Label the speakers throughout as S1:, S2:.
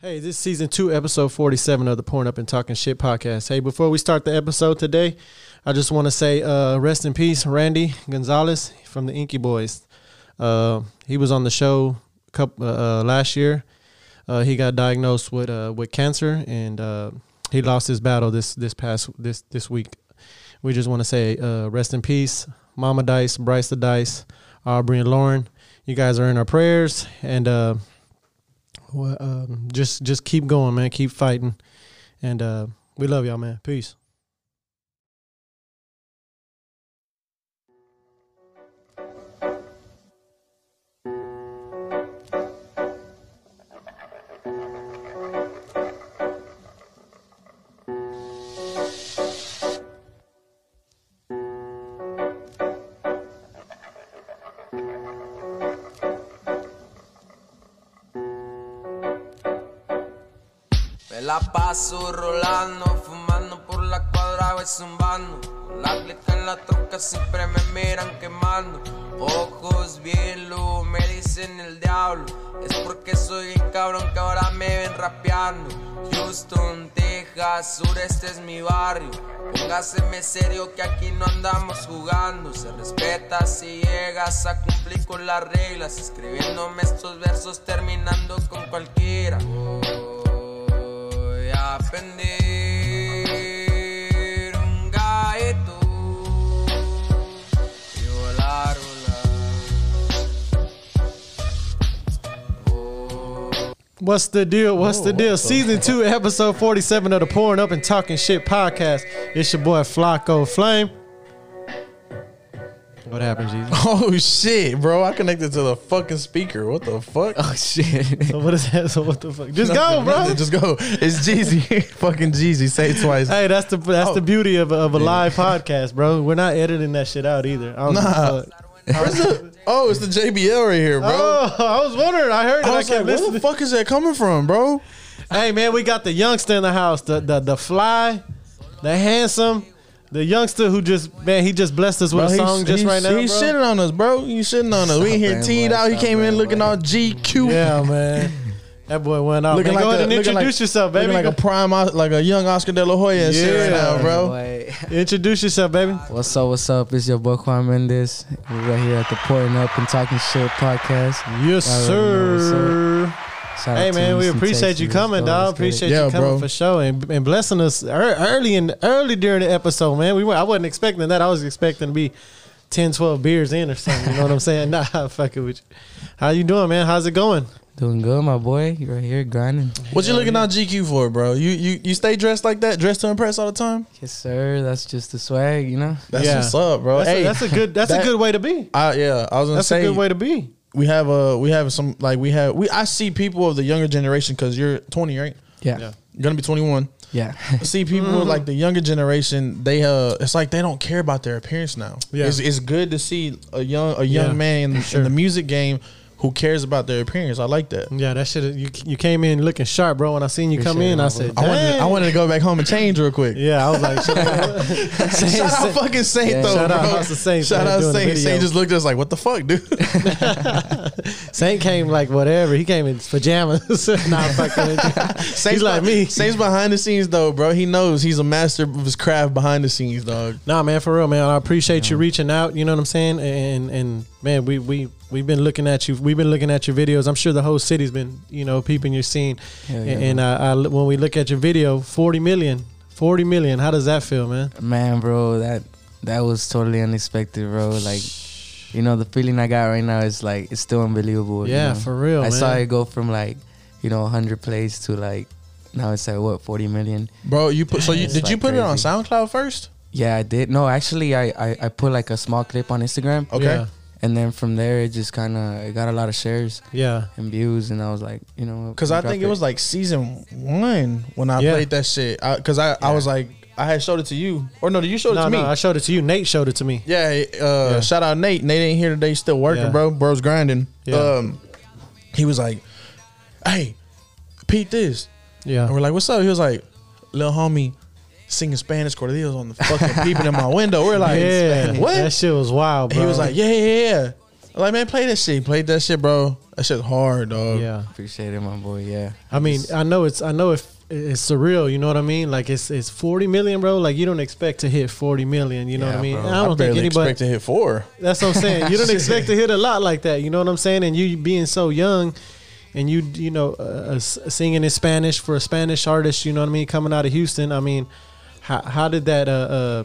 S1: Hey, this is season two, episode 47 of the Porn Up and Talking Shit podcast. Hey, before we start the episode today, I just want to say uh, rest in peace, Randy Gonzalez from the Inky Boys. Uh, he was on the show couple, uh, uh, last year. Uh, he got diagnosed with uh, with cancer, and uh, he lost his battle this this past this this week. We just want to say uh, rest in peace, Mama Dice, Bryce the Dice, Aubrey and Lauren. You guys are in our prayers, and uh, well, um, just just keep going, man. Keep fighting, and uh, we love y'all, man. Peace.
S2: Me la paso rolando, fumando por la cuadra, voy zumbando. Con la clica en la troca siempre me miran quemando. Ojos bien luz, me dicen el diablo. Es porque soy el cabrón que ahora me ven rapeando. Houston, Texas, sureste es mi barrio. Póngaseme serio que aquí no andamos jugando. Se respeta si llegas a cumplir con las reglas. Escribiéndome estos versos, terminando con cualquiera. Voy a prender un gaito y volar, volar. Voy
S3: Eh,
S1: What's the deal? What's
S4: Oh,
S1: the deal? Season two, episode forty-seven of the Pouring Up and Talking Shit podcast. It's your boy Flacco Flame. What happened, Jesus?
S4: Oh shit, bro! I connected to the fucking speaker. What the fuck?
S3: Oh shit.
S1: So what is that? So what the fuck? Just go, bro.
S4: Just go. It's Jeezy. fucking Jeezy. Say it twice.
S1: Hey, that's the that's the
S4: Oh.
S1: beauty of a, of a live podcast, bro. We're not editing that shit out either. I don't give a
S4: Nah.
S1: fuck.
S4: Where's the- oh, it's the JBL right here, bro.
S1: Oh, I was wondering. I heard. it.
S4: I was
S1: kept
S4: like, where the
S1: listening.
S4: fuck is that coming from, bro?
S1: Hey man, we got the youngster in the house, the the, the fly, the handsome, the youngster who just man, he just blessed us with
S4: Bro,
S1: a
S4: he-
S1: song just
S4: he-
S1: right now.
S4: He
S1: bro.
S4: shitting on us, bro. You shitting on us. We ain't here
S3: Stop
S4: teed
S3: that,
S4: out. He
S3: stop
S4: came
S3: that,
S4: in looking
S3: bro.
S4: all GQ.
S1: Yeah, man. That boy went off.
S4: Looking
S1: man, go
S4: the-
S1: ahead and
S4: looking
S1: introduce
S4: like-
S1: yourself, baby.
S4: looking like a prime, Os- like a young Oscar De La Hoya and shit right
S1: Yeah.
S4: now, bro.
S3: Wait.
S1: introduce yourself, baby.
S3: What's up? What's up? It's your boy Quan Mendes. We're right here at the Pouring Up and Talking Shit podcast.
S1: Yes,
S3: Alright,
S1: sir.
S3: Shout out
S1: Hey
S3: to
S1: man, we
S3: Houston,
S1: appreciate you
S3: Texas.
S1: coming,
S3: Let's go.
S1: dog.
S3: Let's get it.
S1: Appreciate
S4: Yeah,
S1: you coming
S4: bro.
S1: for sure and, and blessing us ear- early and early during the episode, man. We were, I wasn't expecting that. I was expecting to be 10, 12 beers in or something. You know what I'm saying? Nah, fucking with you. How you doing, man? How's it going?
S3: Doing good, my boy. You right here grinding.
S4: What you looking on GQ for, bro? You you you stay dressed like that, dressed to impress all the time.
S3: Yes, sir. That's just the swag, you know.
S4: That's
S1: Yeah.
S4: what's up, bro.
S1: That's,
S4: hey,
S1: a, that's a good. That's
S4: that-
S1: a good way to be.
S4: I, yeah, I was gonna
S1: That's
S4: say
S1: a good way to be.
S4: we have a we have some like we have we I see people of the younger generation because you're 20 right
S1: Yeah.
S3: Yeah.
S4: You're gonna be 21
S3: Yeah.
S4: I see people with, like the younger generation they uh it's like they don't care about their appearance now
S1: Yeah.
S4: it's, it's good to see a young a young
S1: Yeah,
S4: man in, the-
S1: sure.
S4: in the music game who cares about their appearance I like that
S1: Yeah, that shit. You you came in looking sharp, bro. When I seen you come
S3: Appreciate
S1: in,
S3: it,
S1: I
S3: my
S1: said,
S4: I wanted to, I
S1: "Dang."
S4: wanted to go back home and change real quick
S1: Yeah, I was like, shut up.
S4: shout out fucking Saint
S3: Yeah.
S4: though
S1: Shout out
S4: bro.
S1: House of Saints,
S4: shout
S1: man,
S4: out
S1: doing the
S4: Saint
S1: video.
S4: Saint just looked at us like what the fuck dude
S1: Saint came like whatever. He came in pajamas. nah, fucking.
S4: Saint's
S1: like
S4: be-
S1: me.
S4: Saint's behind the scenes though bro he knows he's a master of his craft behind the scenes dog
S1: Nah, man, for real, man. I appreciate you reaching out. You know what I'm saying? And and man, we we we've been looking at you. We've been looking at your videos. I'm sure the whole city's been you know peeping your scene.
S3: Hell yeah,
S1: and and I, I, when we look at your video, 40 million, 40 million. How does that feel, man?
S3: Man, bro, that that was totally unexpected, bro. Like, you know, the feeling I got right now is like it's still unbelievable. you
S1: Yeah,
S3: know?
S1: for real,
S3: I saw
S1: man.
S3: it go from like, you know, 100 plays to like now it's like what 40 million.
S4: Bro, you put so you
S3: It's
S4: did you
S3: like
S4: put it on
S3: crazy.
S4: SoundCloud first?
S3: Yeah, I did. No, actually, I, I, I put like a small clip on Instagram,
S4: Okay.
S1: Yeah.
S3: and then from there it just kind of it got a lot of shares
S1: yeah.
S3: and views, and I was like, you know,
S4: Cause I think it was like season one when I
S1: Yeah.
S4: played that shit. I, Cause I, I was like I had showed it to you or no, you showed it
S1: No,
S4: to me?
S1: no, I showed it to you. Nate showed it to me.
S4: yeah, uh,
S1: Yeah.
S4: Shout out Nate. Nate ain't here today. Still working,
S1: Yeah.
S4: bro. Bro's grinding.
S1: Yeah.
S4: Um, he was like, "Hey, Pete, this." And
S1: Yeah.
S4: we're like, "What's up?" He was like, "Little homie." Singing Spanish Cordillos on the fucking peeping in my window. We're like,
S1: yeah.
S4: what?
S1: That shit was wild, bro.
S4: He was like, yeah, yeah, yeah. Like man, play that shit. Play that shit, bro. That shit hard, dog.
S1: Yeah.
S3: Appreciate it, my boy. Yeah.
S1: I mean, I know it's I know if it's surreal, you know what I mean? Like it's it's 40 million, bro. Like you don't expect to hit 40 million, you know what I
S3: Yeah,
S1: mean?
S3: bro.
S1: And I don't think
S4: barely
S1: anybody
S4: expect to hit four.
S1: That's what I'm saying. You don't expect to hit a lot like that. You know what I'm saying? And you being so young, and you you know uh, uh, s- singing in Spanish for a Spanish artist. You know what I mean? Coming out of Houston. I mean, how how did that uh, uh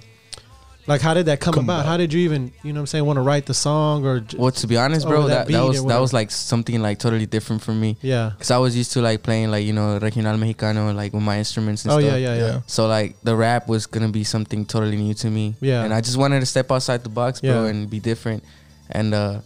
S1: like how did that come, about? How did you even you know what I'm saying want to write the song or j-
S3: Well, to be honest,
S1: Oh,
S3: bro,
S1: that
S3: that,
S1: beat
S3: that
S1: or
S3: was that
S1: whatever.
S3: was like something like totally different for me.
S1: yeah?
S3: Cause I was used to like playing like you know regional mexicano like with my instruments and
S1: Oh
S3: stuff.
S1: yeah, yeah, yeah,
S4: Yeah.
S3: So like the rap was gonna be something totally new to me.
S1: Yeah.
S3: And I just wanted to step outside the box, bro,
S1: Yeah.
S3: and be different. And uh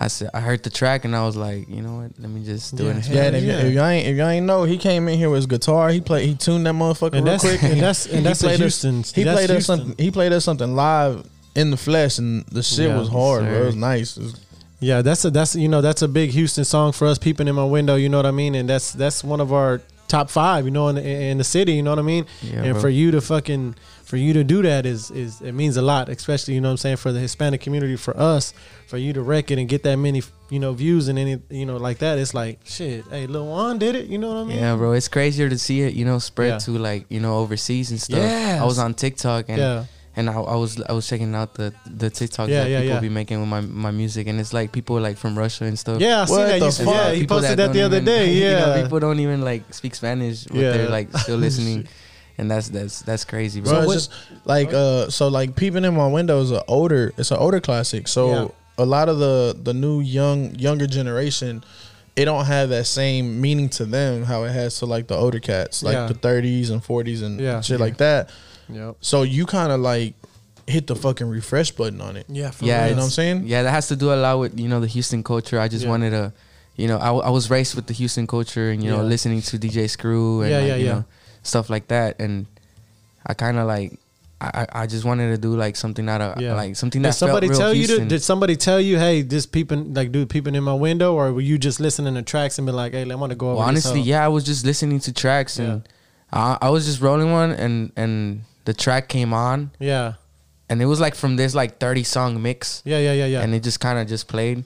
S3: I said I heard the track and I was like, you know what? Let me just do
S1: Yeah,
S3: it.
S1: hell
S4: Yeah, and if,
S1: yeah.
S4: if y'all ain't if y'all ain't know, he came in here with his guitar. He played he tuned that motherfucker
S1: And
S4: real
S1: that's
S4: quick.
S1: and that's and that's a
S4: played us-
S1: Houston.
S4: He
S1: that's
S4: played us
S1: Houston.
S4: something. He played us something live in the flesh, and the shit
S1: Yeah,
S4: was hard,
S3: sir.
S4: bro. It was nice. It was-
S1: Yeah, that's a that's you know that's a big Houston song for us peeping in my window. You know what I mean? And that's that's one of our top five. You know, in the, in the city. You know what I mean?
S3: Yeah,
S1: and
S3: bro.
S1: for you to fucking for you to do that is is it means a lot, especially you know what I'm saying for the Hispanic community. For us, for you to wreck it and get that many you know views and any you know like that, it's like shit. Hey, Lil Juan did it. You know what I mean?
S3: Yeah, bro. It's crazier to see it, you know, spread
S1: Yeah.
S3: to like, you know, overseas and stuff.
S1: Yes.
S3: I was on TikTok and
S1: yeah,
S3: and I, I was I was checking out the the TikTok
S1: Yeah,
S3: that
S1: yeah,
S3: people
S1: yeah.
S3: be making with my, my music and it's like people like from Russia and stuff.
S1: yeah. I see
S4: What
S1: that.
S4: the
S1: You,
S4: fuck?
S1: yeah, he
S3: People
S1: posted that, the
S3: don't
S1: other
S3: even-
S1: day.
S3: you know,
S1: Yeah,
S3: people don't even like speak Spanish, but
S1: Yeah.
S3: they're like still listening, and that's that's that's crazy, bro.
S4: bro,
S1: what-
S4: it's just like uh, so like peeping in my window is an older. It's an older classic. So
S1: Yeah.
S4: a lot of the the new young younger generation, it don't have that same meaning to them how it has to like the older cats, like
S1: Yeah.
S4: the 30s and 40s and
S1: Yeah.
S4: shit like that.
S1: Yep.
S4: So you kind of like hit the fucking refresh button on it.
S1: yeah, for
S3: yeah,
S4: You know
S1: real.
S4: what I'm
S3: it's-
S4: saying?
S3: Yeah, that has to do a lot with you know the Houston culture. I just
S1: Yeah.
S3: wanted to, you know, I, w- I was raised with the Houston culture and you know
S1: Yeah.
S3: listening to DJ Screw and
S1: Yeah,
S3: like,
S1: yeah,
S3: you
S1: yeah.
S3: know stuff like that, and I kind of like I, I I just wanted to do like something out of
S1: Yeah.
S3: like something that
S1: Did somebody
S3: felt real
S1: tell you?
S3: Houston.
S1: To, did somebody tell you, hey, this peeping like dude peeping in my window, or were you just listening to tracks and be like, hey, I'm gonna go over
S3: Well,
S1: this
S3: honestly,
S1: hoe?
S3: yeah, I was just listening to tracks and I, I was just rolling one and and the track came on
S1: yeah,
S3: and it was like from this like 30 song mix
S1: yeah, yeah, yeah, yeah.
S3: and it just kind of just played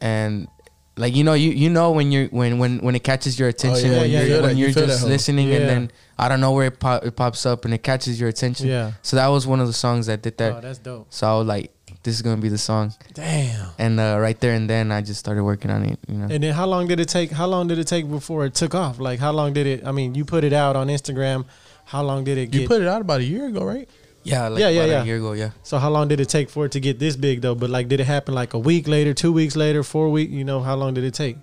S3: and like you know you you know when you're when when when it catches your attention
S4: yeah,
S3: when
S1: Oh, yeah,
S3: you're,
S1: yeah.
S3: when
S4: You
S3: you're
S4: feel that
S3: just
S4: hoe.
S3: listening
S1: Yeah.
S3: and then I don't know where it, pop, it pops up and it catches your attention.
S1: Yeah.
S3: So that was one of the songs that did that.
S1: oh, that's dope.
S3: so I was like this is going to be the song
S1: Damn.
S3: and uh, right there and then I just started working on it, you know.
S1: And then how long did it take? How long did it take before it took off? Like how long did it? I mean, you put it out on Instagram. How long did it get?
S4: You put it out about a year ago, right?
S3: yeah, like
S1: Yeah, yeah,
S3: about
S1: yeah.
S3: a year ago, yeah.
S1: so how long did it take for it to get this big though? But like, did it happen like a week later, two weeks later, four week? You know, how long did it take?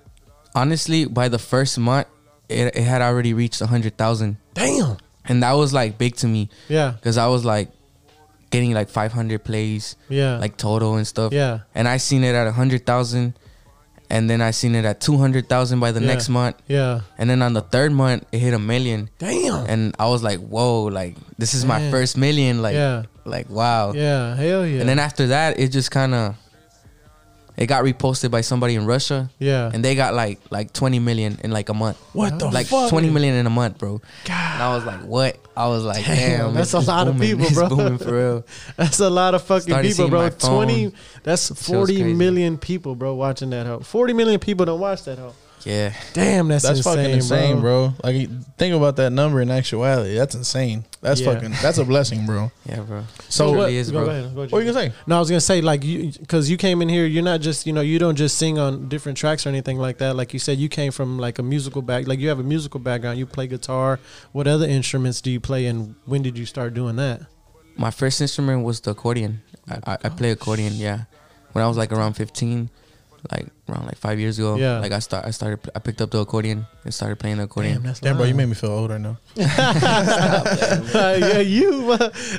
S3: honestly, by the first month, it, it had already reached a hundred thousand,
S1: Damn.
S3: and that was like big to me
S1: Yeah.
S3: because I was like getting like five hundred plays,
S1: Yeah.
S3: like total and stuff.
S1: Yeah.
S3: and I seen it at a hundred thousand, and then I seen it at two hundred thousand by the
S1: Yeah.
S3: next month,
S1: Yeah.
S3: and then on the third month, it hit a million,
S1: Damn.
S3: and I was like, whoa, like this is
S1: Man.
S3: my first million, like,
S1: Yeah.
S3: like wow.
S1: Yeah. Hell yeah.
S3: And then after that, it just kind of. It got reposted by somebody in Russia,
S1: yeah.
S3: and they got like like twenty million in like a month.
S4: What the
S3: like
S4: fuck?
S3: 20 million in a month, bro. And I was like, what? I was like, damn,
S1: that's
S3: it's-
S1: a
S3: it's
S1: lot of
S3: booming.
S1: people,
S3: It's
S1: bro.
S3: booming for real.
S1: That's a lot of fucking
S3: Started
S1: people,
S3: seeing
S1: bro.
S3: my phone.
S1: Twenty. That's forty
S3: crazy.
S1: million people, bro, watching that hoe. Forty million people don't watch that hoe.
S3: Yeah,
S1: Damn, that's,
S4: That's
S1: insane,
S4: fucking insane,
S1: bro.
S4: bro. Like you- think about that number in actuality. That's insane. That's
S1: Yeah.
S4: fucking. That's a blessing, bro.
S3: yeah, bro.
S4: So
S3: It
S4: what?
S3: really is,
S1: Go
S3: bro.
S1: ahead, go ahead.
S4: What you gonna say?
S1: No, I was gonna say like you because you came in here. You're not just you know you don't just sing on different tracks or anything like that. Like you said, you came from like a musical back. Like you have a musical background. You play guitar. What other instruments do you play? And when did you start doing that?
S3: My first instrument was the accordion. I, I, I play accordion, yeah. When I was like around 15, like around like five years ago,
S1: Yeah.
S3: Like I start, I started, I picked up the accordion and started playing the accordion.
S1: that's
S4: Damn, bro, you
S1: loud.
S4: made me feel old right now.
S1: yeah, you.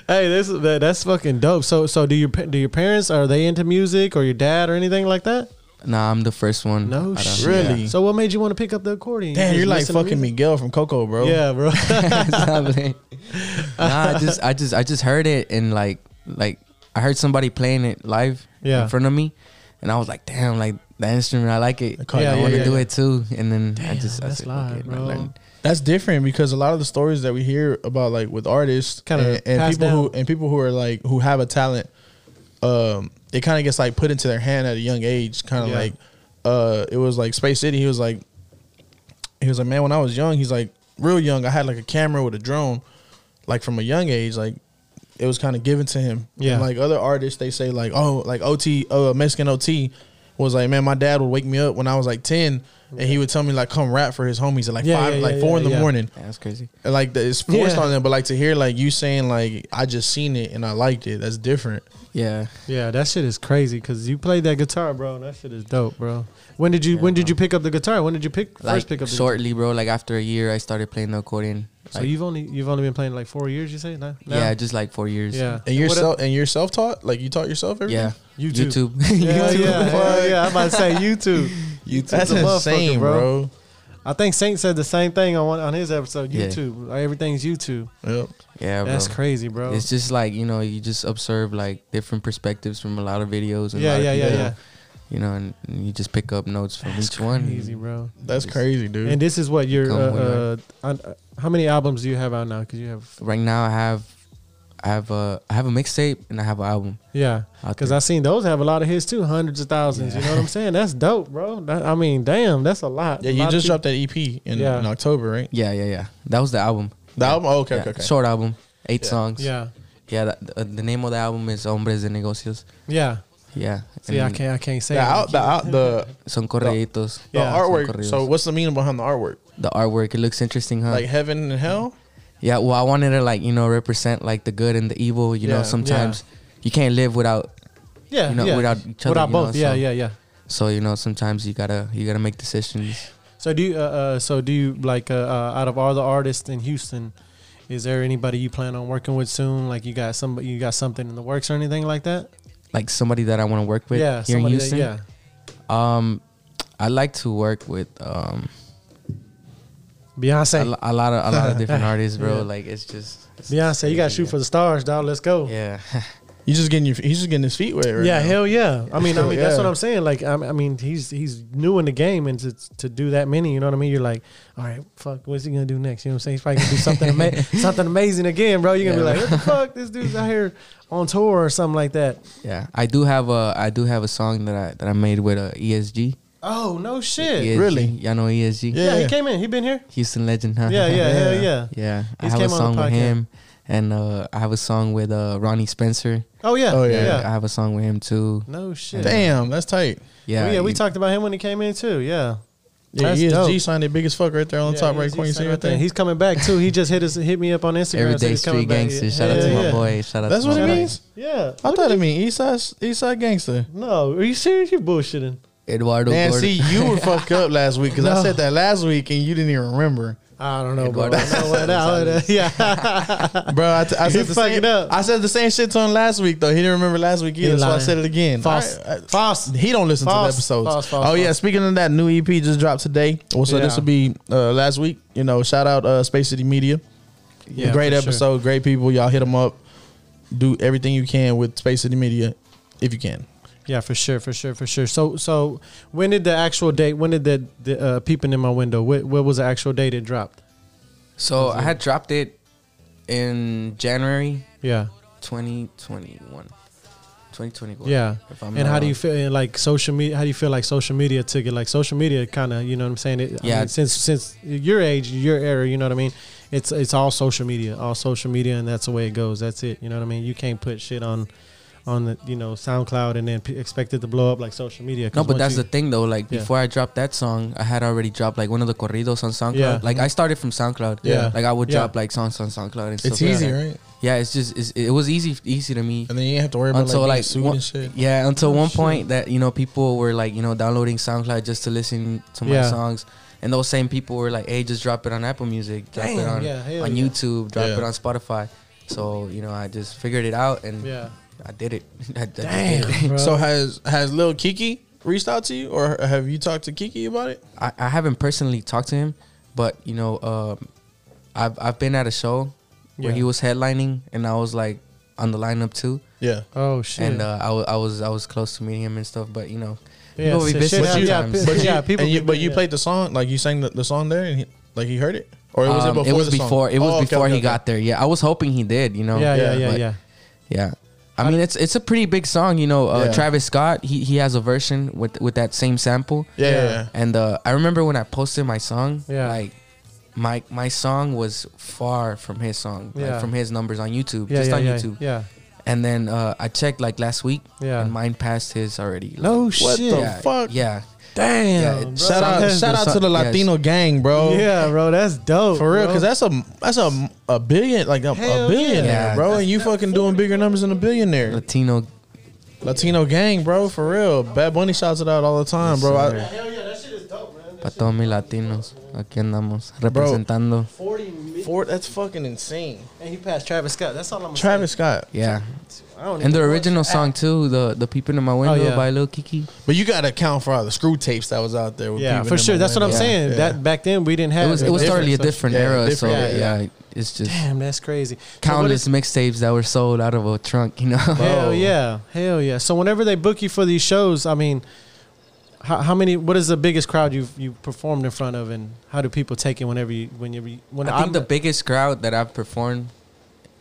S1: hey, that's that, that's fucking dope. So so do your pa- do your parents are they into music or your dad or anything like that?
S3: Nah, I'm the first one.
S1: No
S3: out of-
S1: shit.
S4: Really?
S1: So what made you want to pick up the accordion?
S4: Damn,
S1: just
S4: you're like
S1: listen to
S4: fucking
S1: music?
S4: Miguel from Coco, bro.
S1: Yeah, bro.
S3: Stop it. nah, I just I just I just heard it and like like I heard somebody playing it live
S1: Yeah.
S3: in front of me, and I was like, damn, like that instrument, I like it.
S4: call it
S3: I
S4: Yeah,
S3: want to
S1: yeah,
S3: do
S1: yeah.
S3: it too. And then I just I
S1: that's
S3: said,
S1: live,
S3: okay, and I
S1: bro.
S3: learned.
S4: That's different because a lot of the stories that we hear about, like with artists,
S1: Kinda
S4: and, and
S1: passed
S4: people who
S1: down.
S4: and people who are like who have a talent, um, it kind of gets like put into their hand at a young age. Kind of
S1: Yeah.
S4: like uh, it was like Space City. He was like, he was like, man, when I was young, he's like real young. I had like a camera with a drone, like from a young age, like. It was kind of given to him.
S1: Yeah.
S4: And, like other artists, they say like, oh, like OT, uh, Mexican OT was like, man, my dad would wake me up when I was like ten, and he would tell me like, come rap for his homies at like
S1: Yeah,
S4: five,
S1: yeah,
S4: like
S1: yeah,
S4: four in
S1: yeah,
S4: the
S1: yeah.
S4: morning.
S3: Yeah, that's crazy.
S4: And, like the, it's forced
S1: Yeah.
S4: on them, but like to hear like you saying like I just seen it and I liked it. That's different.
S3: Yeah.
S1: Yeah, that shit is crazy because you played that guitar, bro. And that shit is dope, bro. When did you
S3: Yeah,
S1: When did
S3: bro.
S1: you pick up the guitar? When did you pick first
S3: Like
S1: pick up? The,
S3: shortly, bro. Like after a year, I started playing the accordion.
S1: So
S3: Like,
S1: you've only you've only been playing like four years. You say now? now?
S3: yeah, just like four years.
S1: yeah.
S4: And you're
S1: What
S4: self and you're self taught. Like you taught yourself
S3: Yeah.
S4: everything.
S1: YouTube.
S3: YouTube.
S1: Yeah,
S3: YouTube.
S1: yeah, yeah, yeah. I'm about to say YouTube.
S4: you that's
S1: the motherfucker,
S4: insane, bro.
S1: I think Saint said the same thing on one, on his episode.
S3: Yeah.
S1: YouTube, like, everything's YouTube.
S4: Yep.
S3: Yeah, bro.
S1: That's crazy, bro.
S3: It's just like you know, you just observe like different perspectives from a lot of videos. And a
S1: yeah,
S3: lot of
S1: yeah, yeah,
S3: people,
S1: yeah.
S3: You know, and, and you just pick up notes from
S1: That's
S3: each one.
S1: crazy, bro.
S4: That's
S3: Just-
S4: crazy, dude.
S1: And this is what your
S3: Come with
S1: uh, uh, on, uh, how many albums do you have out now? Because you have
S3: Right now, I have, I have a, I have a mixtape and I have an album.
S1: yeah.
S3: out
S1: Because
S3: there.
S1: I seen those have a lot of hits too, hundreds of thousands. You know what I'm saying? That's dope, bro. That, I mean, damn, that's a lot.
S4: yeah,
S1: A
S4: you
S1: lot of
S4: just
S1: people-
S4: dropped that EP in,
S1: Yeah.
S4: in October, right?
S3: yeah, yeah, yeah. That was the album.
S4: The album. Oh, okay,
S3: Yeah,
S4: okay, okay.
S3: Short album, eight
S4: Yeah.
S3: songs.
S1: Yeah,
S3: yeah. That, the, the name of the album is Hombres de Negocios.
S1: yeah.
S3: Yeah.
S1: See, I
S3: and
S1: can't, I can't say.
S4: the
S1: it.
S4: out, the out, the
S3: Son correitos.
S4: the
S1: Yeah,
S4: artwork.
S3: corridos. Uh,
S4: So what's the meaning behind the artwork?
S3: The artwork, it looks interesting, huh?
S4: Like heaven and hell.
S3: Yeah, well, I wanted to like you know represent like the good and the evil. You
S4: Yeah.
S3: know, sometimes you can't live without.
S1: yeah,
S3: you know,
S1: yeah.
S3: without each other,
S1: without
S3: you know,
S1: both. yeah,
S3: so-
S1: yeah, yeah.
S3: So you know, sometimes you gotta you gotta make decisions.
S1: So do you, uh, uh, so do you like uh, uh, out of all the artists in Houston, is there anybody you plan on working with soon? Like you got somebody, you got something in the works or anything like that?
S3: Like somebody that I want to work with
S1: yeah,
S3: here in
S1: somebody
S3: Houston.
S1: That,
S3: Um, I like to work with um
S1: yeah, Beyonce.
S3: a, lo- a lot of a lot of different artists, bro.
S1: Yeah.
S3: Like it's just it's
S1: Beyonce, you got to shoot for the stars, dog. Let's go. Yeah,
S3: yeah.
S4: He's just getting your. He's just getting his feet wet. Right now.
S1: hell yeah. I mean, I
S4: Hell
S1: mean, that's
S4: yeah.
S1: what I'm saying. Like, I, I mean, he's he's new in the game, and to to do that many, you know what I mean? You're like, all right, fuck, what's he gonna do next? You know what I'm saying? He's probably gonna do something ama- something amazing again, bro. You're gonna
S3: Yeah.
S1: be like, what the fuck? This dude's out here on tour or something like that.
S3: yeah. I do have a I do have a song that I that I made with uh, E a ESG.
S1: Oh no, shit.
S3: ESG.
S4: Really?
S3: E Y'all know ESG?
S4: Yeah.
S1: yeah, he came in. He been here.
S3: Houston legend, huh?
S1: yeah, yeah, hell yeah.
S3: Yeah, I
S1: He's
S3: have a
S1: came on the
S3: song with
S1: podcast.
S3: him, and uh, I have a song with uh, Ronnie Spencer.
S1: Oh yeah.
S4: Oh,
S1: Oh
S4: yeah.
S1: yeah.
S3: I have a song with him too.
S1: No shit.
S4: Damn, that's tight.
S3: Yeah,
S1: Well, Oh, yeah, we
S3: you-
S1: talked about him when he came in too. Yeah.
S4: Yeah,
S1: That's
S4: ESG
S1: dope.
S4: signed it big as fuck right there on
S1: Yeah,
S4: the
S1: E
S4: top
S1: he
S4: right
S1: was
S4: corner. You
S1: just
S4: see
S1: saying
S4: right there.
S1: He's coming back too. He just hit us hit me up on Instagram. so
S3: Everyday
S1: he's coming
S3: Street
S1: back.
S3: Gangster.
S1: Yeah,
S3: Shout out to
S1: yeah,
S3: my
S1: yeah.
S3: boy. Shout out.
S4: That's
S3: to
S4: what
S3: my
S4: it
S3: boy.
S4: means.
S1: Yeah.
S4: I thought it mean Eastside Eastside Gangster.
S1: No, are you serious? You bullshitting.
S3: Eduardo
S4: Man,
S3: Gordon.
S4: see, you were fucked up last week because I
S1: No.
S4: said that last week and you didn't even remember,
S1: I don't know, bro. I
S3: Eduardo
S1: don't know what that- what that- Yeah.
S4: bro. I, t- I
S1: He
S4: said the
S1: fucking
S4: same.
S1: up.
S4: I said the same shit to him last week though. He didn't remember last week either, so I
S1: lying.
S4: said it again.
S1: False.
S4: All
S3: uh,
S4: right, I-
S1: False.
S4: he don't listen
S1: False.
S4: to the episodes.
S1: False, false,
S4: oh
S1: false.
S4: yeah, speaking of that, new EP just dropped today. Well, so this
S1: Yeah.
S4: will be uh, last week. You know, shout out uh, Space City Media.
S1: Yeah,
S4: great
S1: for sure.
S4: episode, great people. Y'all hit them up. Do everything you can with Space City Media, if you can.
S1: Yeah, for sure, for sure, for sure. So, so when did the actual date? When did the, the uh, peeping in my window? What, what was the actual date it dropped?
S3: so I had dropped it in January
S1: Yeah,
S3: 2021. 2021.
S1: yeah.
S3: If I'm
S1: And
S3: not
S1: how do you
S3: wrong.
S1: feel? And like social media, how do you feel like social media took it? Like social media, kind of, you know what I'm saying? It, I
S3: Yeah.
S1: mean, since since your age, your era, you know what I mean? It's it's all social media, all social media, and that's the way it goes. That's it. You know what I mean? You can't put shit on, on the you know SoundCloud and then p- expect it to blow up like social media. 'cause
S3: No, but
S1: once
S3: that's
S1: you-
S3: the thing though. Like
S1: Yeah.
S3: before I dropped that song, I had already dropped like one of the corridos on SoundCloud.
S1: Yeah.
S3: Like I started from SoundCloud.
S1: Yeah.
S3: Like I would
S1: Yeah.
S3: drop like songs on SoundCloud and stuff.
S4: It's
S3: like
S4: easy,
S3: that.
S4: right?
S3: Yeah, it's just it's, it was easy easy to me.
S4: And then you ain't have to worry about
S3: until
S4: like,
S3: like
S4: like sued
S3: one-
S4: and shit.
S3: yeah until one point that you know people were like you know downloading SoundCloud just to listen to my
S1: Yeah.
S3: songs, and those same people were like, hey, just drop it on Apple Music, drop it
S1: Damn,
S3: on
S1: yeah, hell
S3: on
S1: yeah.
S3: YouTube, drop
S4: Yeah.
S3: it on Spotify. So you know, I just figured it out and
S1: yeah.
S3: I did it. I, I did it.
S1: Damn, bro.
S4: So has has Lil Kiki reached out to you, or have you talked to Kiki about it?
S3: I, I haven't personally talked to him, but you know, um, I've I've been at a show where
S1: Yeah.
S3: he was headlining, and I was like on the lineup too,
S4: Yeah.
S1: oh shit.
S3: and uh, I, wa- I was I was close to meeting him and stuff. But you know,
S1: Yeah,
S3: people be
S1: shit,
S3: busy
S1: shit happens.
S3: sometimes.
S1: Yeah,
S4: But you,
S1: Yeah, people
S4: and you,
S1: be-
S4: but you
S1: yeah.
S4: played the song, like you sang the, the song there, and he, like he heard it, or was it
S3: Um,
S4: before?
S3: was
S4: the song?
S3: before it was
S4: Oh, okay,
S3: before
S4: okay,
S3: he
S4: okay.
S3: got there. Yeah, I was hoping he did. You know,
S1: yeah, yeah, yeah,
S3: but-
S1: yeah.
S3: yeah. I I mean, it's it's a pretty big song, you know. Uh,
S4: Yeah.
S3: Travis Scott, he he has a version with with that same sample.
S4: Yeah, yeah,
S1: Yeah.
S4: yeah.
S3: And uh, I remember when I posted my song,
S1: Yeah.
S3: like my my song was far from his song,
S1: Yeah.
S3: like from his numbers on YouTube,
S1: Yeah,
S3: just
S1: yeah,
S3: on
S1: yeah,
S3: YouTube.
S1: yeah.
S3: And then uh, I checked like last week,
S1: Yeah.
S3: and mine passed his already.
S1: No
S3: Like,
S1: Oh, shit.
S4: the
S3: yeah,
S4: fuck?
S3: Yeah, Yeah,
S1: Damn.
S3: it-
S1: bro.
S4: Shout out,
S1: That's-
S4: shout out to the
S3: Yeah,
S4: Latino gang, bro.
S1: Yeah, bro, that's dope.
S4: Oh. For real,
S1: bro.
S4: because that's a that's a a billion like a,
S1: Hell
S4: a billionaire,
S3: yeah.
S4: bro, and you fucking doing bigger numbers than a billionaire.
S3: Latino.
S4: Latino gang, bro, for real. Bad Bunny shouts it out all the time, bro. I,
S1: Hell yeah, that shit is dope, man.
S3: Para todos mis latinos, aquí andamos representando.
S1: 40 million.
S4: Ford, that's fucking insane.
S1: And he passed Travis Scott. That's all I'm gonna
S4: Travis Scott,
S3: Yeah,
S1: say. I don't
S3: and
S1: even
S3: the
S1: know
S3: original
S1: what's-
S3: song too, the the peeping in my window
S1: Eh. Oh, yeah.
S3: by Lil Kiki.
S4: but you gotta account for all the screw tapes that was out there. With
S1: Yeah,
S4: people
S1: for
S4: in
S1: sure.
S4: my
S1: That's what I'm
S4: window.
S1: saying.
S4: Yeah.
S1: That back then we didn't have
S3: It was it was
S4: different
S3: totally a
S4: social-
S3: different
S4: yeah,
S3: era,
S4: different-
S3: so
S1: yeah,
S3: yeah,
S1: yeah.
S3: it's just
S1: Damn, that's crazy. So what
S3: countless
S1: is-
S3: mixtapes that were sold out of a trunk, you know.
S1: hell yeah, hell yeah. So whenever they book you for these shows, I mean, how, how many? What is the biggest crowd you've you performed in front of, and how do people take it whenever you when you when
S3: I think
S1: I'm-
S3: the biggest crowd that I've performed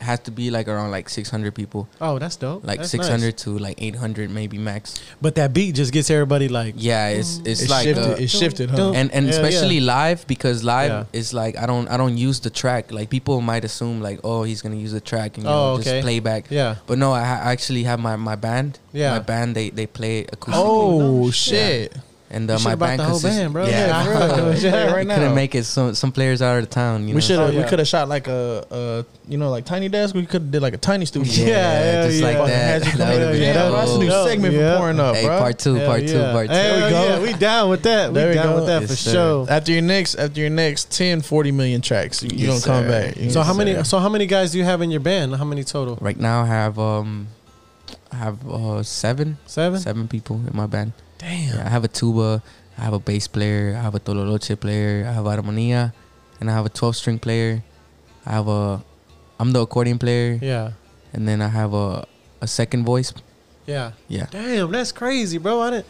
S3: has to be like around like 600 people,
S1: oh that's dope
S3: like
S1: That's nice.
S3: 600 to like 800 maybe max.
S1: But that beat just gets everybody like
S3: Yeah, it's
S1: Mm.
S3: it's
S4: It
S3: like
S4: shifted.
S3: uh,
S4: it shifted, huh?
S1: Dun-
S3: and and
S1: Yeah,
S3: especially live because live
S1: Yeah.
S3: is like I don't I don't use the track. Like people might assume like oh he's gonna use the track and you
S1: Oh,
S3: know,
S1: okay.
S3: just playback.
S1: yeah.
S3: But no, I ha- actually have my my band.
S1: Yeah.
S3: my band they they play acoustically.
S4: Oh shit!
S3: and
S1: You
S3: uh,
S1: should
S3: my
S1: have bought
S3: band
S1: the whole
S3: consists-
S1: band, bro.
S3: Yeah,
S1: Yeah, for real.
S3: bro.
S1: Yeah,
S4: Yeah, right
S3: We couldn't
S4: now.
S3: make it. Some some players are out of town. You know?
S4: We should have
S1: Oh, yeah.
S4: we could have shot like a, a you know like tiny desk. We could have did like a tiny studio.
S1: Yeah, hell
S3: just
S1: yeah.
S3: like that.
S4: Fucking had you
S3: that
S4: come in.
S3: would've been
S4: Yeah,
S3: dope.
S4: that's a new
S1: dope.
S4: segment
S1: Yeah.
S4: for pouring up,
S3: Hey,
S4: bro.
S3: part two,
S1: Hell
S3: part two,
S1: yeah.
S3: part two.
S1: Hell
S4: we go.
S1: yeah, we down with that.
S4: There
S1: we
S4: we
S1: down
S4: go.
S1: with that
S3: Yes,
S1: for
S3: sir.
S1: sure.
S4: After your next, after your next 10, 40 million tracks, you, you gonna
S3: Yes,
S4: come
S3: sir.
S4: back. You
S1: So
S4: know
S1: how
S4: what I'm
S1: many?
S4: saying?
S1: So how many guys do you have in your band? How many total?
S3: Right now, I have um, I have uh seven,
S1: Seven.
S3: seven people in my band.
S1: Damn.
S3: Yeah, I have a tuba, I have a bass player, I have a tololoche player, I have harmonia, and I have a twelve string player. I have a, I'm the accordion player,
S1: Yeah.
S3: and then I have a a second voice.
S1: Yeah.
S3: Yeah.
S1: Damn, that's crazy, bro. I didn't.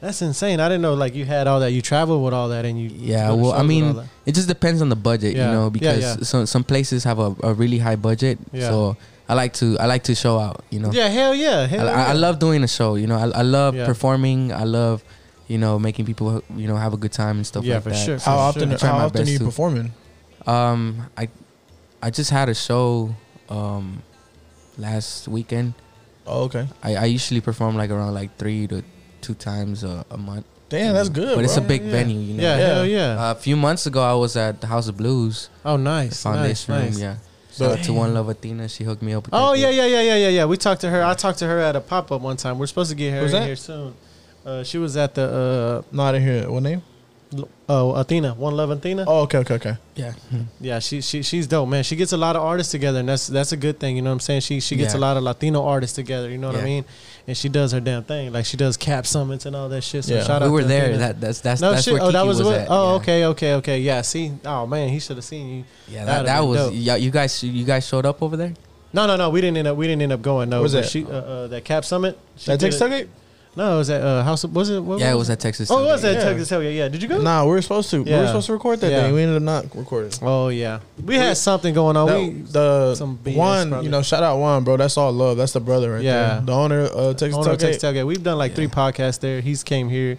S1: That's insane. I didn't know like you had all that. You traveled with all that, and you.
S3: Yeah,
S1: go to
S3: well, I
S1: shows with
S3: mean,
S1: all that.
S3: It just depends on the budget,
S1: Yeah.
S3: you know,
S1: Yeah,
S3: because
S1: yeah.
S3: some some places have a, a really high budget.
S1: Yeah.
S3: So I like to I like to show out, you know.
S1: Yeah, hell yeah,
S3: I,
S1: hell yeah.
S3: I I love doing a show, you know. I, I love
S1: Yeah.
S3: performing. I love, you know, making people you know have a good time and stuff
S1: Yeah,
S3: like
S1: for
S3: that.
S1: sure.
S4: How
S1: for
S4: often?
S1: sure.
S3: I try
S4: How
S3: my
S4: often are
S3: best
S4: you
S3: to.
S4: performing?
S3: Um, I I just had a show um last weekend.
S4: Oh, okay.
S3: I, I usually perform like around like three to two times a, a month.
S4: Damn, that's good.
S3: Mm. but it's a
S4: bro.
S3: big
S1: Yeah.
S3: venue, you know.
S1: Yeah,
S4: Yeah.
S1: hell yeah.
S3: Uh, a few months ago, I was at the House of Blues
S1: oh, nice. Nice.
S3: Foundation Room.
S1: nice.
S3: Yeah. Shout
S4: So-
S3: out to One Love Athena. She hooked me up. With
S1: Oh
S3: that
S1: yeah,
S3: gig.
S1: yeah, yeah, yeah, yeah, yeah. We talked to her. I talked to her at a pop up one time. We're supposed to get her
S4: Who's
S1: in
S4: that?
S1: here soon. Uh, she was at the
S4: Not in here. What name?
S1: uh, L- oh Athena, One Love Athena.
S4: Oh, okay, okay, okay.
S3: Yeah.
S1: Yeah, she she she's dope, man. She gets a lot of artists together, and that's that's a good thing. You know what I'm saying? She she gets
S3: Yeah.
S1: a lot of Latino artists together. You know what I
S3: Yeah.
S1: mean? And she does her damn thing. Like she does cap summits and all that shit. So
S4: Yeah.
S1: shout out.
S3: we were
S1: to
S3: there.
S1: Athena.
S3: That, that's that's
S1: no
S3: that's
S1: shit.
S3: where
S1: Oh,
S3: Kiki
S1: that was,
S3: was
S1: what.
S3: at.
S1: Oh,
S3: yeah.
S1: okay, okay, okay. Yeah. See. Oh man, he should have seen you.
S3: Yeah,
S1: That'd
S3: that, that
S1: been
S3: was
S1: dope.
S3: yeah. You guys you guys showed up over there.
S1: No, no, no. We didn't end up. We didn't end up going. No,
S4: What was
S1: but
S4: that?
S1: She, uh, uh, that cap summit. She
S4: That
S1: did
S4: text
S1: it-
S4: target?
S1: No, it was at uh, house. of- Was it? What
S3: yeah, it was at Texas.
S1: Oh, it was
S3: Southern.
S1: at
S4: Yeah.
S1: Texas Hell yeah, yeah. Did you go?
S4: Nah, we were supposed to. We
S1: Yeah.
S4: were supposed to record that
S1: Yeah.
S4: thing. We ended up not recording.
S1: Oh yeah, we had something going on.
S4: That-
S1: we
S4: the
S1: some BS
S4: one,
S1: probably.
S4: you know, shout out Juan, bro. That's all love. That's the brother right
S1: Yeah.
S4: there. The owner uh, of Texas
S1: owner of
S4: Tailgate.
S1: Texas Tailgate. We've done like three podcasts there. He's came here.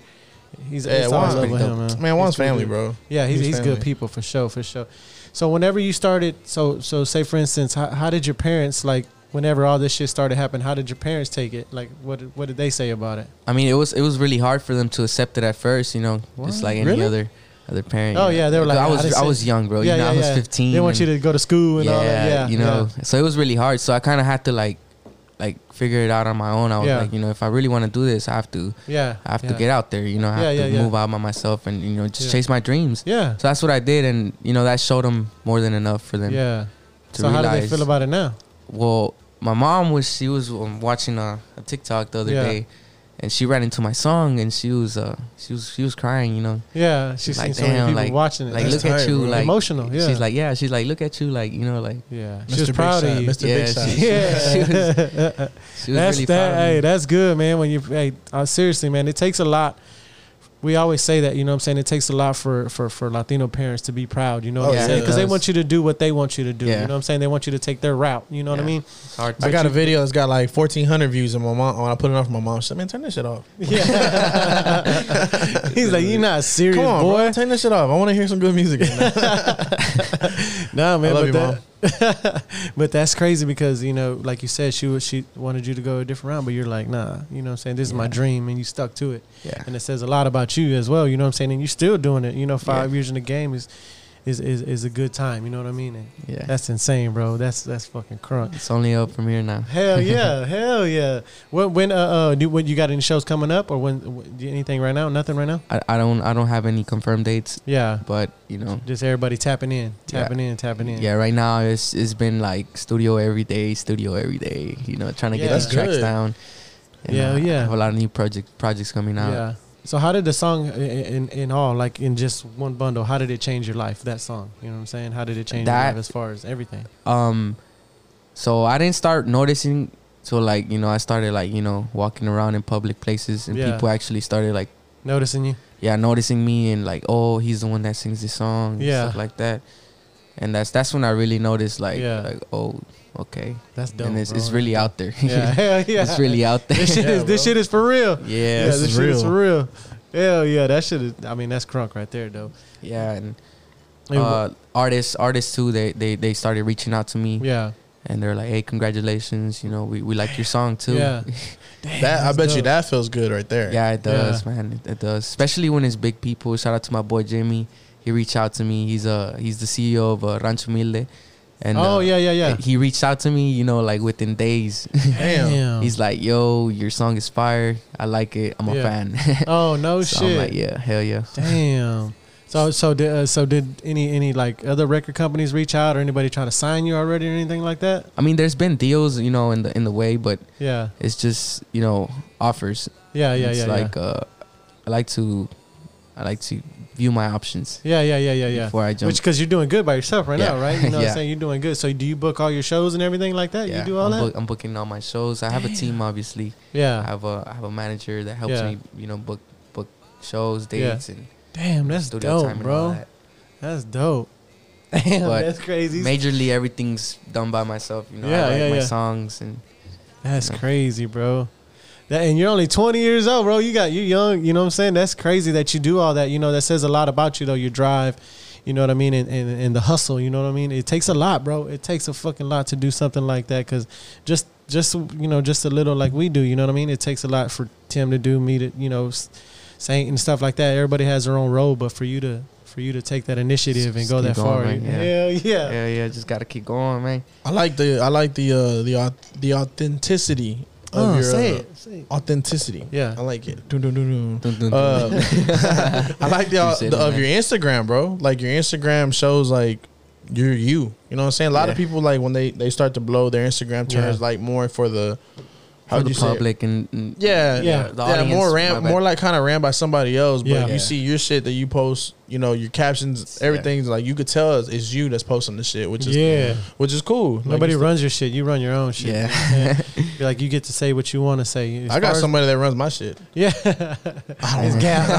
S1: He's
S4: Yeah,
S1: it's all
S4: Juan's
S1: love
S3: pretty
S1: with him,
S3: dope.
S1: man.
S4: Man, Juan's
S1: He's pretty
S4: family,
S1: good.
S4: bro.
S1: Yeah, he's,
S4: He's
S1: he's good
S4: family.
S1: people for sure, for sure. So whenever you started, so so say for instance, how, how did your parents like? Whenever all this shit started happening, how did your parents take it? Like, what did- what did they say about it?
S3: I mean, it was it was really hard for them to accept it at first. You know,
S1: What?
S3: just like any
S1: Really?
S3: other other parent.
S1: Oh,
S3: you know.
S1: yeah, they were like,
S3: I
S1: "I
S3: was
S1: just
S3: I,
S1: said-"
S3: was young, bro.
S1: yeah,
S3: you know,
S1: yeah,
S3: I was
S1: yeah.
S3: fifteen.
S1: They want you to go to school and all that. Yeah,
S3: you know. So it was really hard. So I kind of had to like like figure it out on my own. I was
S1: Yeah.
S3: like, you know, if I really want to do this, I have to
S1: yeah,
S3: I have
S1: yeah.
S3: to get out there. You know, I have
S1: Yeah,
S3: to
S1: yeah, yeah.
S3: move out by myself and you know just
S1: Yeah.
S3: chase my dreams.
S1: Yeah,
S3: So that's what I did, and you know that showed them more than enough for them.
S1: yeah.
S3: to
S1: So how do they
S3: realize-
S1: feel about it now?
S3: Well, my mom was she was um, watching a, a TikTok the other
S1: Yeah.
S3: day, and she ran into my song, and she was uh she was she was crying, you know,
S1: Yeah, she's
S3: Like,
S1: seen so many
S3: damn,
S1: people
S3: like-
S1: watching it.
S3: like
S4: That's
S3: look at
S4: tight,
S3: you,
S4: bro.
S3: like
S1: Emotional, yeah.
S3: She's like, yeah, she's like, look at you, like you know, like
S1: yeah,
S4: Mr.
S1: she was
S4: Big
S1: proud
S4: Shot,
S1: of you.
S4: Mr. Big
S3: yeah,
S4: Shot.
S3: she, she was, she was
S1: that's
S3: really
S1: that.
S3: proud of me.
S1: Hey, that's good, man. When you hey, uh, seriously, man, it takes a lot. we always say that, you know what I'm saying? It takes a lot for for for Latino parents to be proud, you know what
S4: Oh,
S1: I'm
S4: yeah,
S1: saying?
S4: it
S1: Cuz they
S3: does.
S1: want you to do what they want you to do. You
S3: Yeah.
S1: know what I'm saying? They want you to take their route, you know what I
S3: Yeah.
S1: mean?
S3: It's hard.
S4: I got a video that's got like 1,400 views, and my mom, when I put it on for my mom, she said, "Man, turn this shit off.
S1: Yeah. He's like, "You're not serious,
S4: Come on,
S1: boy."
S4: bro, turn this shit off. I want to hear some good music."
S1: Nah, man,
S4: I love
S1: but that, but that's crazy because you know, like you said, she was, she wanted you to go a different route, but you're like, nah, you know what I'm saying? This is my dream, and you stuck to it,
S4: yeah,
S1: and it says a lot about you as well. You know what I'm saying? And you're still doing it. You know, five years in the game is, is is is a good time. You know what I mean? And
S3: Yeah.
S1: that's insane, bro. That's that's fucking crunk.
S3: it's only up from here now.
S1: Hell yeah, hell yeah. When when uh, uh do, when you got any shows coming up or when wh- anything right now? Nothing right now.
S3: I, I don't I don't have any confirmed dates,
S1: Yeah,
S3: but you know.
S1: just everybody tapping in,
S3: Yeah.
S1: tapping in, tapping in.
S3: Yeah, right now it's it's been like studio every day, studio every day. You know, trying to
S1: Yeah.
S3: get these
S1: That's
S3: tracks
S4: good.
S3: down. And,
S1: Yeah,
S3: uh,
S1: yeah.
S3: I have a lot of new project projects coming out.
S1: Yeah. So how did the song i- i- in in all like in just one bundle? How did it change your life? That song, you know what I'm saying? How did it change your
S3: That-
S1: life as far as everything?
S3: um so i didn't start noticing so like you know i started like you know walking around in public places and
S1: Yeah.
S3: people actually started like
S1: Noticing you,
S3: yeah noticing me and like oh he's the one that sings this song and
S1: Yeah.
S3: stuff like that and that's that's when i really noticed like
S1: Yeah.
S3: like oh okay
S1: that's dope.
S3: and it's,
S1: bro.
S3: it's really out there
S1: yeah, hell yeah,
S3: it's really out there
S1: This shit, is, this
S4: bro.
S1: shit is for real. Yeah,
S3: yeah
S1: this,
S4: this is
S1: shit is
S4: real.
S1: for real. Hell yeah, that shit is. I mean, that's crunk right there, though.
S3: yeah and
S1: Hey,
S3: uh, artists artists too they, they they started reaching out to me
S1: yeah,
S3: and they're like hey congratulations you know we, we like your song too
S1: yeah.
S4: that I
S1: that's
S4: bet
S1: dope.
S4: you that feels good right there.
S3: Yeah, it does, man. It, it does, especially when it's big people. Shout out to my boy Jimmy. He reached out to me. He's uh he's the CEO of uh, Rancho Milde, and
S1: oh
S3: uh,
S1: yeah, yeah, yeah.
S3: he reached out to me. You know, like within days,
S4: Damn.
S3: he's like, "Yo, your song is fire. I like it. I'm
S1: Yeah.
S3: a fan."
S1: oh no
S3: so
S1: shit.
S3: I'm like, "Yeah, hell yeah."
S1: Damn. So so did uh, so did any any like other record companies reach out or anybody try to sign you already or anything like that?
S3: I mean, there's been deals, you know, in the in the way, but
S1: Yeah,
S3: it's just you know offers.
S1: yeah, yeah,
S3: it's
S1: yeah. yeah.
S3: like uh, I like to, I like to view my options
S1: Yeah, yeah, yeah, yeah, yeah.
S3: before I jump.
S1: Which because you're doing good by yourself right
S3: Yeah.
S1: now, right? You know what
S3: Yeah.
S1: I'm saying? You're doing good. So do you book all your shows and everything like that? You do all
S3: I'm,
S1: that?
S3: book- I'm booking all my shows. I have a team, obviously. I
S1: yeah.
S3: have a I have a manager that helps
S1: Yeah.
S3: me, you know, book book shows,
S1: Yeah.
S3: dates, and
S1: Damn, that's
S3: studio
S1: dope,
S3: time
S1: bro.
S3: and all that.
S1: That's dope. Damn,
S3: But
S1: that's crazy.
S3: Majorly, everything's done by myself. You know,
S1: Yeah,
S3: I write
S1: yeah,
S3: my
S1: yeah.
S3: songs, and
S1: that's crazy, bro. That, and you're only 20 years old, bro. You got you young. You know what I'm saying? That's crazy that you do all that. You know that says a lot about you, though. Your drive, you know what I mean, and, and and the hustle. You know what I mean? It takes a lot, bro. It takes a fucking lot to do something like that. Cause just just you know just a little like we do. You know what I mean? It takes a lot for Tim to do me to you know s- Saint and stuff like that. Everybody has their own role, but for you to for you to take that initiative and
S3: Just
S1: go
S3: keep
S1: that
S3: going,
S1: far,
S3: man. Yeah.
S1: hell yeah.
S3: yeah, yeah, just gotta keep going, man.
S4: I like the I like the uh, the au- the authenticity of
S1: Oh,
S4: your
S1: say
S4: uh,
S1: it, say it.
S4: authenticity.
S1: Yeah.
S4: I like it. Dun, dun, dun, dun.
S3: Dun, dun, dun.
S4: Uh, I like the,
S3: You said
S4: the
S3: it,
S4: of
S3: man.
S4: your Instagram, bro. Like your Instagram shows like you're you. You know what I'm saying? A lot of
S3: Yeah.
S4: people like when they they start to blow, their Instagram turns
S1: Yeah.
S4: like more for the how
S3: for
S4: would you
S3: the
S4: say? it?
S3: public and, and
S4: Yeah,
S1: Yeah.
S4: yeah,
S3: The
S4: yeah.
S3: audience,
S4: more
S3: my
S4: ran,
S3: bad.
S4: more like kind of ran by somebody else. But
S1: Yeah.
S4: if
S3: Yeah.
S4: you see your shit that you post, you know your captions,
S3: Yeah.
S4: everything's like you could tell it's, it's you that's posting the shit, which is
S1: Yeah.
S4: which is cool. Like,
S1: Nobody
S4: it's-
S1: runs your shit. You run your own shit.
S3: Yeah.
S1: you know what I'm saying? You're like you get to say what you want to say. As
S4: I got
S1: far as-
S4: somebody that runs my shit.
S1: Yeah. It's Gav.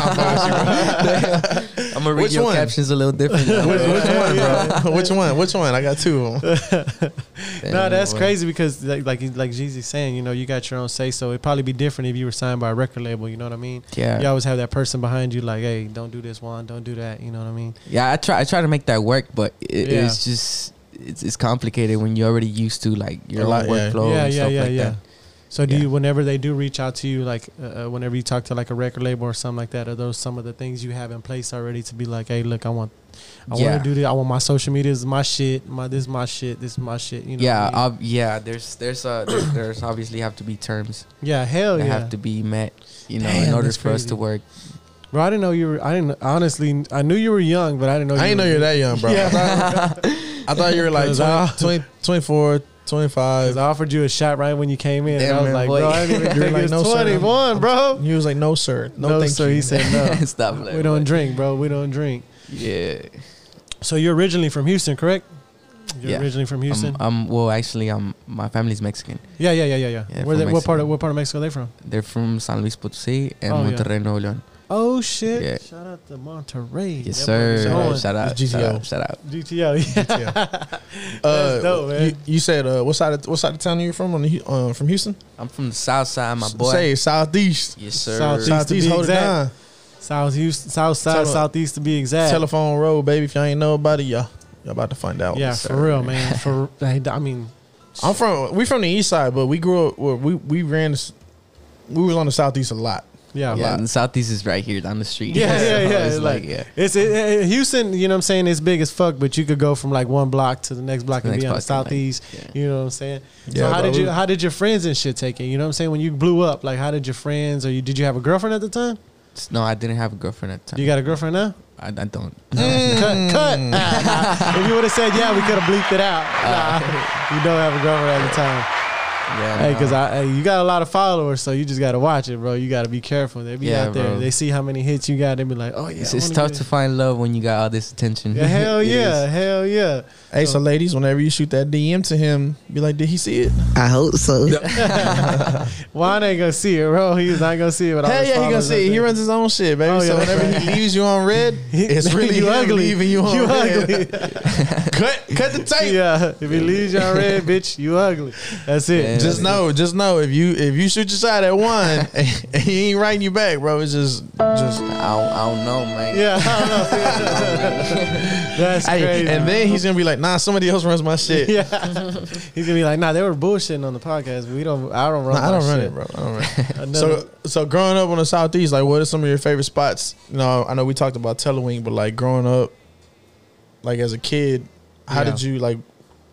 S3: I'm gonna read
S4: Which
S3: your
S4: one?
S3: captions a little different.
S4: Which, which one, bro? which one? Which one? I got two of them.
S1: no, that's crazy because like like like Jeezy's saying, you know, you got your own say. So it'd probably be different if you were signed by a record label. You know what I mean?
S3: Yeah,
S1: You always have that person behind you, like, hey, don't do this, Juan, don't do that. You know what I mean?
S3: Yeah, I try. I try to make that work, but it,
S1: Yeah.
S3: it's just it's, it's complicated when you're already used to like your
S4: A
S3: own
S4: lot, yeah.
S3: workflow
S1: yeah,
S3: and
S1: yeah,
S3: stuff
S1: yeah,
S3: like
S1: yeah.
S3: that.
S1: So do
S3: Yeah.
S1: you whenever they do reach out to you, like uh, uh, whenever you talk to like a record label or something like that, are those some of the things you have in place already to be like, hey, look, I want, I
S3: Yeah.
S1: want to do this. I want my social media is my shit. My this is my shit. This is my shit. You know?
S3: yeah,
S1: what I mean?
S3: ob- yeah. There's there's uh there's, there's obviously have to be terms
S1: yeah. Hell
S3: that
S1: Oh, yeah.
S3: have to be met, you know,
S1: Damn,
S3: in order
S1: that's
S3: for us
S1: crazy.
S3: to work.
S1: Bro, I didn't know you were. I didn't honestly. I knew you were young, but I didn't know.
S4: I ain't know
S1: were-
S4: you're that young, bro. I, thought, I thought you were like
S1: 'Cause I-
S4: 20, 20, 24, 25.
S1: 'Cause I offered you a shot right when you came in. and
S3: Damn,
S1: I was
S3: man,
S1: like,
S3: boy.
S1: bro, I didn't even
S4: You're
S1: think
S4: like,
S1: it
S4: no,
S1: was
S4: sir, I'm-
S1: 21, bro.
S4: He was like, "No, sir. No,
S1: No,
S4: thank
S1: sir,"
S4: you."
S1: he said. No.
S3: Stop. playing,
S1: We don't
S3: boy.
S1: drink, bro. We don't drink.
S3: Yeah.
S1: So you're originally from Houston, correct? You're
S3: Yeah.
S1: originally from Houston.
S3: I'm, I'm- well, actually, I'm my family's Mexican.
S1: yeah, yeah, yeah, yeah, yeah.
S3: Yeah,
S1: Where
S3: from
S1: they, what part
S3: Mexico.
S1: of what part of Mexico are they from?
S3: They're from San Luis Potosí and
S1: Oh, yeah.
S3: Monterrey, Nuevo León.
S1: Oh shit!
S3: Yeah.
S1: Shout out to Monterey.
S3: Yes,
S1: That boy
S3: sir.
S1: was on.
S3: Shout out,
S4: It's
S3: shout
S4: GTO.
S3: out, shout out.
S1: GTO. Yeah.
S4: Uh,
S1: dope, man.
S4: You, you said uh, what side? Of, what side of town are you from? On the, Hu- uh, from Houston?
S3: I'm from the south side, my boy.
S4: Say southeast.
S3: Yes, sir.
S1: Southeast.
S3: South-
S1: to be
S4: Southeast, hold
S1: exact.
S4: it down.
S1: South Houston, South Side,
S4: Tele-
S1: Southeast to be exact.
S4: Telephone Road, baby. If y'all ain't know about it, y'all, y'all about to find out.
S1: yeah, for real, man. For I mean,
S4: I'm from we from the east side, but we grew up. well, We we ran. this- We was on the southeast a lot.
S1: yeah,
S3: yeah,
S1: like-
S3: and the southeast is right here down the street.
S1: yeah,
S3: So
S1: yeah, yeah.
S3: It's
S1: It's
S3: like, yeah.
S1: It's it, it- Houston. You know what I'm saying? It's big as fuck, but you could go from like one block to the next block
S3: The
S1: and
S3: next
S1: be on the
S3: block, like,
S1: southeast.
S3: yeah.
S1: You know what I'm saying? so
S4: Yeah,
S1: how
S4: bro,
S1: did you?
S4: we-
S1: How did your friends and shit take it? You know what I'm saying? When you blew up, like how did your friends or you? Did you have a girlfriend at the time?
S3: No, I didn't have a girlfriend at the time.
S1: You got a girlfriend now?
S3: I, I don't.
S4: Mm.
S1: Mm. Cut, cut. Nah, nah. if you would have said yeah, we could have bleeped it out. Nah, you don't have a girlfriend at the time.
S3: Yeah.
S1: Hey, cause I, hey, you got a lot of followers, so you just gotta watch it, bro. You gotta be careful. They be
S3: Yeah,
S1: out there.
S3: bro.
S1: They see how many hits you got. They be like, oh yeah.
S3: it's,
S1: I
S3: it's
S1: wanna
S3: tough
S1: get
S3: to
S1: it.
S3: find love when you got all this attention.
S1: Yeah, hell
S3: It
S1: yeah,
S3: is.
S1: hell yeah.
S4: Hey, so ladies, whenever you shoot that DM to him, be like, "Did he see it?
S5: I hope so.
S1: Juan ain't gonna see it, bro. He's not gonna see it. with all
S4: Hell
S1: his
S4: yeah, he gonna
S1: followers
S4: see it.
S1: out
S4: He
S1: there.
S4: runs his own shit, baby.
S1: Oh, yeah,
S4: so
S1: that's
S4: whenever he leaves you on red, it's really
S1: you
S4: him
S1: ugly.
S4: leaving you on
S1: You
S4: red.
S1: ugly.
S4: cut, cut the tape.
S1: yeah, if he leaves you on red, bitch, you ugly. That's it.
S3: Yeah.
S4: Just know, just know if you if you shoot your shot at one and, and he ain't writing you back, bro, it's just just
S3: I don't, I don't know, man.
S1: Yeah, I don't know. That's
S4: hey,
S1: crazy.
S4: and then he's gonna be like, nah, somebody else runs my shit.
S1: yeah, he's gonna be like, nah, they were bullshitting on the podcast. But we don't. I don't run.
S4: Nah, I
S1: my
S4: don't run
S1: shit.
S4: it, bro. I don't run it.
S1: Another-
S4: so so growing up on the southeast, like what are some of your favorite spots? You know, I know we talked about Telewing, but like growing up, like as a kid, how
S1: Yeah.
S4: did you like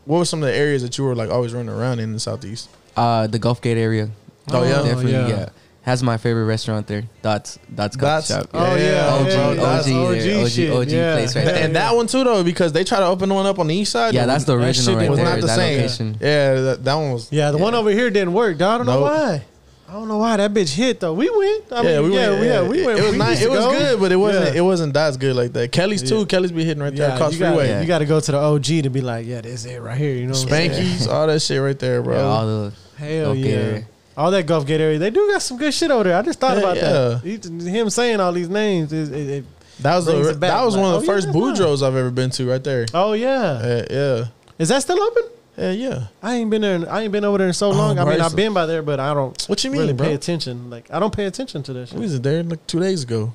S4: what were some of the areas that you were like always running around in the southeast?
S3: Uh, the Gulf Gate area.
S1: Oh, yeah?
S3: definitely.
S1: Yeah.
S3: Yeah. has my favorite restaurant there. Dots. Dots Coffee
S4: Dots.
S3: Shop.
S1: Oh yeah,
S4: Yeah,
S1: yeah,
S3: OG,
S1: yeah,
S3: OG,
S1: that's
S3: there, OG,
S1: shit,
S3: OG place right
S1: Hell
S3: there.
S4: and
S1: yeah.
S4: that one too though, because they try to open one up on the east side.
S3: Yeah, that's the
S1: That shit
S3: original right
S1: was
S3: there.
S1: not the
S3: that
S1: same.
S3: location.
S4: Yeah, that, that one was
S1: Yeah, the one over here didn't work. Dog. I don't know
S4: Nope.
S1: why. I don't know why that bitch hit though. We went. I
S4: yeah,
S1: mean,
S4: we
S1: yeah,
S4: went.
S1: we- yeah, we went.
S4: It was
S1: we
S4: nice.
S1: used to
S4: It was
S1: go.
S4: good, but it wasn't.
S1: Yeah.
S4: It wasn't that's good like that. Kelly's
S1: Yeah.
S4: too. Kelly's be hitting right there
S1: Yeah,
S4: across
S1: you got,
S4: freeway.
S3: Yeah.
S1: you got to go to the OG to be like, yeah, this it right here. You know, what I'm saying?
S4: Spankies, all that shit right there, bro.
S3: Yeah, all the
S1: hell
S3: Gulf
S1: yeah,
S3: area.
S1: all that Gulf Gate area. They do got some good shit over there. I just thought
S4: Yeah,
S1: about that. He- him saying all these names. is it, it,
S4: that was
S1: brings
S4: the,
S1: it back,
S4: that was
S1: like,
S4: one of the
S1: oh, yeah,
S4: first
S1: that's nice.
S4: Boudreaux I've ever been to. Right there.
S1: oh yeah,
S4: Yeah, yeah,
S1: is that still open?
S4: yeah, yeah.
S1: I ain't been there. In, I ain't been over there in so
S4: Oh,
S1: long. I mean,
S4: bro,
S1: I've been by there, but I don't
S4: What you mean,
S1: really
S4: bro?
S1: pay attention. Like I don't pay attention to that
S4: We
S1: shit.
S4: was there like two days ago.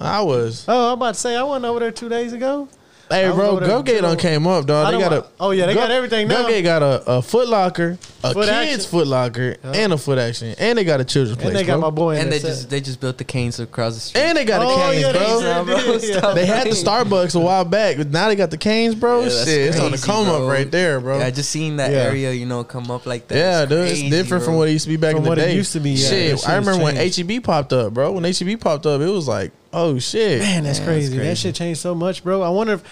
S4: I was.
S1: Oh, I'm about to say I wasn't over there two days ago. I
S4: Hey,
S1: was
S4: bro,
S1: over there
S4: Go Gate
S1: too.
S4: on came up,
S1: I
S4: dog. They
S1: don't
S4: got a.
S1: wa- oh, yeah, they
S4: Go-
S1: got everything now.
S4: Go Gate got a, a Foot Locker, a
S1: Foot
S4: kids
S1: Action.
S4: Foot Locker, and a Foot Action, and they got a children's place.
S1: And they got my
S4: bro.
S1: boy. In
S3: and they
S1: there, so-
S3: just they just built the canes across the street.
S4: and they got
S1: Oh,
S4: a
S1: yeah,
S4: canes,
S1: they
S4: bro.
S1: did.
S3: Nah, bro,
S1: Yeah.
S3: stop
S4: They had the
S3: playing.
S4: Starbucks a while back, but now they got the canes, bro.
S3: Yeah, that's
S4: Shit, it's on the
S3: crazy,
S4: come
S3: bro.
S4: up right there, bro.
S3: Yeah, just seeing that
S4: Yeah.
S3: area, you know, come up like that.
S4: yeah,
S3: is
S4: dude,
S3: crazy,
S4: it's different
S3: bro.
S4: from what it used to be back
S1: From
S4: in the
S1: what it
S4: day.
S1: used to be, yeah, that
S4: shit,
S1: shit
S4: I
S1: has
S4: remember when
S1: changed.
S4: HEB popped up, bro. When HEB popped up, it was like, oh shit.
S1: Man, that's
S3: Yeah, that's
S1: crazy. That
S3: crazy.
S1: shit changed so much, bro. I wonder if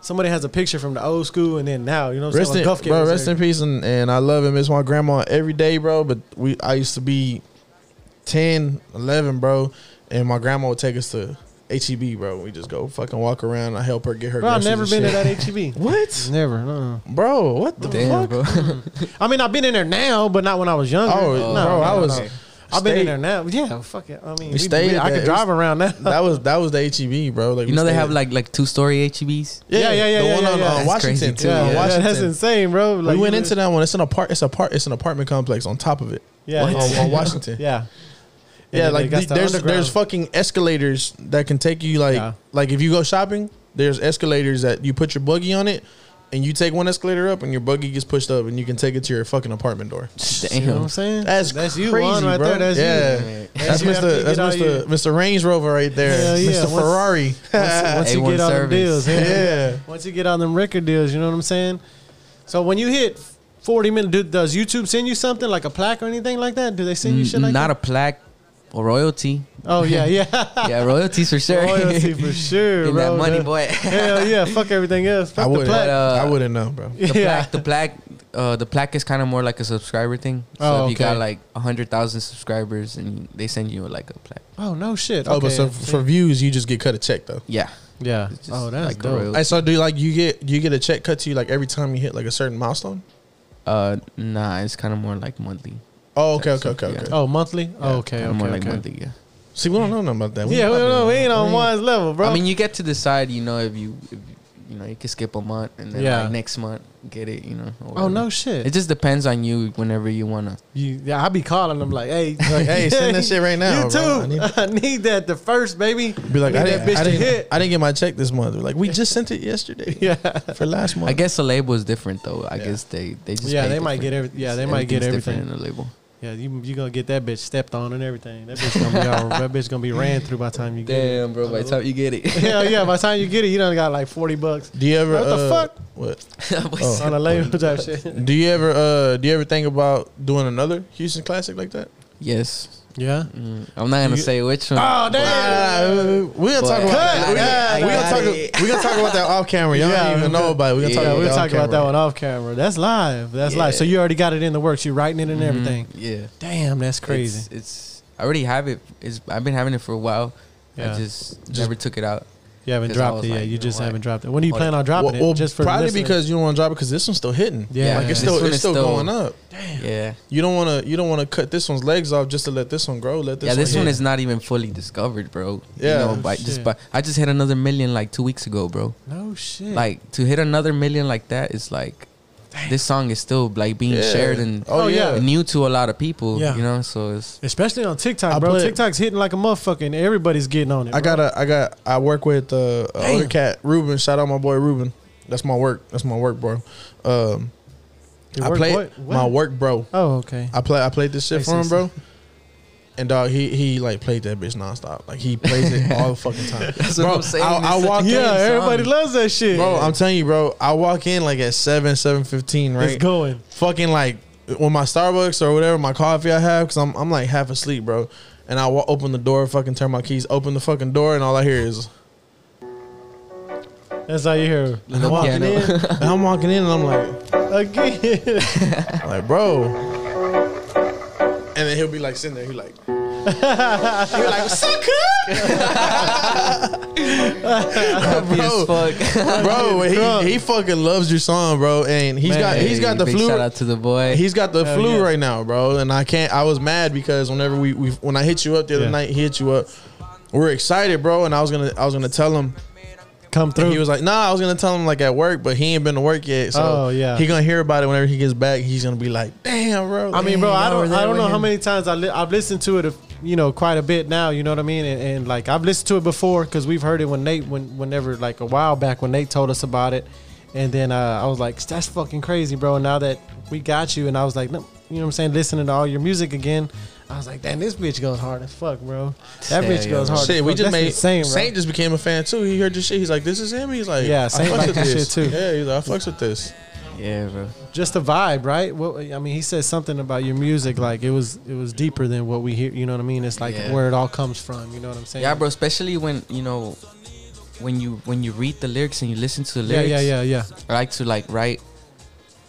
S1: somebody has a picture from the old school and then now. You know what I'm
S4: Rest
S1: saying? Like
S4: in,
S1: Gulf Gate
S4: bro,
S1: was
S4: rest
S1: there.
S4: in peace, and, and I love and miss my grandma every day, bro. But we, I used to be 10, 11, bro, and my grandma would take us to HEB, bro. We just go fucking walk around. I help her get her.
S1: Bro, I've
S4: groceries
S1: never
S4: and
S1: been to
S4: shit.
S1: that HEB.
S4: What,
S1: Never. No.
S4: bro? What the
S3: Damn,
S4: fuck?
S3: bro.
S1: I mean, I've been in there now, but not when I was younger.
S4: Oh,
S1: No,
S4: bro,
S1: no,
S4: I
S1: no,
S4: was.
S1: no. I've been in
S4: stayed-
S1: there now. Yeah, fuck it. I mean, we
S4: stayed
S1: we- I
S4: at
S1: could
S4: that-
S1: drive around now.
S4: That was that was the HEB, bro. Like
S3: You
S4: we
S3: know they
S4: stayed-
S3: have like like E two story HEBs.
S1: Yeah, yeah, yeah,
S4: The
S1: yeah,
S4: one
S1: yeah,
S4: on
S1: yeah.
S4: uh,
S1: That's
S4: Washington
S3: crazy,
S4: too.
S3: too.
S4: on
S1: Yeah, yeah,
S4: Washington.
S1: that's insane, bro. Like,
S4: we went
S1: you-
S4: into that one. It's an apart. It's a part. It's an apartment complex on top of it.
S1: Yeah, Oh,
S4: on,
S1: it's-
S4: on Washington. Yeah,
S1: Yeah. And
S4: like
S1: they got
S4: the-
S1: the
S4: there's
S1: underground.
S4: there's fucking escalators that can take you like
S1: Yeah.
S4: like if you go shopping, there's escalators that you put your buggy on it, and you take one escalator up, and your buggy gets pushed up, and you can take it to your fucking apartment door.
S1: You know what
S3: Damn.
S1: I'm saying?
S4: That's
S1: that's
S4: crazy,
S1: you, Juan, right
S4: bro.
S1: there. That's
S4: yeah.
S1: you.
S4: That's
S1: You have to
S4: Mr.
S1: get
S4: That's
S1: all
S4: Mr. Mr. Range Rover right there.
S1: Hell yeah,
S4: Mr.
S1: once-
S4: Ferrari.
S1: Once, once you get on
S3: A1
S1: them
S3: service.
S1: deals, hell
S4: Yeah.
S1: Once you get on them record deals, you know what I'm saying? So when you hit 40 minutes, do, does YouTube send you something like a plaque or anything like that? Do they send you shit like
S3: Not
S1: that?
S3: a plaque or royalty.
S1: oh, yeah, yeah.
S3: Yeah, royalties for sure.
S1: Royalty for sure,
S3: In
S1: bro.
S3: that money,
S1: The-
S3: boy.
S1: Hell yeah, fuck everything else.
S4: I
S1: Fuck the
S4: wouldn't.
S1: plaque.
S4: I wouldn't know, bro. Oh,
S3: The
S1: yeah.
S3: plaque, the plaque, uh, the plaque is kind of more like a subscriber thing. So
S1: Oh,
S3: if you got
S1: okay.
S3: like hundred thousand subscribers, and they send you like a plaque.
S1: oh, no shit.
S4: Oh, but
S1: Okay.
S4: so for views, you just get cut a check though.
S3: Yeah.
S1: yeah.
S3: It's just
S1: Oh, that's
S3: like a
S1: dope.
S3: royalty.
S4: Hey, so do you, like you get do you get a check cut to you like every time you hit like a certain milestone?
S3: Uh, nah, it's kind of more like monthly.
S4: Oh, okay,
S3: Yeah,
S4: okay,
S3: so-
S4: okay,
S3: yeah.
S4: okay.
S1: Oh, monthly?
S3: Yeah,
S1: okay,
S3: kinda
S1: okay,
S3: more like
S1: okay.
S3: monthly. Yeah.
S4: See, we don't know nothing about that.
S1: Yeah, we,
S4: probably-
S1: no, we ain't
S3: I
S1: on
S3: mean-
S1: one's level, bro.
S3: I mean, you get to decide, you know, if you, if you, you know, you can skip a month and then
S1: Yeah.
S3: like next month get it, you know. or
S1: oh
S3: whatever.
S1: no shit.
S3: It just depends on you whenever you wanna.
S1: You, yeah, I be calling them like, hey,
S4: Like, hey, send that shit right now,
S1: You too.
S4: bro.
S1: I
S4: I
S1: need,
S4: need-
S1: that the first baby.
S4: Be like,
S1: Need
S4: I
S1: that
S4: didn't,
S1: bitch
S4: I,
S1: to
S4: didn't,
S1: hit.
S4: I didn't get my check this month. They're Like, we just sent it yesterday.
S1: Yeah.
S4: For last month.
S3: I guess the label is different though. I
S4: Yeah.
S3: guess they they just
S1: Yeah,
S3: pay
S1: they might
S3: different.
S1: get every- yeah, they might get
S3: Everything's
S1: everything.
S3: different in the label.
S1: Yeah, you you gonna get that bitch stepped on and everything. That bitch gonna be all, that bitch gonna be ran through by the time you get it.
S3: Damn, bro! By the time you get it,
S1: Hell yeah, by the time you get it, you done got like forty bucks
S4: Do you ever
S1: What the
S4: uh,
S1: fuck?
S4: What?
S3: oh.
S1: on a label type shit.
S4: Do you ever uh do you ever think about doing another Houston classic like that?
S3: yes,
S1: Yeah.
S3: Mm, I'm not gonna
S1: You-
S3: say which one.
S1: Oh damn.
S4: we're gonna talk
S3: But-
S4: about
S1: Cut. Yeah,
S4: that. We're
S1: I
S4: gonna,
S3: got
S4: talk, we gonna talk about that off camera. Y'all
S1: Yeah,
S4: don't even
S1: we-
S4: know about it. We're
S1: yeah,
S4: gonna talk about
S1: we'll
S4: that
S1: talk
S4: off camera.
S1: about that one off camera. That's live. That's live. So
S3: Yeah.
S1: you already got it in the works. You're writing it and
S4: Mm-hmm.
S3: Mhm,
S1: everything.
S3: Yeah,
S1: Damn, that's crazy.
S3: It's, it's I already have it. It's I've been having it for a while.
S1: Yeah.
S3: I just, never took it out.
S1: you haven't
S3: 'cause I
S1: dropped
S3: was
S1: it yet.
S3: like,
S1: You just
S3: why-
S1: haven't dropped it. When do you
S3: why-
S1: plan on dropping
S4: well,
S1: it? Just for the
S4: probably
S1: listener?
S4: because you don't want to drop it because this one's still hitting.
S1: yeah,
S4: Like it's
S3: This
S4: still
S3: one
S4: it's
S3: is
S4: still,
S3: still-
S4: going up.
S3: Yeah,
S4: You don't want to you don't want to cut this one's legs off just to let this one grow. Let this
S3: yeah. This one
S4: hit.
S3: is not even fully discovered, bro.
S4: Yeah.
S3: you know, by,
S1: Shit.
S3: just by, I just hit another million like two weeks ago, bro.
S1: no shit.
S3: Like to hit another million like that is like this song is still like being
S4: Yeah.
S3: shared and
S4: oh,
S1: Oh,
S4: yeah.
S1: yeah.
S3: new to a lot of people.
S1: Yeah.
S3: You know, so it's
S1: Especially on TikTok,
S4: I
S1: bro.
S4: put-
S1: TikTok's hitting like a motherfucker, and everybody's getting on it.
S4: I
S1: bro.
S4: got a I got I work with uh, a
S1: Damn.
S4: older cat Ruben. Shout out my boy Ruben. That's my work. That's my work, bro. Um,
S1: Your
S4: I
S1: work
S4: played
S1: what? What?
S4: my work, bro.
S1: Oh, okay.
S4: I play I played this shit
S1: I
S4: for him,
S1: see,
S4: bro. And dog, he he like played that bitch nonstop. Like he plays it all the fucking time.
S3: That's
S4: bro,
S3: what I'm saying.
S4: I, I
S3: It's-
S4: walk
S1: yeah,
S3: song.
S1: everybody loves that shit.
S4: in, bro. I'm telling you, bro. I walk in like at seven, seven fifteen, right?
S1: It's going.
S4: fucking like with my Starbucks or whatever my coffee I have because I'm I'm like half asleep, bro. And I wa- open the door, fucking turn my keys, open the fucking door, and all I hear is
S1: That's how you hear it.
S3: Little
S1: Walking
S3: piano.
S1: in
S4: and I'm walking in and I'm like,
S1: again.
S4: I'm like bro. And then he'll be like sitting there, he like, he like, what's up, cook?
S3: happy
S4: bro.
S3: as fuck.
S4: bro, he, he fucking loves your song, bro, and he's got he's got the
S3: big Shout
S4: flu.
S3: out to the boy.
S4: He's got the
S1: Hell
S4: flu
S1: yeah.
S4: right now, bro, and I can't. I was mad because whenever we, we when I hit you up the other
S1: Yeah.
S4: night, he hit you up. We're excited, bro, and I was gonna I was gonna tell him.
S1: Come through.
S4: And he was like, "Nah, I was gonna tell him like at work, but he ain't been to work yet, so
S1: Oh, yeah.
S4: he gonna hear about it whenever he gets back. He's gonna be like, damn, bro.
S1: I mean, bro,
S4: Dang,
S1: I
S4: y'all were
S1: don't,
S4: there
S1: I don't
S4: with
S1: know how
S4: him."
S1: many times I li- I've listened to it, you know, quite a bit now. You know what I mean? And, and like I've listened to it before because we've heard it when Nate, when whenever like a while back when Nate told us about it, and then uh, I was like, that's fucking crazy, bro. And now that we got you, and I was like, no, you know what I'm saying? Listening to all your music again, I was like, damn, this bitch goes hard as fuck, bro. That
S3: Yeah,
S1: bitch
S3: yeah,
S1: goes
S3: bro.
S1: hard. as
S4: Shit, we
S1: fuck.
S4: just
S1: That's
S4: made
S1: insane, Oh, bro.
S4: Saint just became a fan too. He heard your shit. He's like, this is him. He's like,
S1: Yeah,
S4: I
S1: Saint
S4: fucks
S1: like
S4: with
S1: that shit,
S4: this.
S1: too.
S4: Yeah, he's like, I fucks with this.
S3: yeah, bro.
S1: just the vibe, right? What I mean, he said something about your music, like it was it was deeper than what we hear. You know what I mean? It's like
S3: Yeah.
S1: where it all comes from. You know what I'm saying?
S3: Yeah, bro. Especially when you know when you when you read the lyrics and you listen to the
S1: Yeah,
S3: lyrics.
S1: yeah, yeah, yeah,
S3: I like to like write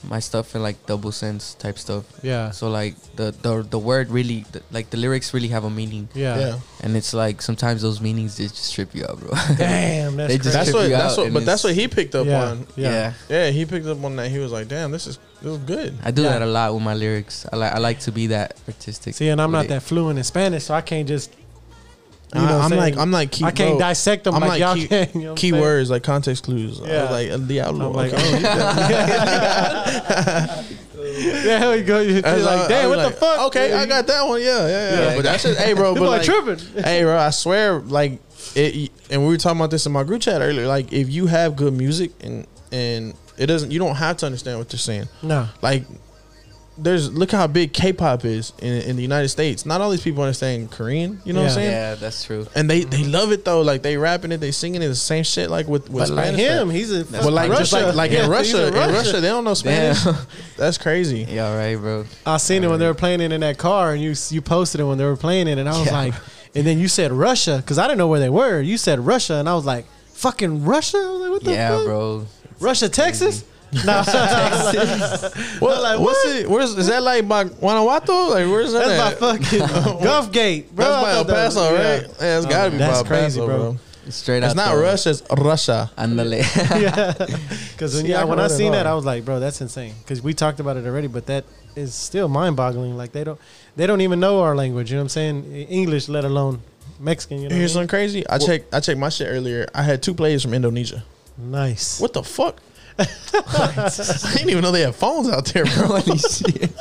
S3: my stuff in like double sense type stuff.
S1: yeah,
S3: So like the the the word really the, like the lyrics really have a meaning,
S1: yeah.
S4: Yeah,
S3: and it's like sometimes those meanings they just trip you out, bro.
S1: Damn, that's
S3: They
S1: crazy.
S3: just-
S4: that's
S3: trip
S4: what.
S3: you
S4: That's
S3: out
S4: what.
S3: and
S4: But that's
S3: it's-
S4: what he picked up
S1: yeah,
S4: on.
S1: yeah,
S4: Yeah, he picked up on that. He was like, damn, this is this is good.
S3: I do
S1: Yeah.
S3: that a lot with my lyrics. I like I like to be that artistic.
S1: See, and I'm not
S3: with it.
S1: that fluent in Spanish, so I can't just. You know,
S4: I-
S1: what
S4: I'm
S1: saying?
S4: like, I'm like, key,
S1: I can't
S4: bro,
S1: dissect them
S4: I'm
S1: like,
S4: like
S1: y'all
S4: key-
S1: can. You know what I'm saying?
S4: keywords like context clues. I was
S1: Yeah.
S4: like El Diablo.
S1: I'm like,
S4: okay.
S1: oh, you Yeah, we go. You're
S4: That's all-
S1: like,
S4: I
S1: damn,
S4: was
S1: what the
S4: like,
S1: fuck?
S4: Okay, I got that one. Yeah, yeah, yeah.
S3: Yeah.
S4: But that's just, hey, bro.
S1: You
S4: But
S1: like
S4: like,
S1: tripping?
S4: hey, bro, I swear, like, it. And we were talking about this in my group chat earlier. Like, if you have good music and and it doesn't, you don't have to understand what they're saying.
S1: No,
S4: Like, there's look how big K-pop is in, in the United States. Not all these people understand Korean. You know
S1: Yeah. Mm-hmm.
S4: what I'm saying?
S3: Yeah, that's true.
S4: And they they love it though. Like they rapping it, they singing it, the same shit. Like with with
S1: but like
S4: Spanish
S1: him,
S4: rap.
S1: he's in
S4: But like
S1: Russia,
S4: just like, like
S1: Yeah,
S4: in,
S1: he's
S4: Russia, in Russia, they don't know
S3: Damn.
S4: Spanish. That's crazy.
S3: yeah, right, bro.
S1: I seen it when they were playing it in that car, and you you posted it when they were playing it, and I was
S3: Yeah.
S1: like, and then you said Russia because I didn't know where they were. You said Russia, and I was like, fucking Russia. I was like, what the
S3: Yeah,
S1: fuck?
S3: bro.
S1: Russia, Texas. No, that's
S4: What, what's it? Where's is that like by Guanajuato? Like where's that?
S1: my
S4: at?
S1: fucking Gulf Gate, bro.
S4: That's
S1: I
S4: by El
S1: thought that was-
S4: Paso,
S1: yeah. Oh,
S4: right? Yeah, it's gotta be
S1: That's
S4: by
S1: crazy,
S4: El Paso,
S1: bro.
S4: bro.
S3: Straight
S4: It's
S3: out
S4: not
S3: the-
S4: Russia, it's Russia.
S3: Andale.
S1: Yeah, because when,
S4: See, I
S1: yeah,
S4: can
S1: when I
S4: run it
S1: seen that,
S4: all.
S1: I was like, bro, that's insane. Because we talked about it already, but that is still mind boggling. Like they don't, they don't even know our language. You know what I'm saying? E-, English, let alone Mexican. You know,
S4: Here's
S1: what I
S4: something crazy. I checked. I checked my shit earlier. I had two players from Indonesia.
S1: mean? nice.
S4: What the fuck? I didn't even know they had phones out there, bro.
S3: Holy shit.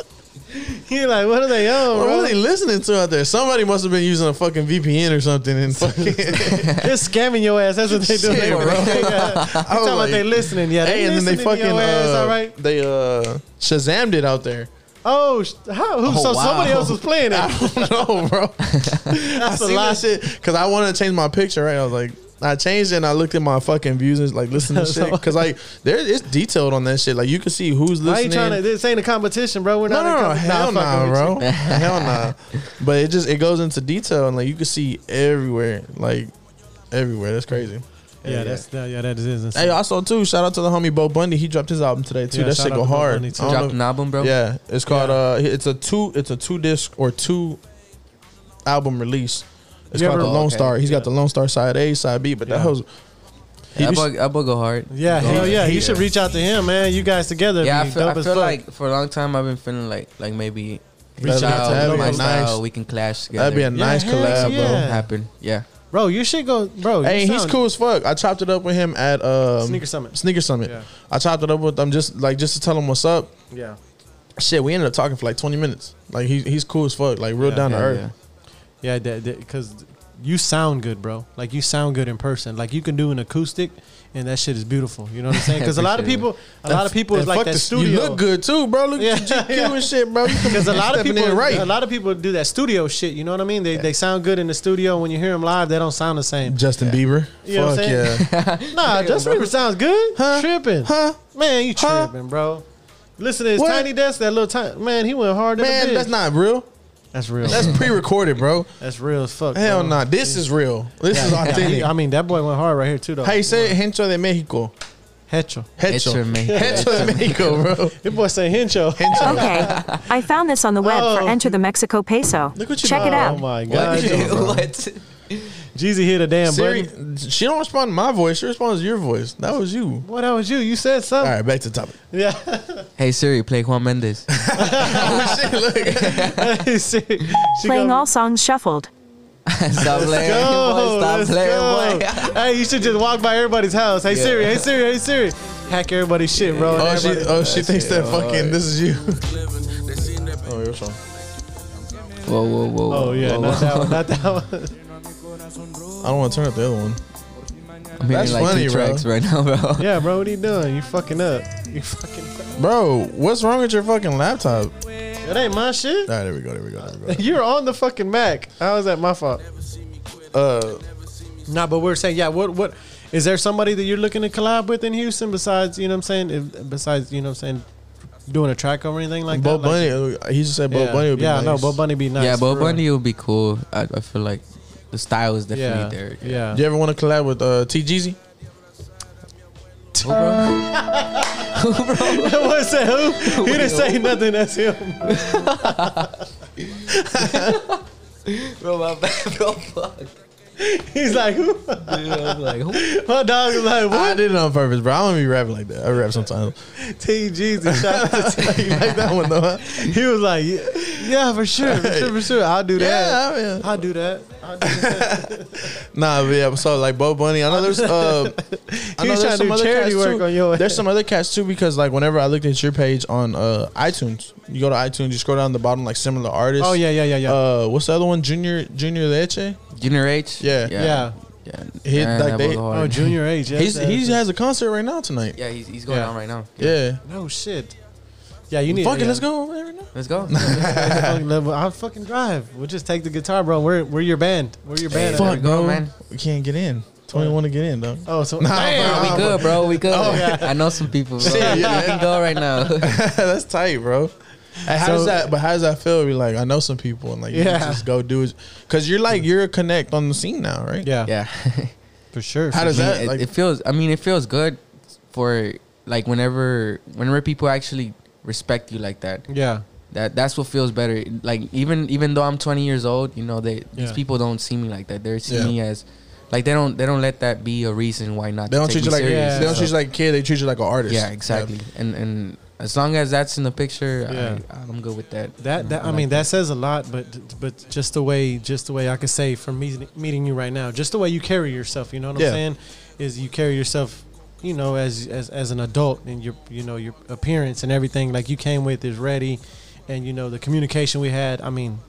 S1: You're like, what are they on,
S4: What
S1: bro?
S4: are they listening to out there? Somebody must have been using a fucking VPN or something. And fucking,
S1: They're scamming your ass. That's what they do.
S4: Shit,
S1: They,
S4: bro.
S1: they, uh, you talking
S4: I was
S1: about
S4: like,
S1: they listening? Yeah, they
S4: hey, and then they
S1: listening to
S4: fucking
S1: your ass,
S4: uh,
S1: all right.
S4: they uh Shazammed it out there.
S1: Oh, sh- how, who,
S3: Oh,
S1: so
S3: wow.
S1: somebody else was playing
S4: I
S1: it.
S4: don't know, bro. I
S1: That's a
S4: seen
S1: lot.
S4: that shit because I wanted to change my picture. Right, I was like, I changed it and I looked at my fucking views and like listen to shit because like there it's detailed on that shit. Like you can see who's
S1: Why you
S4: listening.
S1: trying to? This ain't a competition, bro. We're
S4: no,
S1: not. in
S4: no, no,
S1: competition.
S4: hell
S1: Nah, I'm
S4: nah,
S1: fucking with
S4: bro, hell nah. But it just it goes into detail and like you can see everywhere, like everywhere. That's crazy.
S1: you. Yeah, that's that, yeah, that is insane.
S4: Hey, also too, shout out to the homie Bo Bundy. He dropped his album today too.
S1: Yeah,
S4: that
S1: shout
S4: shit
S1: out
S4: go
S1: to Bo
S4: hard.
S1: Bundy, too.
S4: I don't know-
S3: Dropped an album, bro.
S4: Yeah, it's called
S1: Yeah.
S4: uh, it's a two, it's a two disc or two album release. It's
S1: You
S4: called
S1: ever-
S4: the Lone
S3: Okay.
S4: Star. He's
S1: Yeah.
S4: got the Lone Star side A, side B, but
S1: Yeah.
S4: that was
S3: Yeah,
S4: He
S3: I
S4: was-
S3: bug, I bug go hard.
S1: Yeah,
S3: Go
S1: hell
S3: hard.
S1: yeah. You should reach out to him, man. You guys together.
S3: Yeah, I
S1: be
S3: feel,
S1: dope
S3: I
S1: as
S3: feel
S1: fuck.
S3: like for a long time I've been feeling like like maybe
S4: Reach
S3: reach
S4: out to
S3: out,
S4: Abby,
S3: my
S4: nice.
S3: style, we can clash together.
S4: that'd be a
S1: Yeah,
S4: nice
S1: hell
S4: collab,
S1: yeah.
S3: happen. Yeah,
S1: bro. You should go, bro.
S4: bro. Hey,
S1: you
S4: he's
S1: sound-
S4: cool as fuck. I chopped it up with him at um,
S1: Sneaker
S4: Sneaker
S1: Summit.
S4: Summit.
S1: Yeah.
S4: I chopped it up with him just like just to tell him what's up.
S1: Yeah,
S4: Shit, we ended up talking for like twenty minutes. Like he, he's cool as fuck. Like real
S1: Yeah,
S4: down
S3: yeah,
S4: to earth.
S3: yeah.
S1: yeah, because you sound good, bro. Like you sound good in person. Like you can do an acoustic, and that shit is beautiful. You know what I'm saying? Because a lot of
S3: Appreciate
S1: people, a lot of people is
S4: And
S1: like
S4: fuck
S1: that
S4: the-
S1: studio.
S4: You look good too, bro. Look
S1: Yeah,
S4: at your GQ
S1: yeah.
S4: and shit, bro.
S1: Because a lot of people,
S4: right.
S1: a lot of people do that studio shit. You know what I mean? They they sound good in the studio. When you hear them live, they don't sound the same.
S4: Justin Bieber.
S1: You know what
S4: fuck
S1: I'm saying?
S4: yeah.
S1: Nah, Justin Bieber sounds good.
S4: Huh?
S1: Tripping,
S4: huh?
S1: man, you
S4: Huh?
S1: tripping, bro. Listen to his
S4: What?
S1: tiny desk. That little tiny man, he went hard. Man,
S4: Man,
S1: bitch.
S4: that's not real.
S1: that's real.
S4: That's pre-recorded, bro.
S1: That's real as fuck.
S4: Hell
S1: bro.
S4: no, nah. this is real. This
S1: Yeah,
S4: is
S1: yeah,
S4: authentic.
S1: he- I mean, that boy went hard right here too, though.
S4: How you say it? Hencho de Mexico.
S1: Hecho.
S4: Hecho.
S3: Hecho, man.
S4: Hecho de Mexico, bro.
S1: That boy say Hencho.
S5: Okay, I found this on the web for
S1: Oh.
S5: Enter the Mexico Peso.
S4: Look what you
S5: Check
S1: oh
S5: it out.
S1: my god,
S3: what?
S1: Jeezy hit a damn
S4: Siri,
S1: button.
S4: she don't respond to my voice. She responds to your voice. That was you.
S1: What that was you? You said
S4: All
S1: something.
S4: right, back to the topic.
S1: Yeah.
S3: Hey Siri, play Juan Mendes.
S4: Oh, shit, look.
S1: She- she
S5: Playing
S1: go-
S5: all songs shuffled.
S3: Stop playing, boy.
S1: Go,
S3: Stop
S1: let's
S3: playing, boy.
S1: go. Hey, you should just walk by everybody's house. Hey
S3: Yeah.
S1: Siri, hey Siri, hey Siri. Hack everybody's shit, bro. and
S4: Oh, she,
S1: everybody-
S4: oh, she thinks that fucking this is you. Oh, your song.
S3: Whoa, whoa, whoa. whoa,
S1: oh yeah,
S3: whoa,
S1: not
S3: whoa.
S1: that one. Not that one.
S4: I don't want to turn up the other one.
S3: I'm hearing
S4: That's
S3: like
S4: funny,
S3: two
S4: bro.
S3: tracks right now, bro.
S1: yeah, bro, what are you doing? You fucking up. You fucking up.
S4: Bro, what's wrong with your fucking laptop? All
S1: It ain't my shit.
S4: right, there we go. There we go. There we go.
S1: You're on the fucking Mac. How is that my fault?
S4: Uh,
S1: Nah, but we're saying, yeah, what what is there somebody that you're looking to collab with in Houston besides, you know what I'm saying? If, besides, you know what I'm saying, doing a track or anything like
S4: Bo
S1: that? Like-
S4: Bunny. uh, he just said Bo
S1: yeah,
S4: Bunny would be
S1: Yeah,
S4: nice.
S1: no, Bo Bunny be nice.
S3: yeah,
S1: for
S3: Bo
S1: real.
S3: Bunny would be cool. I, I feel like the style is
S1: Yeah,
S3: definitely there.
S1: yeah.
S4: Do you ever want to collab with uh, T Jeezy?
S3: Who, bro?
S1: What's that? Who? He didn't say nothing. That's him.
S3: bro, my bad, bro. Fuck.
S1: He's like, who?
S3: Dude, I'm like, who?
S1: My dog is like,
S4: I
S1: what?
S4: did it on purpose, bro. I don't be rapping like that. I rap sometimes.
S1: T Jeezy. Shout out to
S4: you like that one though? huh?
S1: T. He was like, yeah, yeah, for sure, for sure, for sure. I'll do that.
S4: Yeah, I mean,
S1: I'll do that. I'll do that.
S4: nah, but yeah. So like Bo Bunny, I know there's
S1: He
S4: uh, I know
S1: was trying
S4: there's
S1: to
S4: some
S1: do
S4: other
S1: charity
S4: cats
S1: work
S4: too.
S1: on your
S4: There's some other cats too because like whenever I looked at your page on uh iTunes, you go to iTunes, you scroll down the bottom like similar artists.
S1: Oh yeah, yeah, yeah, yeah.
S4: Uh, what's the other one? Junior Junior Leche.
S3: Junior H?
S4: Yeah.
S1: yeah.
S3: Yeah.
S4: He-
S3: Man,
S4: like
S3: that
S4: they-
S3: was hard.
S1: Oh, junior age. Yes,
S4: He's
S1: yes,
S4: he
S1: yes.
S4: has a concert right now tonight.
S3: Yeah, he's, he's going
S1: Yeah.
S3: on right now. Yeah.
S4: Yeah.
S1: no shit. Yeah, you need.
S4: Fucking
S1: yeah.
S4: let's go over there now.
S3: Let's go.
S1: Fucking level- I'll fucking drive. We'll just take the guitar, bro. We're we're your band. We're your band.
S3: Fuck, bro, man.
S4: We can't get in. Twenty one to get in though.
S1: Oh, so
S3: Bro,
S1: Damn.
S3: we good, bro. We good.
S1: yeah.
S3: I know some people, bro.
S4: Shit, oh, yeah.
S3: We can go right now.
S4: That's tight, bro. And how
S1: So-
S4: does that? But how does that feel? Be like, I know some people, and like, you
S1: Yeah.
S4: can just go do it because you're like you're a connect on the scene now, right?
S1: Yeah,
S3: yeah.
S1: for sure.
S4: How
S1: for
S4: does
S1: sure.
S4: that?
S3: it,
S4: like,
S3: it feels. I mean, it feels good for like whenever whenever people actually respect you like that.
S1: Yeah,
S3: That that's what feels better. Like even even though I'm 20 years old, you know, they
S1: Yeah.
S3: these people don't see me like that. They see
S4: Yeah.
S3: me as like they don't they don't let that be a reason why not.
S4: they
S3: to
S4: don't
S3: take
S4: treat
S3: me
S4: you like
S3: serious.
S1: serious,
S4: they don't
S1: so-
S4: treat you like a kid. They treat you like an artist.
S3: yeah, exactly. And and As long as that's in the picture,
S1: Yeah.
S3: I, I'm good with that.
S1: That, that I mean that says a lot, but but just the way just the way I could say from me meeting you right now, just the way you carry yourself, you know what
S4: Yeah.
S1: I'm saying, is you carry yourself, you know, as as as an adult and your you know your appearance and everything like you came with is ready, and you know the communication we had. I mean,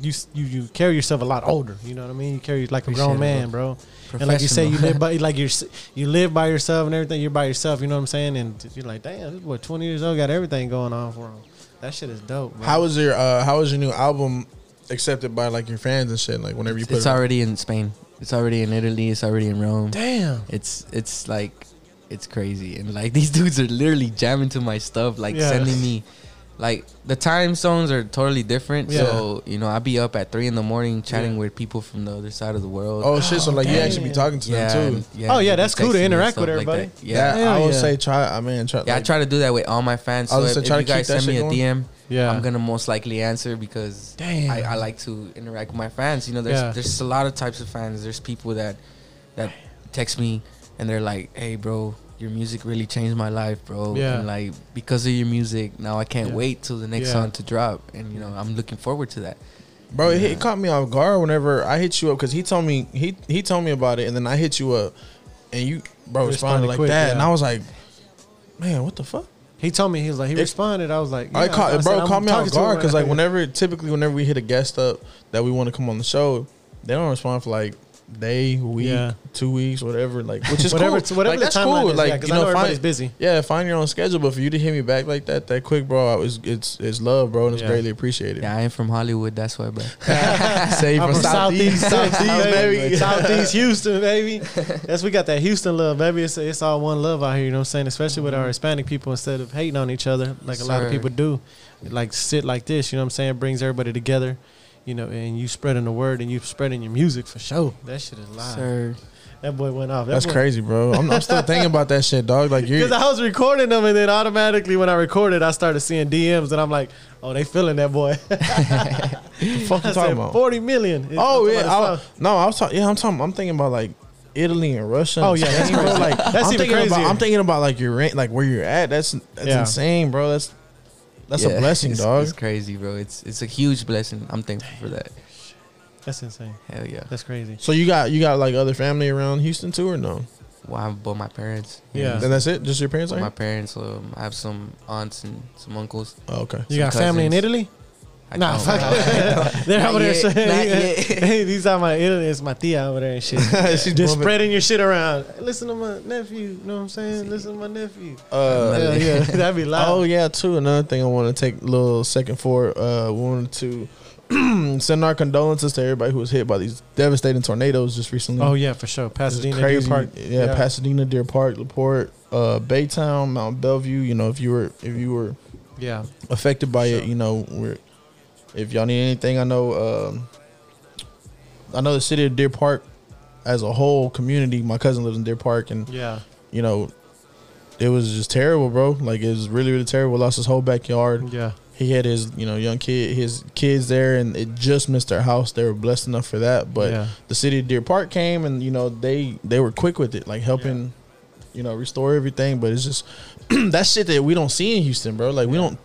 S1: you s- you you carry yourself a lot older, you know what I mean. You carry like a
S3: Appreciate it,
S1: grown man, bro. And like you say, you
S3: Professional.
S1: live by like you're s- you live by yourself and everything. You're by yourself. You know what I'm saying? And you're like, damn, this boy 20 years old got everything going on for him. That shit is dope. Bro.
S4: How was your uh, How was your new album accepted by like your fans and shit? Like whenever you put
S3: it's
S4: it, out?
S3: already in Spain. It's already in Italy. It's already in Rome.
S1: damn?
S3: It's it's like it's crazy and like these dudes are literally jamming to my stuff, like
S1: Yeah.
S3: sending me like the time zones are totally different. So you know I'd be up at three in the morning chatting
S1: Yeah.
S3: with people from the other side of the world.
S4: oh shit! So
S1: Oh,
S4: like you
S1: damn.
S4: actually be talking to them
S3: and-
S4: too.
S1: Oh, yeah,
S3: they'd be
S1: that's cool to
S3: texting me and
S1: interact with
S3: stuff like
S1: everybody.
S3: that.
S4: Yeah,
S3: yeah,
S1: Hell
S4: I would
S1: yeah.
S4: say try. I mean, try.
S3: yeah. I
S4: like,
S3: try to do that with all my fans.
S4: I
S3: So
S4: was gonna
S3: if,
S4: say,
S3: if
S4: try
S3: you
S4: to keep
S3: guys
S4: that
S3: send me a
S4: shit
S3: DM,
S1: Yeah.
S3: I'm gonna most likely answer because
S1: Damn.
S3: I, I like to interact with my fans. You know, there's
S1: Yeah.
S3: there's a lot of types of fans. There's people that that text me and they're like, "Hey, bro, your music really changed my life, bro."
S1: Yeah.
S3: And like because of your music, now I can't
S1: Yeah.
S3: wait till the next
S1: Yeah.
S3: song to drop. And you know, I'm looking forward to that.
S4: Bro, it, hit, it caught me off guard whenever I hit you up because he told me he he told me about it, and then I hit you up, and you bro
S1: You
S4: responded
S1: responded
S4: like
S1: quick,
S4: that,
S1: yeah.
S4: and I was like, man, what the fuck? Oh,
S1: He told me he was like he
S4: It-
S1: responded. I was like,
S4: I
S1: yeah,
S4: caught
S1: I said,
S4: bro
S1: I'm
S4: caught me
S1: talking
S4: off
S1: to him
S4: guard
S1: right
S4: because like
S1: now.
S4: whenever typically whenever we hit a guest up that we want to come on the show, they don't respond for like day, week,
S1: Yeah.
S4: two weeks, whatever. Like which is
S1: whatever
S4: cool.
S1: whatever
S4: like,
S1: the
S4: that's
S1: timeline
S4: cool.
S1: is,
S4: like
S1: yeah, 'cause
S4: you
S1: I know,
S4: know,
S1: everybody's
S4: find,
S1: busy.
S4: yeah, find your own schedule. But for you to hit me back like that, that quick, bro, it's it's it's love, bro, and it's
S1: Yeah.
S4: greatly appreciated.
S3: Yeah, I am from Hollywood. That's why, bro.
S4: Say
S1: I'm from Southeast, Southeast, baby.
S4: baby.
S1: Southeast Houston, baby. That's we got that Houston love, baby. It's, it's all one love out here. You know what I'm saying? Especially with
S4: Mm-hmm.
S1: our Hispanic people, instead of hating on each other like
S3: Yes,
S1: a lot of
S3: sir.
S1: people do, like sit like this. You know what I'm saying? brings everybody together. You know, and you spreading the word and you spreading your music for sure. That shit is live.
S3: Sir,
S1: That boy went off. That
S4: That's
S1: boy-
S4: crazy, bro. I'm, I'm still thinking about that shit, dog. Like you,
S1: Because I was recording them, and then automatically when I recorded, I started seeing DMs, and I'm like, "Oh, they feeling that boy."
S4: fuck
S1: I
S4: you talking
S1: said,
S4: about?
S1: forty million. It's-
S4: Oh
S1: I'm
S4: yeah,
S1: talking
S4: I,
S1: about
S4: was- no, I was talking. Yeah, I'm talking. I'm thinking about like Italy and Russia.
S1: Oh,
S4: and
S1: yeah, that's
S4: Spain, bro.
S1: crazy.
S4: Like
S1: That's
S4: I'm
S1: even
S4: thinking about-
S1: crazier.
S4: I'm thinking about like your rent, like where you're at. That's that's
S1: Yeah.
S4: insane, bro. That's that's
S3: Yeah,
S4: a blessing,
S3: it's,
S4: dog.
S3: It's crazy, bro. It's it's a huge blessing. I'm thankful for that.
S1: the- That's insane.
S3: Hell yeah.
S1: That's crazy.
S4: So you got you got like other family around Houston too, or no?
S3: Well, I'm but my parents.
S1: Yeah.
S4: Then that's it. Just your parents. Are
S3: My
S4: here?
S3: parents. Um, I have some aunts and some uncles.
S4: Oh, okay.
S1: You got
S3: Some
S1: family in
S3: cousins.
S1: Italy?
S3: I
S1: nah,
S3: don't
S1: fuck.
S3: know.
S1: They're
S3: Not
S1: over there
S3: yet, not
S1: saying,
S3: yet.
S1: "Hey, these are my Italy. It's my tia over there and shit." Just
S4: She's bumping.
S1: spreading your shit around. Listen to my nephew. You know what I'm saying? Listen to my nephew.
S4: Uh,
S1: Hell yeah, that'd be loud.
S4: Oh yeah, too. Another thing I want to take a little second for. Uh, we wanted to send our condolences to everybody who was hit by these devastating tornadoes just recently.
S1: Oh yeah, for sure. Pasadena, Deer
S4: crazy.
S1: Park.
S4: Yeah, Pasadena, Deer Park, Laporte, uh, Baytown, Mount Bellevue. You know, if you were if you were
S1: yeah.
S4: affected by it, you know, we're if y'all need anything, I know. Um, I know the city of Deer Park as a whole community. My cousin lives in Deer Park, and
S1: Yeah.
S4: you know, it was just terrible, bro. Like it was really, really terrible. Lost his whole backyard.
S1: Yeah.
S4: He had his, you know, young kid, his kids there, and it just missed their house. They were blessed enough for that, but
S1: yeah.
S4: the city of Deer Park came and you know they they were quick with it, like helping, you know, restore everything. But it's just that shit that we don't see in Houston, bro. Like we don't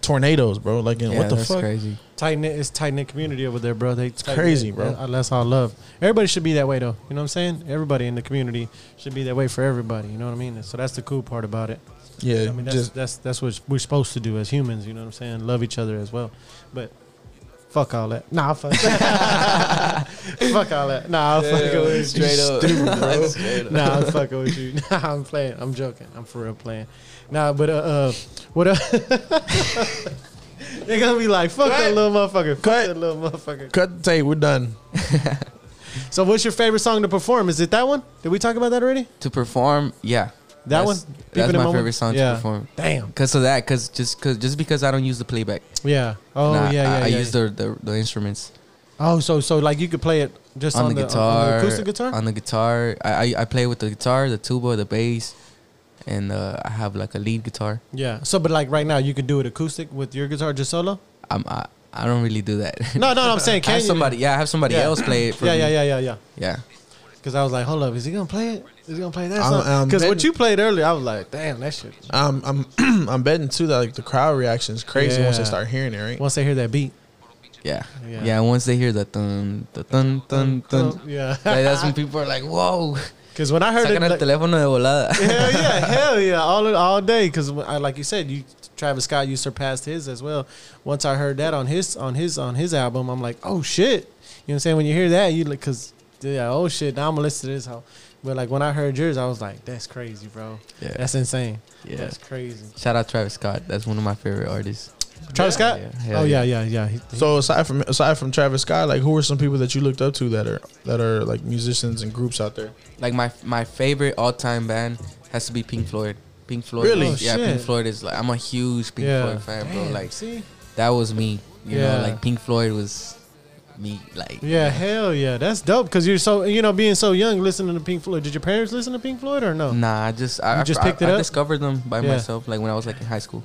S4: tornadoes, bro. Like and
S3: Yeah,
S4: what the
S3: that's
S4: fuck?
S3: crazy.
S1: tight knit it's tight knit community over there, bro. They it's
S4: crazy, bro.
S1: That's all love. Everybody should be that way though. You know what I'm saying? Everybody in the community should be that way for everybody. You know what I mean? So that's the cool part about it.
S4: Yeah,
S1: I mean that's
S4: just
S1: that's that's what we're supposed to do as humans, you know what I'm saying? Love each other as well. But fuck all that. Nah, fuck Fuck all that. Nah, I'll fuck with you.
S3: straight up. Straight up.
S1: Nah, I'm fucking with you. Nah, I'm playing. I'm joking. I'm for real playing. Nah, but uh, uh what up? They're gonna be like, fuck that
S4: Cut.
S1: little motherfucker. Fuck
S4: Cut.
S1: that little motherfucker.
S4: cut the tape. We're done.
S1: So, what's your favorite song to perform? Is it that one? Did we talk about that already?
S3: To perform, yeah.
S1: That
S3: That's-
S1: one?
S3: That's
S1: Peeping
S3: my
S1: in Moment?
S3: favorite song
S1: Yeah.
S3: to perform.
S1: Damn.
S3: Cause of that, cause just cause just because I don't use the playback.
S1: Yeah. Oh yeah,
S3: Nah,
S1: yeah.
S3: I, I
S1: yeah,
S3: use
S1: yeah.
S3: the, the the instruments
S1: Oh, so so like you could play it just on,
S3: on, the guitar,
S1: on the acoustic guitar.
S3: On the guitar, I, I I play with the guitar, the tuba, the bass, and uh, I have like a lead guitar.
S1: yeah. So, but like right now, you could do it acoustic with your guitar just solo.
S3: I'm I, I don't really do that.
S1: No, no, no I'm saying
S3: I
S1: can
S3: have
S1: you?
S3: somebody, yeah, I have somebody
S1: Yeah.
S3: else play it for
S1: Yeah,
S3: me.
S1: yeah, yeah, yeah, yeah.
S3: yeah.
S1: Because I was like, hold up, is he gonna play it? Is he gonna play that
S4: I'm-
S1: song?
S3: um,
S4: I'm
S1: Because what
S4: betting-
S1: you played earlier, I was like, damn, that shit.
S4: I'm I'm I'm betting too that like the crowd reaction is crazy once they
S1: Yeah.
S4: start hearing it, right?
S1: Once they hear that beat,
S3: Yeah.
S1: Yeah.
S3: yeah. once they hear the thun, the thun, thun, thun.
S1: yeah.
S3: Like, that's when people are like, whoa.
S1: Because when I heard it,
S3: Sacan el
S1: like,
S3: teléfono de volada.
S1: hell yeah, hell yeah, all all day. Because like you said, you Travis Scott, you surpassed his as well. Once I heard that on his on his on his album, I'm like, oh shit. You know what I'm saying? When you hear that, you like, cause yeah, oh shit. Now I'm gonna listen to this. How, but like when I heard yours, I was like, that's crazy, bro.
S3: Yeah.
S1: That's insane.
S3: Yeah.
S1: That's crazy.
S3: Shout out Travis Scott. That's one of my favorite artists.
S1: Travis Scott.
S3: Yeah, hell
S1: oh yeah, yeah, yeah. He- he-
S4: So aside from aside from Travis Scott, like who are some people that you looked up to that are that are like musicians and groups out there?
S3: Like my my favorite all time band has to be Pink Floyd. Pink Floyd.
S1: Really?
S3: Yeah,
S1: Oh, shit.
S3: Pink Floyd is like I'm a huge Pink
S1: yeah.
S3: Floyd fan, bro.
S1: Damn,
S3: Like
S1: see?
S3: that was me. You
S1: Yeah.
S3: know, like Pink Floyd was me. Like
S1: Yeah, hell yeah, that's dope. Cause you're so you know being so young, listening to Pink Floyd. Did your parents listen to Pink Floyd or no?
S3: Nah, I just I
S1: You
S3: I-
S1: just
S3: I-
S1: picked it
S3: I
S1: up?
S3: discovered them by
S1: Yeah.
S3: myself, like when I was like in high school.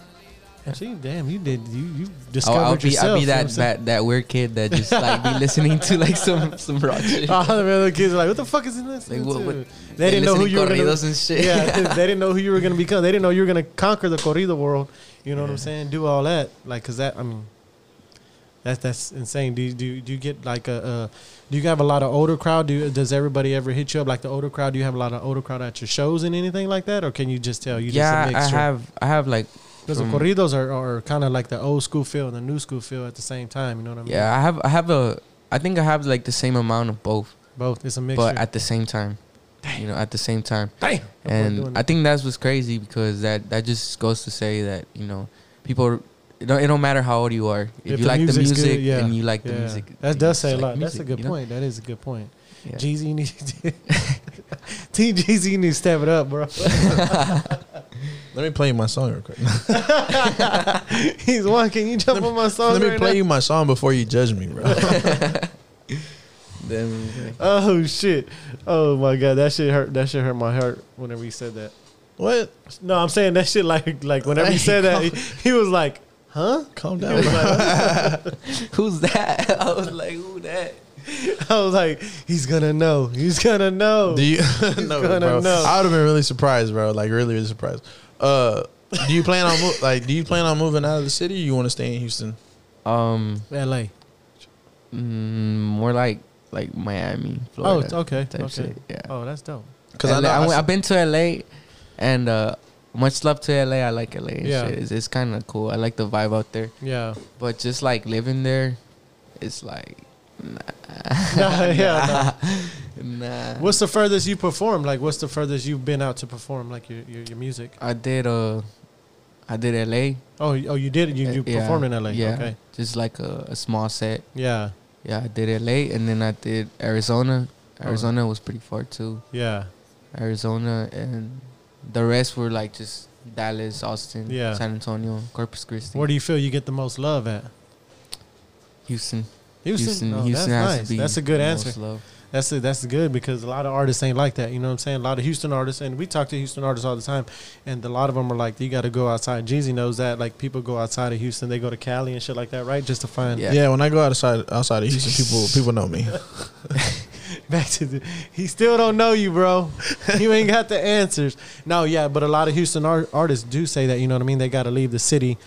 S1: See, damn, you did you you
S3: Oh,
S1: discovered
S3: I'll be
S1: yourself.
S3: I'll be
S1: you know
S3: that
S1: what I'm
S3: that, that weird kid that just like be listening to like some some rock shit.
S1: saying? All the other kids are like, what the fuck is he listening
S3: Like, what-
S1: to?
S3: what-
S1: Ah, they didn't know who you were gonna.
S3: corridos and shit.
S1: Yeah, they didn't know who you were gonna become. They didn't know you were gonna conquer the corrido world. You know what I'm saying? Do all that, like, cause that I mean, that's that's insane. Do you, do you, do you get like a uh, do you have a lot of older crowd? Do you, does everybody ever hit you up like the older crowd? Do you have a lot of older crowd at your shows and anything like that, or can you just tell you
S3: yeah,
S1: just a
S3: I
S1: mixture?
S3: have I have like
S1: Because the
S3: from-
S1: corridos are, are kind of like the old school feel and the new school feel at the same time. You know what I mean?
S3: yeah I have I have a I think I have like the same amount of both,
S1: both. It's a mixture.
S3: but at the same time, you know, at the same time,
S1: Damn.
S3: and I think that's what's crazy because that that just goes to say that you know people. It don't, it don't matter how old you are. If,
S1: If
S3: you
S1: the
S3: like the
S1: music's good,
S3: music
S1: yeah.
S3: and you like the music,
S1: That does
S3: you just
S1: say a
S3: like
S1: lot. That's a
S3: music,
S1: good
S3: you know?
S1: point. That is a good point.
S3: Yeah.
S1: Jeezy you need to, Team Jeezy you need to step it up, bro.
S4: Let me play you my song real quick.
S1: He's one. Can you jump
S4: Let me-
S1: on my song?
S4: Let me
S1: Oh, right
S4: play
S1: now?
S4: you my song before you judge me, bro.
S3: Then-
S1: Oh shit! Oh my god, that shit hurt. That shit hurt my heart whenever he said that.
S4: what?
S1: No, I'm saying that shit like like whenever he said that, he, he was like, huh?
S4: Calm
S1: He was
S4: down.
S1: like,
S3: Who's that? I was like, who that?
S1: I was like, he's gonna know. He's gonna know.
S4: Do you? no,
S1: gonna
S4: bro.
S1: know.
S4: I would have been really surprised, bro. Like really, really surprised. Uh, do you plan on mo- like do you plan on moving out of the city? Or you want to stay in Houston?
S3: Um,
S1: L.A.
S3: mm, more like like Miami,
S1: Oh,
S3: Florida.
S1: it's okay.
S3: type
S1: Okay.
S3: shit, yeah.
S1: Oh, that's dope.
S4: Because
S3: LA,
S4: I know
S3: uh, I
S4: I
S3: went-
S4: s-
S3: I've been to LA, and uh, much love to LA. I like LA. And
S1: Yeah.
S3: shit. it's, it's kind of cool. I like the vibe out there,
S1: Yeah.
S3: but just like living there, it's like nah,
S1: Nah, yeah,
S3: nah.
S1: What's the furthest you performed? Like, what's the furthest you've been out to perform? Like your your, your music?
S3: I did uh, I did LA.
S1: Oh, you- oh, you did. You you
S3: Uh, yeah,
S1: performed in L.A.
S3: Yeah,
S1: Okay.
S3: just like a, a small set.
S1: Yeah.
S3: Yeah, I did LA, and then I did Arizona.
S1: Uh-huh.
S3: Arizona was pretty far too.
S1: Yeah.
S3: Arizona, and the rest were like just Dallas, Austin,
S1: Yeah.
S3: San Antonio, Corpus Christi,
S1: Where do you feel you get the most love at?
S3: Houston.
S1: Houston.
S3: Houston,
S1: Oh,
S3: Houston
S1: that's
S3: has
S1: nice.
S3: to be.
S1: That's a good
S3: the
S1: answer.
S3: most loved.
S1: That's it. That's good because a lot of artists ain't like that. You know what I'm saying? A lot of Houston artists, and we talk to Houston artists all the time, and a lot of them are like, you got to go outside. Jeezy knows that. Like people go outside of Houston, they go to Cali and shit like that, right? Just to find.
S3: Yeah.
S4: yeah, when I go outside outside of Houston, people people know me.
S1: Back to the, he still don't know you, bro. You ain't got the answers. No, yeah, but a lot of Houston art, artists do say that. You know what I mean? They got to leave the city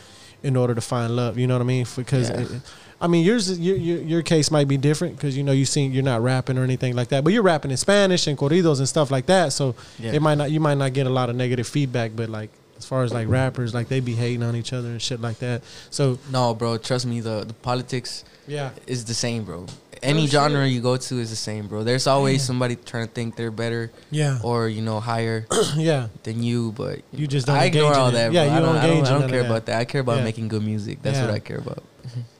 S1: in order to find love. You know what I mean? Because
S3: Yeah.
S1: I mean, yours, is- your, your your case might be different because you know you seen you're not rapping or anything like that, but you're rapping in Spanish and corridos and stuff like that. So
S3: Yeah.
S1: it might not you might not get a lot of negative feedback, but like as far as like rappers, like they be hating on each other and shit like that. So
S3: No, bro, trust me, the, the politics
S1: yeah,
S3: is the same, bro.
S1: Oh,
S3: Any
S1: shit.
S3: genre you go to is the same, bro. There's always somebody trying to think they're better
S1: yeah,
S3: or you know higher
S1: yeah.
S3: than you, but
S1: You just don't
S3: I
S1: engage
S3: ignore all
S1: in it.
S3: that.
S1: Yeah,
S3: bro.
S1: you
S3: I don't,
S1: don't
S3: I don't,
S1: engage
S3: I
S1: in
S3: don't
S1: none of
S3: care
S1: that.
S3: about that. I care about
S1: Yeah.
S3: making good music. That's
S1: Yeah.
S3: what I care about.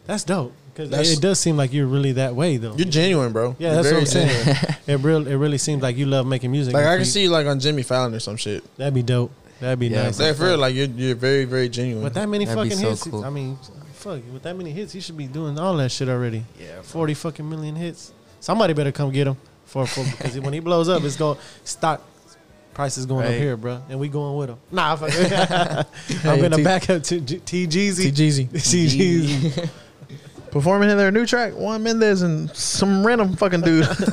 S1: That's dope because
S4: That's-
S1: it does seem like you're really that way though.
S4: You're genuine, bro.
S1: Yeah,
S4: You're
S1: that's what
S4: very
S1: I'm saying.
S4: genuine.
S1: it real, it really seems like you love making music.
S4: Like
S1: If
S4: I
S1: you-
S4: can see you, like on Jimmy Fallon or some shit.
S1: that'd be dope. That'd be
S3: Yeah,
S1: nice.
S4: Like, for real, like you're you're very very genuine.
S1: With that many
S3: That'd be
S1: fucking
S3: so
S1: hits,
S3: cool.
S1: I mean, fuck, with that many hits, he should be doing all that shit already.
S3: Yeah,
S1: Forty fucking million hits. Somebody better come get him for for because when he blows up, it's going stock prices going up
S3: Right.
S1: here, bro, and we going with him. Nah, fuck. I'm
S4: Hey,
S1: gonna
S4: T-
S1: back up to T Jeezy.
S4: T Jeezy.
S1: T Jeezy.
S4: performing in their new track, Juan Mendez and some random fucking dude.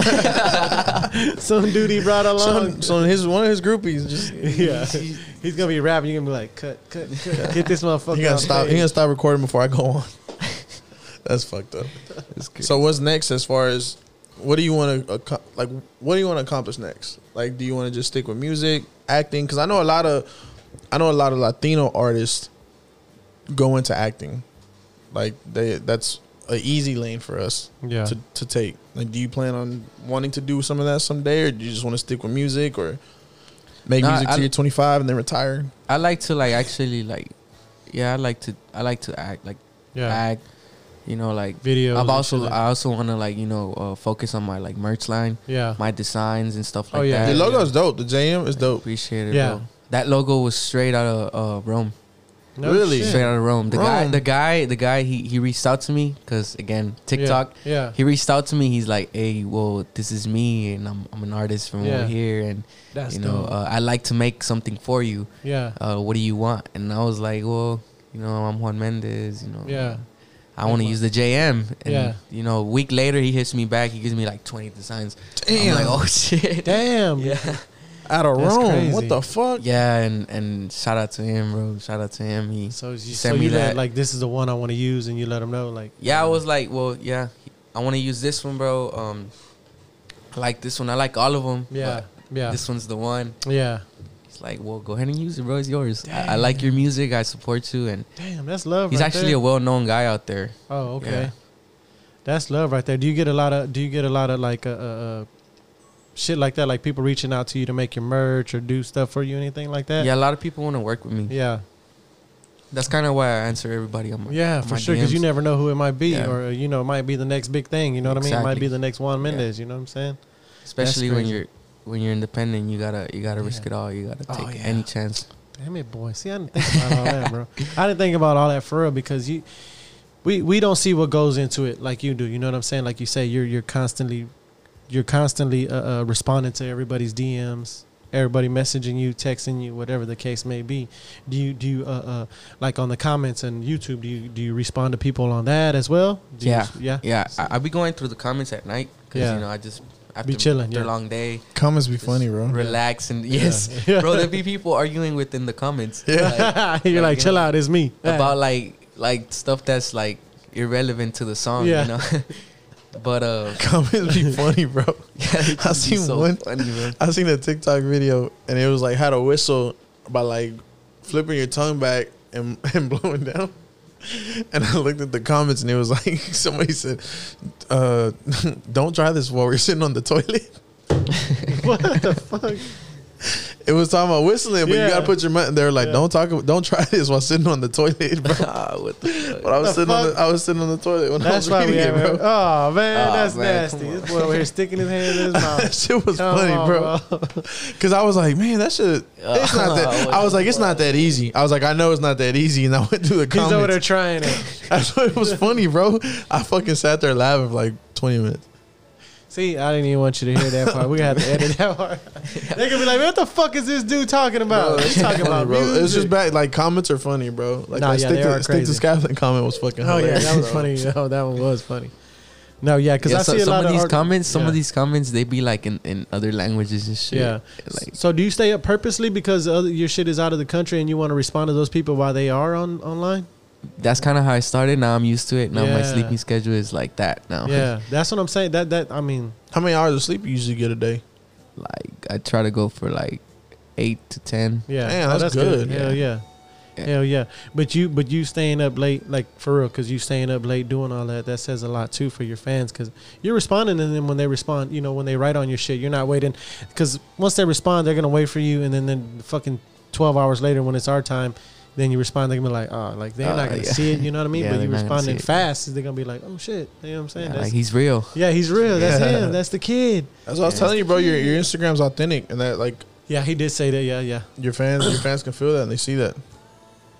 S1: Some dude he brought along.
S4: some, some his one of his groupies just
S1: yeah, he's gonna be rapping. You're gonna be like, cut, cut, cut. Get this motherfucker.
S4: He gotta
S1: off
S4: stop. He
S1: stage.
S4: gotta stop recording before I go on. That's fucked up. So what's next as far as what do you want to like? What do you want to accomplish next? Like, do you want to just stick with music, acting? Because I know a lot of, I know a lot of Latino artists go into acting. Like they, that's an easy lane for us
S1: Yeah.
S4: to to take. Like, do you plan on wanting to do some of that someday, or do you just want to stick with music, or make
S3: Nah,
S4: music
S3: I-
S4: till you're 25 and then retire?
S3: I like to like actually like, yeah, I like to I like to act like
S1: yeah,
S3: act, you know, like
S1: videos.
S3: I've
S1: and
S3: also uh,
S1: shit like-
S3: I also want to like you know uh, focus on my like merch line,
S1: yeah,
S3: my designs and stuff
S1: Oh,
S3: like
S1: yeah.
S3: that.
S4: The
S1: Your
S4: logo's dope. The JM is dope.
S3: Appreciate it,
S1: Yeah.
S3: bro. That logo was straight out of uh, Rome,
S1: No
S4: really?
S1: shit.
S3: straight out of Rome. The guy,
S4: Rome.
S3: the guy, the guy. He he reached out to me because again TikTok.
S1: Yeah,
S3: He reached out to me. He's like, "Hey, well, this is me, and I'm I'm an artist from
S1: Yeah.
S3: over here, and
S1: that's
S3: you know,
S1: dope.
S3: uh, I like to make something for you.
S1: yeah,
S3: uh, what do you want? And I was like, well, you know, I'm Juan Mendez, you know.
S1: yeah.
S3: I want to use the JM. And,
S1: Yeah.
S3: you know, a week later, he hits me back. He gives me like 20 designs.
S4: Damn.
S3: I'm like, oh, shit.
S1: Damn.
S3: Yeah.
S4: out of
S1: That's
S4: Rome.
S1: crazy.
S4: What the fuck?
S3: Yeah, and, and shout out to him, bro. Shout out to him. He,
S1: So you, so
S3: Send
S1: you
S3: me
S1: let
S3: that.
S1: like this is the one I want to use, and you let them know like
S3: yeah, I was like, well, yeah, I want to use this one, bro. Um, I like this one. I like all of them.
S1: yeah, yeah,
S3: This one's the one.
S1: yeah.
S3: He's like, well, go ahead and use it, bro. It's yours. I, I like your music. I support you. And
S1: Damn, that's love.
S3: he's
S1: right
S3: actually
S1: there.
S3: a well-known guy out there.
S1: Oh, okay.
S3: Yeah.
S1: That's love right there. Do you get a lot of do you get a lot of like uh, uh, uh shit like that like people reaching out to you to make your merch or do stuff for you anything like that?
S3: Yeah, a lot of people want to work with me.
S1: Yeah.
S3: That's kind of why I answer everybody on my
S1: Yeah,
S3: on
S1: for
S3: my
S1: sure cuz you
S3: DMs.
S1: never know who it might be
S3: Yeah.
S1: or uh, you know, it might be the next big thing, you know what I mean? It might
S3: Exactly.
S1: be the next Juan
S3: Yeah.
S1: Mendez, you know what I'm saying?
S3: especially when
S1: crazy.
S3: you're when you're independent. You gotta you gotta risk
S1: Yeah.
S3: it all. You gotta
S1: Oh,
S3: take
S1: yeah.
S3: any chance.
S1: Damn it, boy. See, I didn't think about all that, bro. I didn't think about all that for real because you, we we don't see what goes into it like you do. You know what I'm saying? Like you say, you're you're constantly, you're constantly uh, uh, responding to everybody's DMs, everybody messaging you, texting you, whatever the case may be. Do you do you uh, uh like on the comments and YouTube? Do you do you respond to people on that as well? Do you-
S3: Yeah.
S1: yeah,
S3: Yeah, I, I be going through the comments at night because
S1: Yeah.
S3: you know I just after,
S1: chilling,
S3: after
S1: yeah.
S3: a long day,
S4: Comments be
S3: just
S4: funny, bro.
S3: Relax and yes,
S1: Yeah.
S3: bro. There be people arguing within the comments. like,
S1: you're like,
S3: like,
S1: chill
S3: you know,
S1: out, it's me.
S3: about like like stuff that's like irrelevant to the song.
S1: Yeah.
S3: You know. But uh,
S4: Comments be funny, bro.
S3: yeah,
S4: I seen one-
S3: funny, bro.
S4: I seen a TikTok video and it was like how to whistle by like flipping your tongue back and, and blowing down. And I looked at the comments and it was like somebody said, uh, "Don't try this while we're sitting on the toilet."
S1: what the fuck?
S4: It was talking about whistling, but
S1: Yeah.
S4: you gotta put your mouth. They're like,
S1: Yeah.
S4: "Don't talk, don't try this while sitting on the toilet, bro."
S3: Ah, what the fuck?
S4: But I was
S1: The
S4: sitting on
S1: fuck?
S4: the, I was sitting on the toilet when I
S1: That's
S4: was
S1: why we
S4: reading it,
S1: have.
S4: bro.
S1: Oh man,
S3: Aw,
S1: that's
S3: man,
S1: nasty.
S3: come on.
S1: This boy over here sticking his hand in his
S4: that
S1: mouth.
S4: shit was
S1: Come
S4: funny,
S1: on, Oh,
S4: bro. Cause I was like, man, that shit. It's not that. I was like, it's not that easy. I was like, I know it's not that easy, and I went through the
S1: He's over there
S4: comments.
S1: trying it.
S4: That's why it was funny, bro. I fucking sat there laughing for like twenty minutes.
S1: See, I didn't even want you to hear that part. We're gonna have to edit that part. They're gonna be like, "What the fuck is this dude talking about?" He's talking about
S4: bro.
S1: music.
S4: It's just bad. Like comments are funny, bro. Like,
S1: Nah,
S4: like
S1: yeah,
S4: stick,
S1: they are
S4: to, stick to
S1: crazy.
S4: Skyline comment was fucking.
S1: oh yeah,
S4: hilarious,
S1: that was
S4: bro.
S1: funny. Oh, that one was funny. No, yeah, because
S3: Yeah,
S1: I
S3: so-
S1: see a
S3: some
S1: lot
S3: of these
S1: art-
S3: comments. Some
S1: Yeah.
S3: of these comments they be like in, in other languages and shit.
S1: Yeah.
S3: like
S1: So, do you stay up purposely because other, your shit is out of the country and you want to respond to those people while they are on online?
S3: that's kind of how I started. Now I'm used to it. Now my
S1: Yeah.
S3: sleeping schedule is like that now.
S1: Yeah, that's what I'm saying. That that I mean,
S4: How many hours of sleep you usually get a day?
S3: like I try to go for like eight to ten.
S1: Yeah, Oh,
S4: Damn, that's good.
S1: Hell yeah.
S3: Yeah.
S1: Hell yeah. But you but you staying up late like for real cuz you staying up late doing all that that says a lot too for your fans cuz you're responding to them when they respond, you know, when they write on your shit. You're not waiting cuz once they respond, they're going to wait for you and then then fucking 12 hours later when it's our time then you respond, they're gonna be like, oh, like they're not
S3: Oh,
S1: gonna
S3: yeah.
S1: see it, you know what I mean?
S3: Yeah,
S1: but
S3: they're
S1: you
S3: not gonna
S1: responding
S3: see it.
S1: fast, they're gonna be like, oh shit, you know what I'm saying?
S3: Yeah,
S1: that's,
S3: like he's real.
S1: yeah, he's real. That's
S4: Yeah.
S1: him. That's the kid.
S4: That's what I was telling you, bro. Your your Instagram's authentic, and that like
S1: Yeah, he did say that. Yeah, yeah.
S4: your fans your fans can feel that and they see that.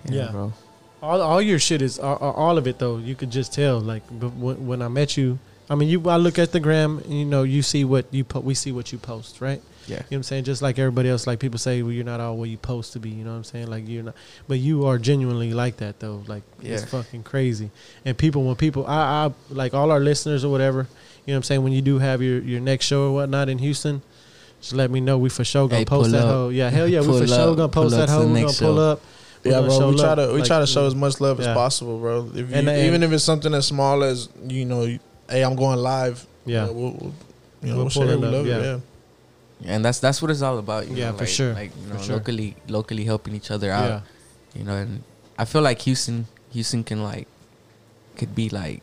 S1: Yeah.
S3: bro.
S1: All, all your shit is all, all all of it though. You could just tell. Like b- when, when I met you, I mean, you. I look at the gram, and, you know, you see what you po- we see what you post, right? You
S4: Yeah.
S1: know what I'm saying? Just like everybody else, like people say, well, you're not all where you supposed to be. You know what I'm saying? Like you're not, but you are genuinely like that though. Like it's
S4: Yeah.
S1: fucking crazy. And people, when people, I, I like all our listeners or whatever. You know what I'm saying? When you do have your your next show or whatnot in Houston, just let me know. We for sure gonna
S3: Hey,
S1: post
S3: pull
S1: that
S3: up.
S1: hoe. Yeah, hell yeah, we
S3: Pull
S1: for sure
S3: up.
S1: gonna post
S3: Pull up
S1: that hoe.
S3: to the
S1: We gonna
S3: next
S1: pull
S3: show.
S1: up. We
S4: Yeah,
S1: gonna
S4: bro.
S1: show
S4: We try
S1: love.
S4: to we
S1: Like,
S4: try to show as much love
S1: yeah.
S4: as possible, bro. If you,
S1: And, uh,
S4: even if it's something as small as you know, you- hey, I'm going live.
S1: Yeah.
S4: you know, we'll, we'll, you know,
S1: We'll
S4: we'll
S1: pull
S4: share
S1: it
S4: it, we
S1: up,
S4: love
S1: yeah.
S4: it. Yeah,
S3: and that's that's what it's all about. You
S1: Yeah,
S3: know,
S1: for
S3: like-
S1: sure.
S3: Like you
S1: For
S3: know,
S1: sure.
S3: locally locally helping each other out.
S1: Yeah,
S3: You know, and I feel like Houston Houston can like could be like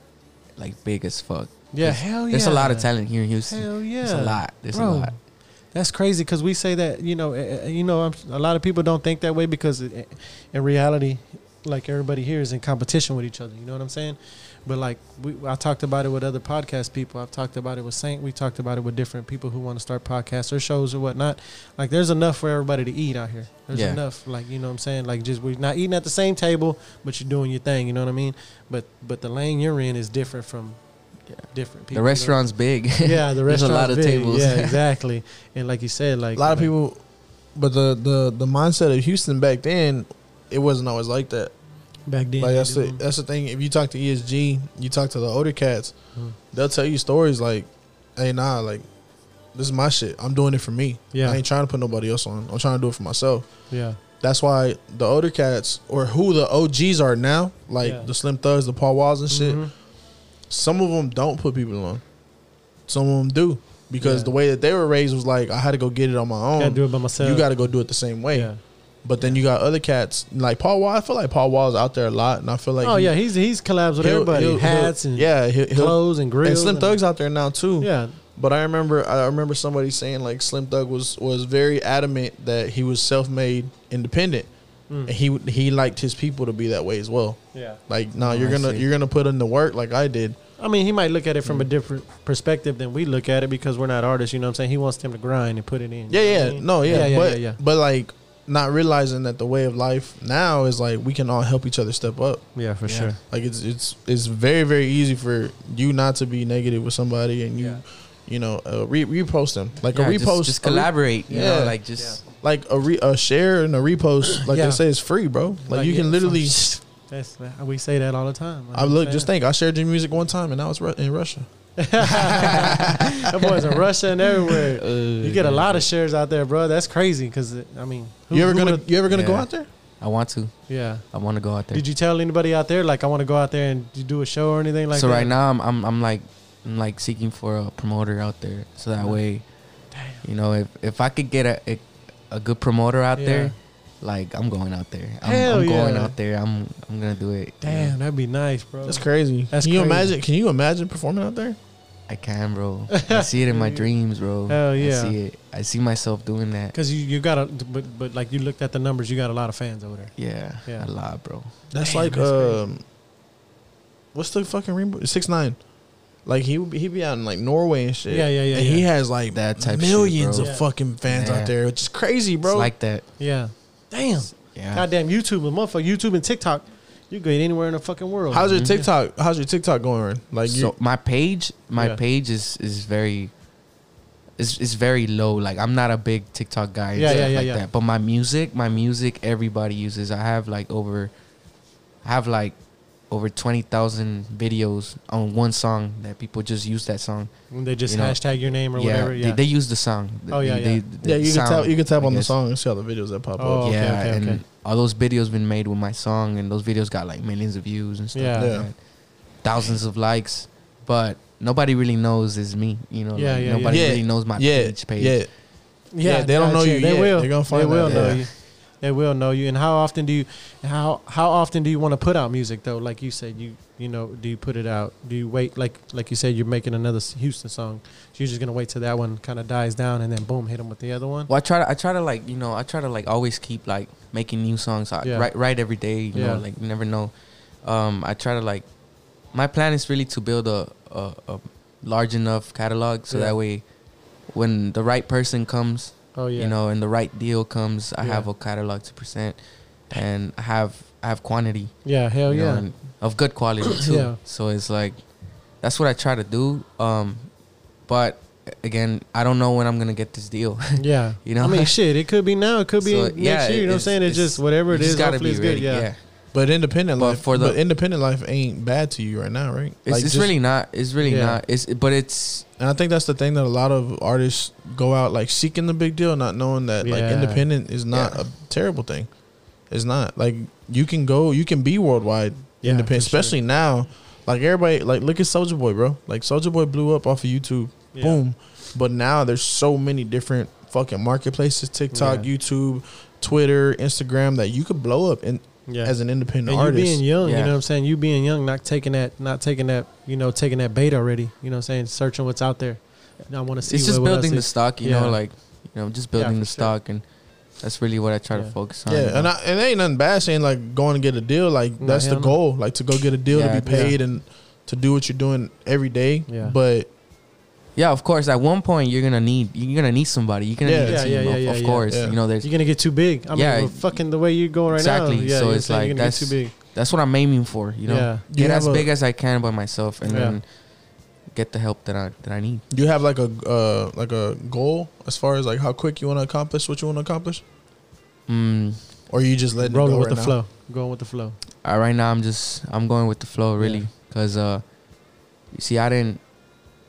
S3: like big as fuck.
S1: yeah,
S3: There's-
S1: hell Oh, yeah.
S3: There's a lot of talent here in Houston.
S1: Hell yeah,
S3: There's a lot. There's
S1: Bro.
S3: a lot.
S1: That's crazy because we say that you know eh, eh, you know I'm, a lot of people don't think that way because i- in reality, like everybody here is in competition with each other. You know what I'm saying? But like we, I talked about it with other podcast people. I've talked about it with Saint. We talked about it with different people who want to start podcasts or shows or whatnot. Like there's enough for everybody to eat out here. There's
S3: Yeah.
S1: enough. Like you know what I'm saying? Like just we're not eating at the same table, but you're doing your thing. You know what I mean? But but the lane you're in is different from
S3: Yeah.
S1: different people.
S3: the
S1: you know?
S3: restaurant's big.
S1: Yeah, the
S3: There's a
S1: restaurant.
S3: lot of tables.
S1: Yeah, exactly. And like you said, like uh,
S4: a lot of
S1: like-
S4: people. But the the the mindset of Houston back then, it wasn't always like that.
S1: back then.
S4: Like
S1: they
S4: uh, that's the
S1: didn't-
S4: that's the thing. If you talk to ESG, you talk to the older cats,
S1: Mhm.
S4: they'll tell you stories like, "Hey, nah, like this is my shit. I'm doing it for me.
S1: Yeah.
S4: I ain't trying to put nobody else on. I'm trying to do it for myself."
S1: yeah,
S4: That's why the older cats or who the OGs are now, like
S1: Yeah.
S4: the Slim Thugs, the Paul Walls and shit.
S1: Mhm.
S4: Some of them don't put people on. Some of them do because
S1: Yeah.
S4: the way that they were raised was like I had to go get it on my own.
S1: Gotta do it by myself.
S4: you got to go do it the same way.
S1: Yeah.
S4: But then you got other cats like Paul Wall. I feel like Paul Wall's out there a lot, and I feel like
S1: oh
S4: he-
S1: yeah, he's he's collabs with
S4: he'll-
S1: everybody.
S4: he'll-
S1: Hats
S4: he'll-
S1: and
S4: yeah, he'll, he'll-
S1: clothes and grills
S4: and Slim Thug's out there now too.
S1: Yeah,
S4: But I remember I remember somebody saying like Slim Thug was was very adamant that he was self made, independent,
S1: Mm.
S4: and he he liked his people to be that way as well.
S1: yeah.
S4: Like, no,
S3: Oh,
S4: you're
S3: I
S4: gonna
S3: see.
S4: you're gonna put in the work like I did.
S1: I mean, he might look at it from a
S4: Mm.
S1: different perspective than we look at it because we're not artists. You know what I'm saying? He wants them to grind and put it in. you know
S4: Yeah, yeah,
S1: what I mean?
S4: no, yeah,
S1: yeah, yeah,
S4: but
S1: yeah, yeah.
S4: but like not realizing that the way of life now is like we can all help each other step up.
S1: Yeah, for
S3: Yeah.
S1: sure.
S4: Like it's it's it's very very easy for you not to be negative with somebody and you
S3: Yeah.
S4: you know uh, re- repost them like
S3: Yeah,
S4: a
S3: just-
S4: repost
S3: Just,
S4: a re-
S3: collaborate. you know,
S4: Yeah.
S3: like just
S4: like a re- a share and a repost like
S1: Yeah.
S4: they say is free bro like,
S1: Like,
S4: you
S1: yeah,
S4: can literally
S1: That's we say that all the time.
S4: I look just think I shared your music one time and now it's Ru- in Russia
S1: that boy's in Russia and everywhere. You get a
S3: Uh, yeah.
S1: lot of shares out there, bro. That's crazy because I mean, who-
S4: you ever
S1: who
S4: gonna
S1: would've-
S4: you ever gonna go
S3: Yeah.
S4: out there
S3: I want to.
S1: yeah.
S3: I want to go out there.
S1: Did you tell anybody out there like I want to go out there and you do a show or anything like
S3: so
S1: that?
S3: right now I'm, I'm I'm like I'm like seeking for a promoter out there. So that
S1: Mhm.
S3: way, you know, if if I could get a a, a good promoter out
S1: Yeah.
S3: there, like I'm going out there. I'm,
S1: Hell
S3: I'm going
S1: yeah.
S3: out there. I'm I'm gonna do it. you know?
S1: damn, that'd be nice, bro.
S4: that's crazy
S1: That's
S4: can you
S1: crazy.
S4: imagine can you imagine performing out there
S3: I can, bro. I see it in my dreams, bro.
S1: Hell
S3: I
S1: yeah.
S3: see it. I see myself doing that.
S1: Because you, you got a but but like you looked at the numbers, you got a lot of fans over there.
S3: Yeah,
S1: Yeah.
S3: a lot, bro.
S4: that's
S1: Damn,
S4: like
S1: that's crazy.
S4: um what's the fucking rainbow six nine like he would be, he'd be out in like Norway and shit
S1: Yeah, yeah, yeah,
S4: and he
S1: yeah.
S4: has like
S3: That type shit,
S4: millions
S3: bro.
S4: of
S1: Yeah.
S4: fucking fans
S3: Yeah.
S4: out there which is crazy bro
S3: It's like that.
S1: Yeah, damn,
S3: Yeah.
S1: goddamn YouTube, and motherfucker, YouTube and TikTok, you go anywhere in the fucking world.
S4: How's your TikTok? How's your TikTok going? Ren? Like you,
S3: mm-hmm. so my page, my
S1: Yeah.
S3: page is is very is is very low. Like I'm not a big TikTok guy. and
S1: Yeah,
S3: stuff
S1: yeah, yeah,
S3: like
S1: yeah.
S3: That. But my music, my music, everybody uses. I have like over, I have like over twenty thousand videos on one song that people just use that song.
S1: when they just
S3: you know,
S1: hashtag your name or
S3: yeah,
S1: whatever? Yeah,
S3: They, they use the song.
S1: Oh, yeah, yeah.
S4: yeah, you
S3: sound,
S4: can tap you can tap
S3: I
S4: on the
S3: guess.
S4: song and see all the videos that pop
S1: Oh,
S4: up.
S1: okay,
S3: yeah,
S1: okay,
S3: and
S1: okay.
S3: all those videos been made with my song, and those videos got like millions of views and stuff.
S1: Yeah.
S3: like
S4: Yeah.
S3: that. thousands of likes, but nobody really knows is me. You know,
S1: Yeah,
S3: like,
S1: yeah,
S3: nobody
S4: yeah.
S3: really knows my
S4: yeah,
S3: page. Page.
S4: yeah. yeah, they don't know
S1: gotcha.
S4: you
S1: They
S4: yet.
S1: will.
S4: They're gonna find
S1: they will
S4: out,
S1: know
S4: yeah.
S1: you. They will know you. And how often do you how how often do you want to put out music though? Like you said, you you know, do you put it out? Do you wait like like you said you're making another s- Houston song? So you're just gonna wait till that one kind of dies down and then boom, hit them with the other one.
S3: Well, I try to, I try to like, you know, I try to like always keep like making new songs. I
S1: Yeah.
S3: write, write every day. You
S1: Yeah.
S3: know, like you never know. Um, I try to like, my plan is really to build a a, a large enough catalog so
S1: Yeah.
S3: that way, when the right person comes,
S1: Oh yeah,
S3: you know, and the right deal comes, I
S1: Yeah.
S3: have a catalog to present, and I have I have quantity.
S1: Oh, yeah, hell
S3: you know,
S1: yeah,
S3: and of good quality too.
S1: Yeah.
S3: So it's like that's what I try to do. Um, but again, I don't know when I'm gonna get this deal.
S1: Yeah.
S3: You know?
S1: I mean, shit, it could be now, it could be
S3: So,
S1: next
S3: yeah,
S1: year. You know what I'm
S3: it's-
S1: saying? It's,
S3: it's-
S1: just whatever it
S3: you just
S1: is.
S3: gotta
S1: Hopefully,
S3: be
S1: it's good.
S3: ready,
S1: yeah.
S4: But independent
S3: But
S4: life,
S3: for the-
S4: but independent life ain't bad to you right now, right?
S3: It's, it's
S4: just-
S3: really not. It's really
S1: Yeah.
S3: not. It's but it's
S4: and I think that's the thing that a lot of artists go out like seeking the big deal, not knowing that like
S1: Yeah.
S4: independent is not
S3: Yeah.
S4: a terrible thing. It's not like you can go, you can be worldwide
S1: Yeah, for
S4: independent,
S1: sure.
S4: especially now. Like everybody, like look at Soldier Boy, bro. Like Soldier Boy blew up off of YouTube,
S1: Yeah.
S4: boom. But now there's so many different fucking marketplaces: TikTok,
S1: Yeah.
S4: YouTube, Twitter, Instagram that you could blow up in
S1: Yeah.
S4: as an independent
S1: and
S4: artist.
S1: you being young, you
S3: Yeah.
S1: know what I'm saying? You being young, not taking that, not taking that, you know, taking that bait already. You know what I'm saying? Searching what's out there. And I want to see.
S3: it's just
S1: what, what else
S3: building the
S1: is-
S3: stock. You
S1: Yeah.
S3: know, like you know, just
S1: Yeah,
S3: building
S1: for
S3: the
S1: sure.
S3: stock, and that's really what I try
S1: Yeah.
S3: to focus on. you
S4: Yeah,
S3: know?
S4: and I, and ain't nothing bad saying like going to get a deal. Like
S1: No,
S4: that's
S1: hell
S4: the
S1: no.
S4: goal, like to go get a deal
S3: Yeah,
S4: to be paid and to do what you're doing every day.
S1: Yeah.
S4: But
S3: Yeah, of course. At one point, you're gonna need you're gonna need somebody. You're gonna
S4: Yeah.
S3: need a
S1: Yeah,
S3: team.
S1: yeah, yeah,
S3: of,
S1: yeah,
S3: of
S1: yeah.
S3: course,
S4: Yeah.
S3: you know. There's
S1: You're gonna get too big. I mean,
S3: Yeah.
S1: well, fucking the way you're going right now.
S3: Exactly.
S1: Yeah,
S3: So
S1: you know
S3: it's
S1: what I'm saying?
S3: like
S1: you're gonna get
S3: that's-
S1: too big.
S3: that's what I'm aiming for. You know,
S1: Yeah.
S4: You
S3: get
S4: have
S3: as
S4: a-
S3: big as I can by myself, and
S1: Yeah.
S3: then get the help that I that I need.
S4: do you have like a uh, like a goal as far as like how quick you want to accomplish what you want to accomplish,
S3: Mm,
S4: or you just letting it
S1: Rolling
S4: go
S1: with
S4: right
S1: the
S4: now?
S1: flow. Going with the flow.
S3: I, uh, right now, I'm just I'm going with the flow, really, because uh, you see, I didn't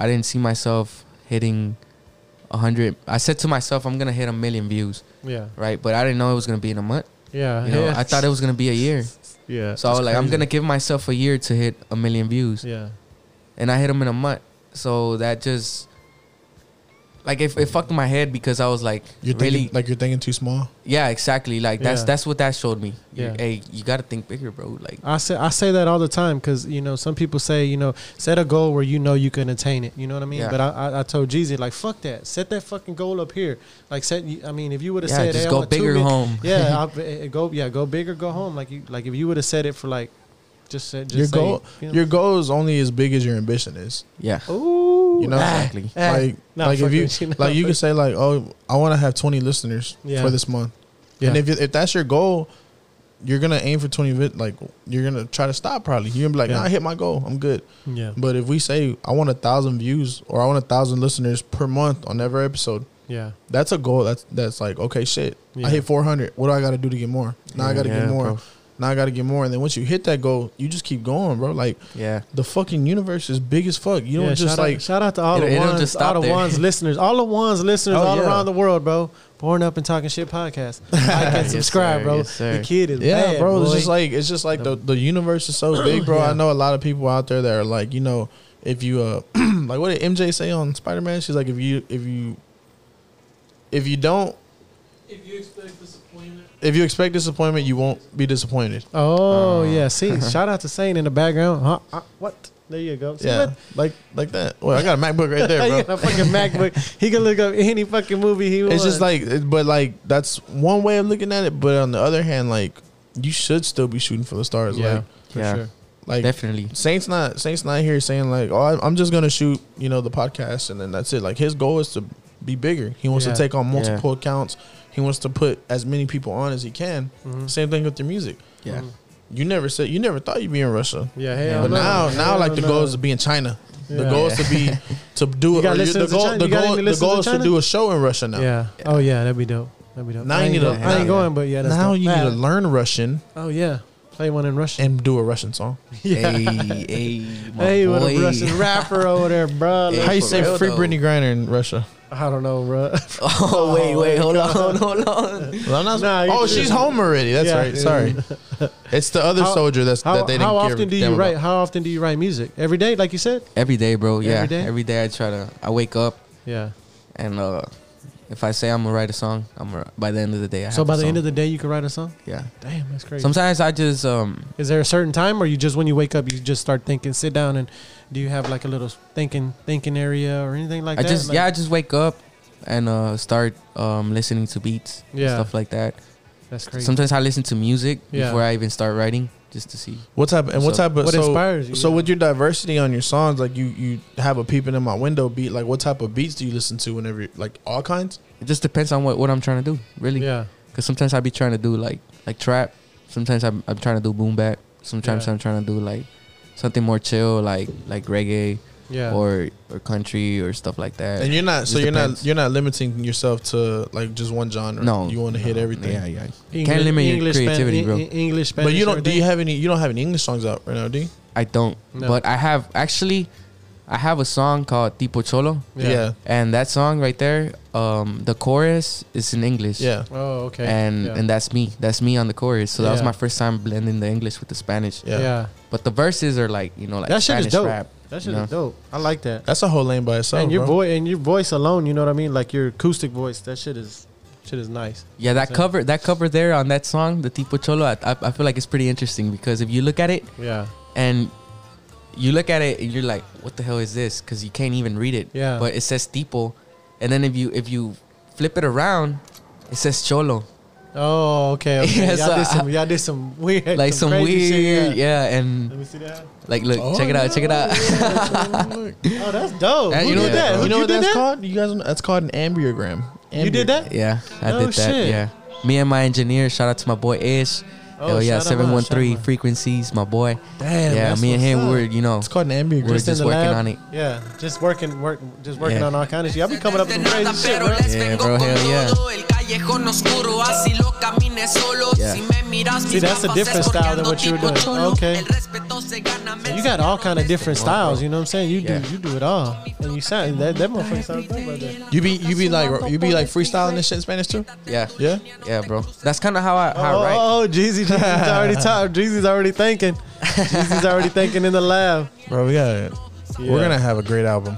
S3: I didn't see myself hitting a hundred. I said to myself, I'm gonna hit a million views,
S1: Yeah.
S3: right? But I didn't know it was gonna be in a month.
S1: Yeah.
S3: You know,
S1: yeah.
S3: I thought it was gonna be a year.
S1: Yeah.
S3: So I was like, I'm
S4: crazy.
S3: gonna give myself a year to hit a million views.
S1: Yeah.
S3: and I hit him in a month. So that just like it, it fucked my head because I was like,
S4: You're
S3: really,
S4: thinking like you're thinking too small.
S3: yeah, exactly. Like that's
S1: Yeah.
S3: that's what that showed me.
S1: Yeah.
S3: Hey, you got to think bigger, bro. Like
S1: I say I say that all the time because you know some people say you know set a goal where you know you can attain it. You know what I mean?
S3: Yeah.
S1: But I, I I told Jeezy like fuck that. Set that fucking goal up here. Like set. I mean, if you would have
S3: Yeah,
S1: said
S3: just
S1: hey, I
S3: go
S1: want two
S3: big or
S1: mil-
S3: home.
S1: Yeah, I'll, eh, eh, go yeah go big or go home. Like you like if you would have said it for like just said just
S4: your
S1: say,
S4: goal,
S1: you know.
S4: your goal is only as big as your ambition is.
S3: yeah,
S1: Ooh,
S4: You know,
S3: Exactly.
S1: Ah,
S4: like
S1: nah,
S4: like
S1: fuck
S4: if you
S1: with you, nah,
S4: like you
S1: fuck-
S4: could say like, oh, I want to have 20 listeners
S1: Yeah.
S4: for this month, and
S1: Yeah.
S4: if you, if that's your goal, you're gonna aim for 20. vi- Like you're gonna try to stop probably. You're gonna be like,
S1: Yeah.
S4: nah, I hit my goal, I'm good.
S1: yeah
S4: But if we say I want a thousand views or I want a thousand listeners per month on every episode,
S1: yeah
S4: that's a goal. That's that's like okay, shit.
S1: Yeah.
S4: I hit 400. What do I got to do to get more? Now I got to
S3: Yeah,
S4: get more.
S3: bro.
S4: Now I got to get more. And then once you hit that goal, you just keep going, bro. Like
S3: yeah,
S4: the fucking universe is big as fuck. You don't
S1: Yeah,
S4: just
S1: shout
S4: like
S1: out, shout out to all
S3: It-
S1: the
S3: it don't
S1: ones,
S3: just stop
S1: all the
S3: there.
S1: ones listeners, all the ones listeners
S4: Oh,
S1: all
S4: yeah.
S1: around the world, bro. Born up and talking shit podcast. Like and
S3: Yes,
S1: subscribe,
S3: sir.
S1: bro.
S3: Yes, sir.
S1: the kid is
S4: Yeah,
S1: bad,
S4: bro. It's
S1: boy.
S4: just like it's just like the the universe is so big, bro.
S1: Yeah.
S4: I know a lot of people out there that are like, you know, if you uh like what did MJ say on Spider Man? She's like, if you if you if you don't if you expect disappointment, you won't be disappointed.
S1: oh yeah. See, shout out to Saint in the background. Huh? Uh, what? There you go. See
S4: yeah,
S1: what?
S4: like like that. Well, I got a MacBook right
S1: He
S4: there,
S1: got
S4: bro.
S1: a fucking MacBook. He can look up any fucking movie he wants.
S4: It's just like, it- but like that's one way of looking at it. But on the other hand, like you should still be shooting for the stars.
S1: yeah,
S4: Like,
S1: for
S3: Yeah.
S1: sure.
S4: like
S3: definitely.
S4: Saint's not Saint's not here saying like, oh, I- I'm just gonna shoot, you know, the podcast and then that's it. Like his goal is to be bigger. He wants
S1: Yeah.
S4: to take on
S3: Yeah.
S4: multiple accounts. He wants to put as many people on as he can. Same thing with your music.
S3: Yeah,
S1: Mm.
S4: You never said you never thought you'd be in Russia,
S1: Yeah, hell
S3: Yeah.
S1: no.
S4: but now now
S1: Hell
S4: like the
S1: no.
S4: goal is to be in China. The
S1: Yeah.
S4: goal is to be to do
S1: You
S4: it.
S1: got
S4: or you- The
S1: listeners in
S4: goal
S1: China?
S4: the
S1: You got
S4: goal
S1: any
S4: the goal
S1: listeners
S4: is
S1: in
S4: to
S1: China?
S4: do a show in Russia now.
S1: Yeah. Oh yeah, that'd be dope. That'd be dope. I
S4: Now you
S1: ain't
S4: need
S1: go-
S4: to-
S1: I ain't
S3: now-
S1: going, but yeah. That's
S4: Now
S1: dope.
S4: you need
S1: Ah.
S4: to learn Russian
S1: Oh yeah, play one in Russian.
S4: and do a Russian song.
S1: Yeah.
S3: Hey, hey, my
S1: Hey, what a
S3: boy.
S1: Russian rapper over there, bro.
S3: Hey,
S4: How you
S3: for
S4: say
S3: real,
S4: free
S3: though.
S4: Britney Griner in Russia?
S1: I don't know, bro.
S3: Oh wait, wait, hold on, hold on.
S4: Well, I'm not-
S1: Nah, you
S4: oh,
S1: just-
S4: she's home already. That's
S1: Yeah.
S4: right. Sorry, it's the other
S1: How-
S4: soldier that's
S1: How,
S4: that they didn't
S1: how
S4: give
S1: often do
S4: them
S1: you write?
S4: about.
S1: How often do you write music? Every day, like you said.
S3: Every day, bro. Yeah,
S1: Every day?
S3: every day I try to. I wake up
S1: Yeah.
S3: and uh, if I say I'm gonna write a song, I'm gonna, by the end of the day. I
S1: So by the end of the day, you can write a song.
S3: yeah.
S1: Damn, that's crazy.
S3: Sometimes I just um
S1: Is there a certain time, or you just when you wake up, you just start thinking? Sit down and do you have like a little thinking thinking area or anything like
S3: I
S1: that?
S3: just
S1: Like-
S3: yeah, I just wake up and uh, start um, listening to beats, and
S1: Yeah.
S3: stuff like that.
S1: that's crazy.
S3: Sometimes I listen to music
S1: Yeah.
S3: before I even start writing, just to see.
S4: What type and what
S3: So,
S4: type of
S1: what
S4: so,
S1: inspires you?
S4: So
S1: Yeah.
S4: with your diversity on your songs, like you you have a peeping in my window beat. Like what type of beats do you listen to? Whenever you- like all kinds.
S3: It just depends on what, what I'm trying to do, really.
S1: yeah,
S3: Because sometimes I be trying to do like like trap. Sometimes I'm I'm trying to do boom bap. Sometimes
S1: Yeah.
S3: I'm trying to do like something more chill, like like reggae
S1: Yeah.
S3: or or country or stuff like that.
S4: And you're not so
S3: Just
S4: you're
S3: depends.
S4: not you're not limiting yourself to like just one genre.
S3: no,
S4: you want to
S3: no,
S4: hit everything.
S3: Yeah, yeah. Can't limit your
S1: Span-
S3: creativity, bro.
S1: Eng- English, Spanish.
S4: But you don't. Do
S1: everything?
S4: you have any? You don't have any English songs out right now, do you?
S3: I don't,
S1: No.
S3: but I have actually, I have a song called Tipo Cholo,
S1: Yeah.
S3: and that song right there, um, the chorus is in English.
S4: yeah,
S1: Oh, okay.
S3: And
S1: yeah.
S3: and that's me. That's me on the chorus. So that was
S1: Yeah.
S3: my first time blending the English with the Spanish.
S4: yeah,
S1: yeah.
S4: yeah.
S3: But the verses are like you know like
S1: that shit
S3: Spanish
S1: is dope.
S3: rap.
S1: That
S3: you
S1: shit is dope. I like that.
S4: That's a whole lane by itself,
S1: and your
S4: bro.
S1: voice and your voice alone, you know what I mean? Like your acoustic voice, that shit is shit is nice.
S3: Yeah, that
S1: So-
S3: cover that cover there on that song, the Tipo Cholo, I, I, I feel like it's pretty interesting because if you look at it
S1: Yeah.
S3: and you look at it and you're like, what the hell is this? Because you can't even read it.
S1: Yeah.
S3: But it says Tipo, and then if you if you flip it around, it says Cholo,
S1: Oh, okay. okay.
S3: Yeah,
S1: y'all,
S3: so
S1: did
S3: I-
S1: some, y'all did some weird,
S3: like some,
S1: crazy
S3: weird,
S1: shit, yeah.
S3: yeah.
S1: Let
S3: And
S1: me see that.
S3: like, look,
S4: Oh,
S3: check it out, check it out.
S4: out.
S1: Oh, that's dope.
S3: And
S1: Who
S3: Uh, you
S1: did
S3: know what-
S1: that? Who
S4: You know
S1: you
S4: what
S1: did
S4: that's
S1: that?
S4: called? You guys, that's called an ambiogram.
S1: You did that?
S3: yeah, I
S1: Oh,
S3: did that.
S1: shit.
S3: Yeah, me and my engineer. Shout out to my boy Ish. Oh, yeah,
S1: shout out,
S3: seven one three
S1: shout out.
S3: frequencies, my boy.
S4: Damn,
S3: yeah,
S4: that's
S3: me and
S4: what's
S3: him,
S4: up.
S3: we're you know
S4: It's called an
S3: we're
S4: ambiogram.
S3: just,
S1: in the
S3: working
S1: lab.
S3: on it.
S1: Yeah, just working, work, just working
S3: Yeah.
S1: on all kind of shit. Y'all be coming up with some
S2: De nada,
S1: crazy shit,
S2: pero
S1: bro.
S2: les
S3: Yeah,
S2: vengo
S3: bro,
S2: con
S3: hell yeah.
S2: todo. El callejón oscuro, así lo caminé solo.
S3: Yeah.
S2: Si me miras
S1: See,
S2: mis
S1: that's a
S2: gafas es
S1: different
S2: porque
S1: style than
S2: ando
S1: what you were
S2: tipo
S1: doing.
S2: cholo.
S1: Okay.
S2: El respeto se gana, me
S1: You got all kind of different styles, you know what I'm saying? You
S3: Yeah.
S1: do, you do it all, and you sound that that motherfucker sounds dope right there.
S4: You be you be like you be like freestyling this shit in Spanish too.
S3: Yeah.
S4: Yeah.
S3: Yeah, bro. That's kind of how I how
S1: oh,
S3: I write.
S1: oh, oh, Jeezy, Jeezy's already talking. Jeezy's already thinking. Jeezy's already thinking in the lab.
S4: Bro, we got it. We're
S1: Yeah.
S4: gonna have a great album.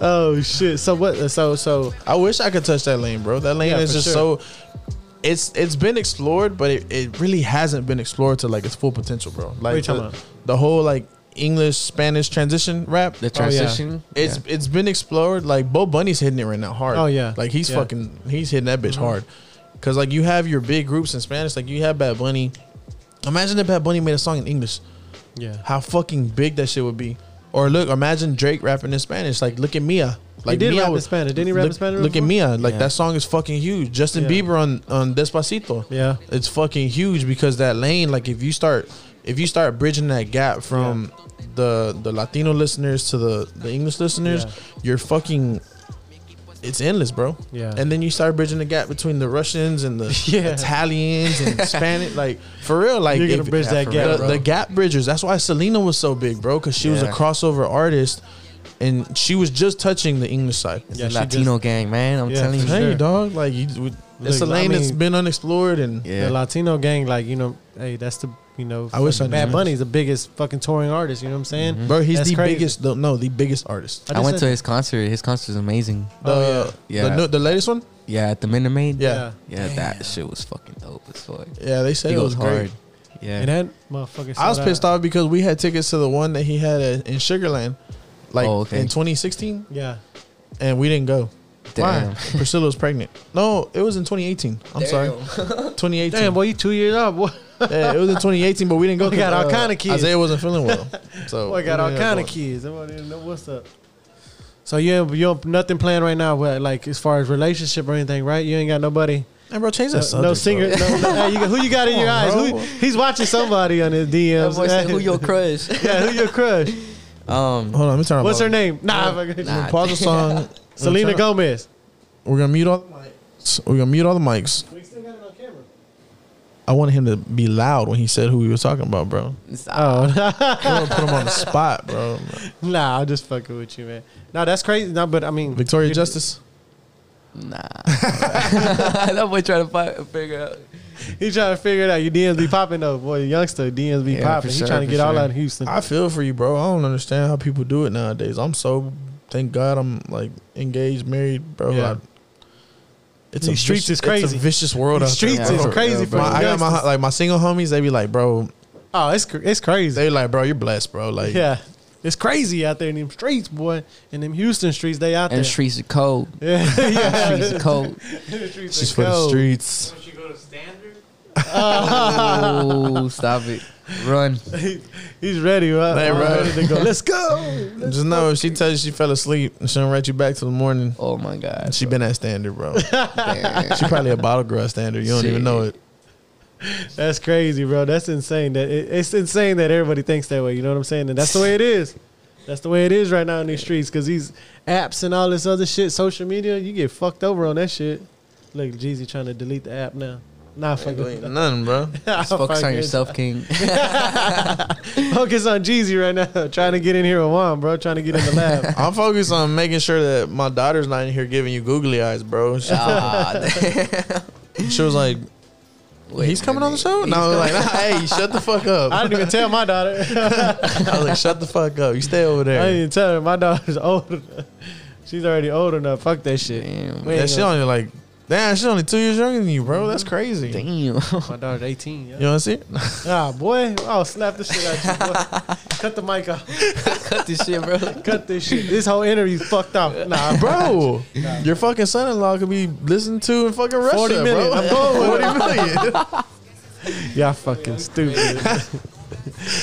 S1: Oh shit! So what? So so
S4: I wish I could touch that lane, bro. That lane
S1: Yeah,
S4: is
S1: for
S4: just
S1: sure.
S4: so. It's it's been explored, but it, it really hasn't been explored to like its full potential, bro. Like
S1: you talking
S4: the,
S1: about?
S4: the whole like English Spanish transition rap.
S1: oh,
S3: The transition.
S4: It's it's been explored. Like Bo Bunny's hitting it right now hard.
S1: Oh, yeah.
S4: like he's
S1: Yeah.
S4: fucking he's hitting that bitch hard. Cause like you have your big groups in Spanish. Like you have Bad Bunny. Imagine if Bad Bunny made a song in English.
S1: yeah,
S4: How fucking big that shit would be. Or look, imagine Drake rapping in Spanish. Like look at Mia. Like
S1: did
S4: Mia
S1: rap in
S4: was-
S1: Spanish. Didn't he rap in
S4: look-
S1: Spanish
S4: Look at
S1: before?
S4: Mia. Like
S3: Yeah.
S4: that song is fucking huge. Justin
S1: Yeah.
S4: Bieber on on Despacito.
S1: yeah,
S4: It's fucking huge because that lane, like if you start if you start bridging that gap from the the Latino listeners to the the English listeners,
S1: Yeah.
S4: you're fucking it's endless, bro.
S1: Yeah.
S4: And then you start bridging the gap between the Russians and the
S1: Yeah.
S4: Italians and Spanish. Like for real, like
S1: You're gonna
S4: if-
S1: bridge
S3: yeah,
S1: that
S3: for
S1: gap,
S3: real,
S4: the,
S1: bro.
S4: the gap bridgers. That's why Selena was so big, bro, because she was a
S3: Yeah.
S4: crossover artist, and she was just touching the English side.
S3: It's
S1: Yeah,
S3: a
S1: she
S3: Latino gang, man. I'm
S1: Yeah,
S3: telling you.
S1: for
S4: Hey,
S1: sure.
S4: dog, like you, it's
S1: Look,
S4: a lane
S1: I
S4: that's
S1: mean-
S4: been unexplored, and
S3: Yeah.
S1: the Latino gang, like you know, hey, that's the you know,
S4: I wish
S1: fucking
S4: I knew Mm-hmm.
S1: Bad
S4: that.
S1: Bunny's the biggest fucking touring artist. You know what I'm saying?
S4: bro, he's
S1: That's
S4: the
S1: crazy.
S4: biggest. The, no, the biggest artist.
S3: I
S1: just
S3: went to
S1: said-
S3: his concert. His concert was amazing.
S4: The,
S1: Oh,
S3: yeah.
S4: the
S3: Yeah.
S4: new- the latest one.
S3: Yeah, at the Minute Maid.
S4: Yeah.
S3: Yeah, that shit was fucking dope as fuck.
S4: Yeah, they said
S3: He
S4: it
S3: goes
S4: was great.
S3: hard. Yeah.
S1: And that motherfucker.
S4: I was
S1: sold
S4: pissed
S1: out.
S4: off because we had tickets to the one that he had at, in Sugarland, like
S3: Oh, okay.
S4: in 2016,
S1: Yeah.
S4: and we didn't go.
S3: Damn.
S4: Why? Priscilla was pregnant. No, it was in 2018. I'm sorry, 2018.
S1: Damn, boy, you two years old. Boy,
S4: Yeah, it was in 2018, but we didn't go.
S1: We got
S4: 'cause,
S1: all kinda kids.
S4: Isaiah wasn't feeling well, so
S1: Oh, boy got all kind of kids. Everybody didn't know what's up. So you ain't, you ain't nothing planned right now, but like as far as relationship or anything, right? You ain't got nobody,
S4: And bro, change that
S1: no,
S4: subject.
S1: no singer.
S4: bro.
S1: No, no, hey, you got, who you got in your
S4: Come
S1: eyes?
S4: on,
S1: Who,
S4: bro.
S1: he's watching somebody on his DMs.
S3: That boy said, "Who your crush?"
S1: yeah, who your crush?
S3: um,
S4: Hold on, let me turn.
S1: What's
S4: off.
S1: her name? Nah, fuck it.
S3: Nah.
S4: Pause the song.
S1: Selena Gomez.
S4: We're gonna mute all the mics. We're gonna mute all the mics.
S1: We still got it on camera.
S4: I wanted him to be loud when he said who he was talking about, bro.
S1: Oh,
S4: I want to put him on the spot, bro.
S1: nah, I'm just fucking with you, man. Nah, that's crazy. No, but I mean,
S4: Victoria
S1: you-
S4: Justice.
S3: nah. that boy trying to fi- figure out.
S1: He trying to figure it out. Your DMs be popping though, boy. Youngster DMs be
S3: Yeah,
S1: popping.
S3: for
S1: He
S3: sure,
S1: trying to
S3: for
S1: get all
S3: sure.
S1: out of Houston.
S4: I feel for you, bro. I don't understand how people do it nowadays. I'm so thank God I'm like engaged, married, bro.
S1: Yeah.
S4: I- it's
S1: These streets
S4: vicious-
S1: is crazy.
S4: It's a vicious world.
S1: The
S4: out there,
S1: streets
S4: bro.
S1: is
S3: bro.
S1: crazy
S3: Yeah,
S1: for
S4: My, I got my
S1: youngsters.
S4: like my single homies. They be like, bro,
S1: Oh, it's cr- it's crazy.
S4: they like, bro, you're blessed, bro. Like,
S1: Yeah, it's crazy out there in them streets, boy. In them Houston streets, they out
S3: And
S1: there.
S3: streets are cold.
S1: yeah, yeah.
S3: Streets are cold.
S1: The streets
S4: she's
S1: are
S4: for the
S1: cold.
S4: streets.
S6: Don't you go to standard?
S3: Oh, stop it. Run.
S1: He's ready, right?
S4: They
S1: I'm
S4: run.
S1: ready to go. Let's go.
S4: Just know if she tells you she fell asleep, she'll write you back till the morning.
S3: Oh my God.
S4: She been at standard, bro.
S3: Damn.
S4: She probably a bottle girl standard. You don't even know it.
S1: That's crazy, bro. That's insane. That it, it's insane that everybody thinks that way. You know what I'm saying? And that's the way it is. That's the way it is right now in these streets because these apps and all this other shit, social media, you get fucked over on that shit. Look, Jeezy trying to delete the app now. Nah, fuck
S4: Ain't
S1: it.
S4: nothing, bro.
S3: Just focus on yourself, King.
S1: Focus on Jeezy right now. trying to get in here with Juan, bro. Trying to get in the lab.
S4: I'm focused on making sure that my daughter's not in here giving you googly eyes, bro. She,
S3: Ah,
S4: she was like, "He's coming on the show." No, I was like, nah, "Hey, shut the fuck up."
S1: I
S4: I
S1: didn't even tell my daughter.
S4: was like, "Shut the fuck up. You stay over
S1: I didn't
S4: there."
S1: even tell her. My daughter's old. She's already old enough. Fuck that shit.
S3: Damn.
S1: We ain't
S4: That shit
S1: gonna-
S4: only like, damn, she's only two years younger than you, bro. That's crazy.
S3: Damn.
S1: My daughter's 18. Yeah.
S4: You want to see? it?
S1: Ah, boy. I'll slap this shit out you, boy. Cut the mic off.
S3: Cut this shit, bro.
S1: Cut this shit. This whole interview fucked off. Nah, bro.
S4: bro. Your fucking son-in-law could be listened to in fucking Russia,
S1: 40 million.
S4: bro.
S1: I'm going with it.
S4: Forty million.
S1: Y'all fucking stupid.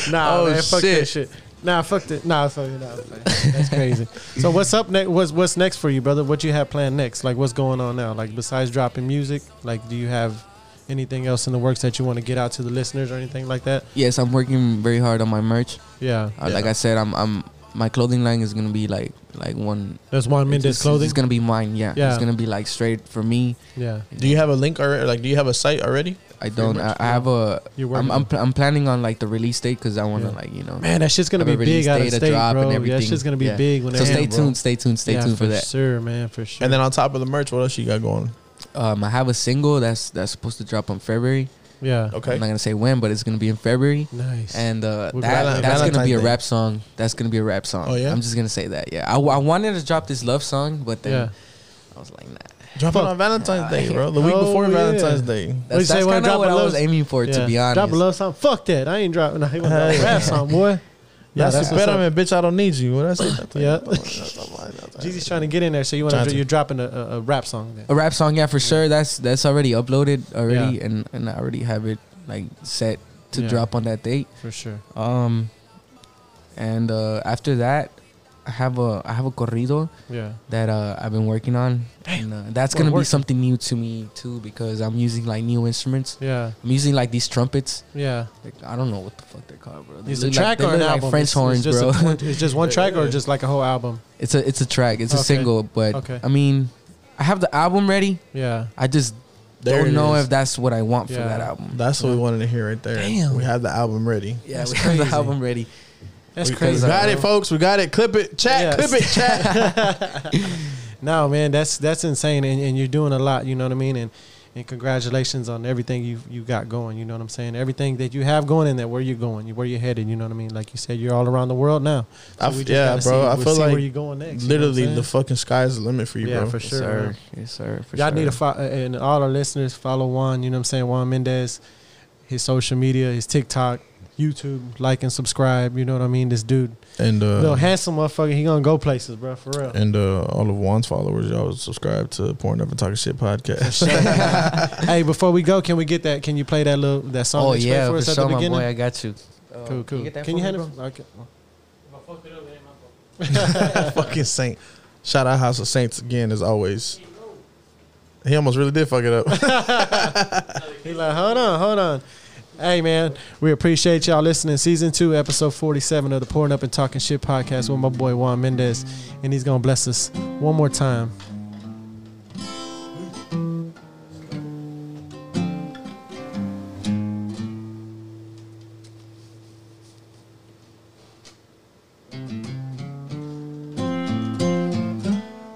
S1: nah,
S4: Oh,
S1: man, fuck that
S4: shit.
S1: shit. Nah, fuck it. Nah, fuck it. Nah, fuck it. That's crazy. so what's up next? What's what's next for you, brother? What you have planned next? Like what's going on now? Like besides dropping music, like do you have anything else in the works that you want to get out to the listeners or anything like that?
S3: Yes, I'm working very hard on my merch.
S1: Yeah,
S3: Uh, Like
S4: Yeah.
S3: I said, I'm, I'm my clothing line is gonna be like like one.
S1: that's Juan Mendez
S3: it's,
S1: clothing.
S3: It's gonna be mine. Yeah.
S1: Yeah.
S3: It's gonna be like straight for me.
S1: Yeah,
S4: Do you have a link already? Like, do you have a site already?
S3: I don't.
S1: much,
S3: I, I
S1: yeah.
S3: have a.
S1: You're
S3: I'm
S1: working
S3: I'm,
S1: on-
S3: pl- I'm planning on like the release date because I want to
S1: Yeah.
S3: like you know.
S1: man, that shit's gonna
S3: Have
S1: be
S3: a
S1: big
S3: release
S1: out
S3: date,
S1: of
S3: a
S1: state,
S3: drop, and
S1: bro. Yeah, that
S3: everything.
S1: shit's gonna be
S3: Yeah.
S1: big when
S3: So
S1: that
S3: stay
S1: hit, bro.
S3: tuned. Stay tuned. Stay
S1: Yeah,
S3: tuned for
S1: for
S3: that.
S1: Sure, man, for sure.
S4: And then on top of the merch, what else you got going?
S3: Um, I have a single that's that's supposed to drop on February.
S1: yeah,
S4: Okay.
S3: I'm not gonna say when, but it's gonna be in February.
S1: nice.
S3: And uh,
S1: With
S3: that,
S4: Valen-
S3: that's gonna
S4: Valentine's
S3: be a
S4: Day.
S3: rap song. That's gonna be a rap song.
S4: Oh, yeah?
S3: I'm just gonna say that. Yeah. I, I wanted to drop this love song, but then
S1: yeah.
S3: I was like, nah.
S4: Drop it on Valentine's Day, bro. The week
S1: Oh,
S4: before
S1: yeah.
S4: Valentine's Day.
S1: What'd you
S3: That's,
S1: say,
S3: that's
S1: wanna
S3: kind
S1: drop
S3: of what
S1: a
S3: I
S1: love-
S3: was aiming for, to
S1: Yeah.
S3: be honest.
S1: Drop a love song. Fuck that. I ain't dropping. I ain't dropping a rap song, boy.
S4: Yeah, that's
S1: what's up.
S4: better, man. Bitch, I don't need you. When I say that,
S1: Yeah. Jeezy's
S4: Jesus.
S1: trying to get in there, so you want
S4: Trying
S1: to?
S4: to.
S1: You're dropping a, a, a rap song. Then.
S3: A rap song, yeah, for sure. That's that's already uploaded already,
S1: Yeah.
S3: and and I already have it like set to
S1: Yeah.
S3: drop on that date.
S1: For sure.
S3: Um, and uh, after that, I have a I have a corrido
S1: Yeah.
S3: that uh, I've been working on, and uh, that's
S1: We're
S3: gonna be
S1: working.
S3: something new to me too because I'm using like new instruments.
S1: Yeah.
S3: I'm using like these trumpets.
S1: Yeah.
S3: Like, I don't know what the fuck they're called, bro. They
S1: Is it a
S3: look
S1: track
S3: like, they
S1: or an
S3: look like
S1: album?
S3: French
S1: It's- it's
S3: horns,
S1: just
S3: bro.
S1: A, one- it's just one track or
S4: Yeah.
S1: just like a whole album?
S3: it's a it's a track. It's
S1: Okay.
S3: a single, but
S1: Okay.
S3: I mean, I have the album ready.
S1: Yeah.
S3: I just don't know if that's what I want for
S1: Yeah.
S3: that album.
S4: that's what we wanted to hear right there.
S3: Damn.
S4: We have the album ready.
S3: Yeah,
S1: That's
S3: we have
S1: crazy.
S3: the album ready.
S1: That's
S4: we
S1: crazy.
S4: We got it, folks. We got it. Clip it. Chat.
S1: Yes.
S4: Clip it. Chat.
S1: No, man, that's that's insane, and, and you're doing a lot. You know what I mean? And and congratulations on everything you you got going. You know what I'm saying? Everything that you have going in there, where you're going, where you're headed. You know what I mean? Like you said, you're all around the world now.
S4: I
S1: we
S4: f-
S1: just
S4: yeah,
S1: gotta see-
S4: bro. I
S1: we'll
S4: feel
S1: see where
S4: like
S1: you're going next. you know what I'm
S4: literally
S1: saying?
S4: the fucking sky's the limit for you,
S1: yeah,
S4: bro.
S1: for
S3: Yes,
S1: sure. man.
S3: sir. Yes, sir. For
S1: Y'all
S3: sure.
S1: need to follow, and all our listeners follow Juan. You know what I'm saying? Juan Mendez, his social media, his TikTok, YouTube, like and subscribe. You know what I mean? This dude,
S4: And
S1: little
S4: uh,
S1: handsome motherfucker, he gonna go places, bro, for real.
S4: and uh, all of Juan's followers, y'all subscribe to Porn Up and Talking Shit podcast.
S1: hey, before we go, can we get that? Can you play that little that song?
S3: Oh
S1: that you played
S3: yeah,
S1: for
S3: for
S1: us at
S3: sure,
S1: the
S3: my
S1: beginning.
S3: boy. I got you.
S1: Cool, cool. Oh, Can you, hand it? Okay.
S4: fucking Saint. Shout out House of Saints again, as always. He almost really did fuck it up.
S1: He like, hold on, hold on. Hey man, we appreciate y'all listening. Season two, episode forty-seven of the Pouring Up and Talking Shit podcast with my boy Juan Mendez, and he's gonna bless us one more time.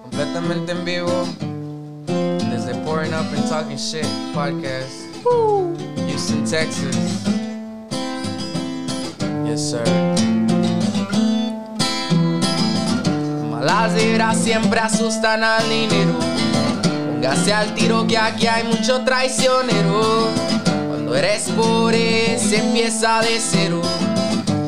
S2: Completamente en vivo desde Pouring Up and Talking Shit podcast. Houston, Texas. Yes, sir. Malas vibras siempre asustan al dinero. Póngase al tiro que aquí hay mucho traicionero. Cuando eres pobre se empieza de cero.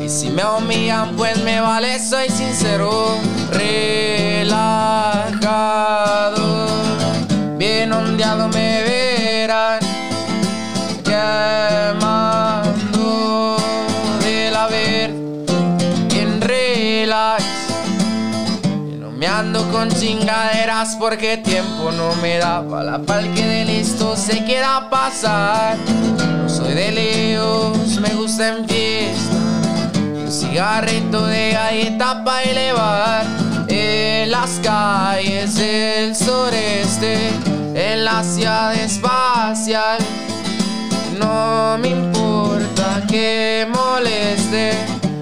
S2: Y si me humillan, pues me vale, soy sincero. Relajado, bien ondeado me verán. Llamando de la ver, bien relax. Que No me ando con chingaderas porque tiempo no me da. Para la pal que de listo se queda pasar. No soy
S3: Soy de lejos, me gusta en fiesta. Un cigarrito de galleta para elevar. En las calles del sureste, en la ciudad espacial. No me importa que moleste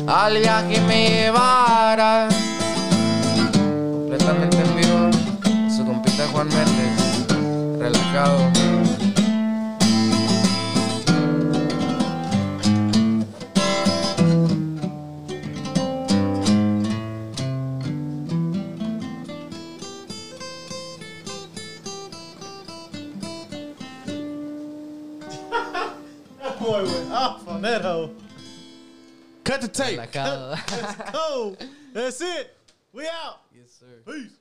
S3: al viaje me llevará. Completamente en vivo, su compita Juan Méndez, relajado.
S1: boy went off on that hoe.
S7: Cut the tape.
S3: Relajado.
S1: Oh, that's it. We out.
S3: yes, sir.
S1: Peace.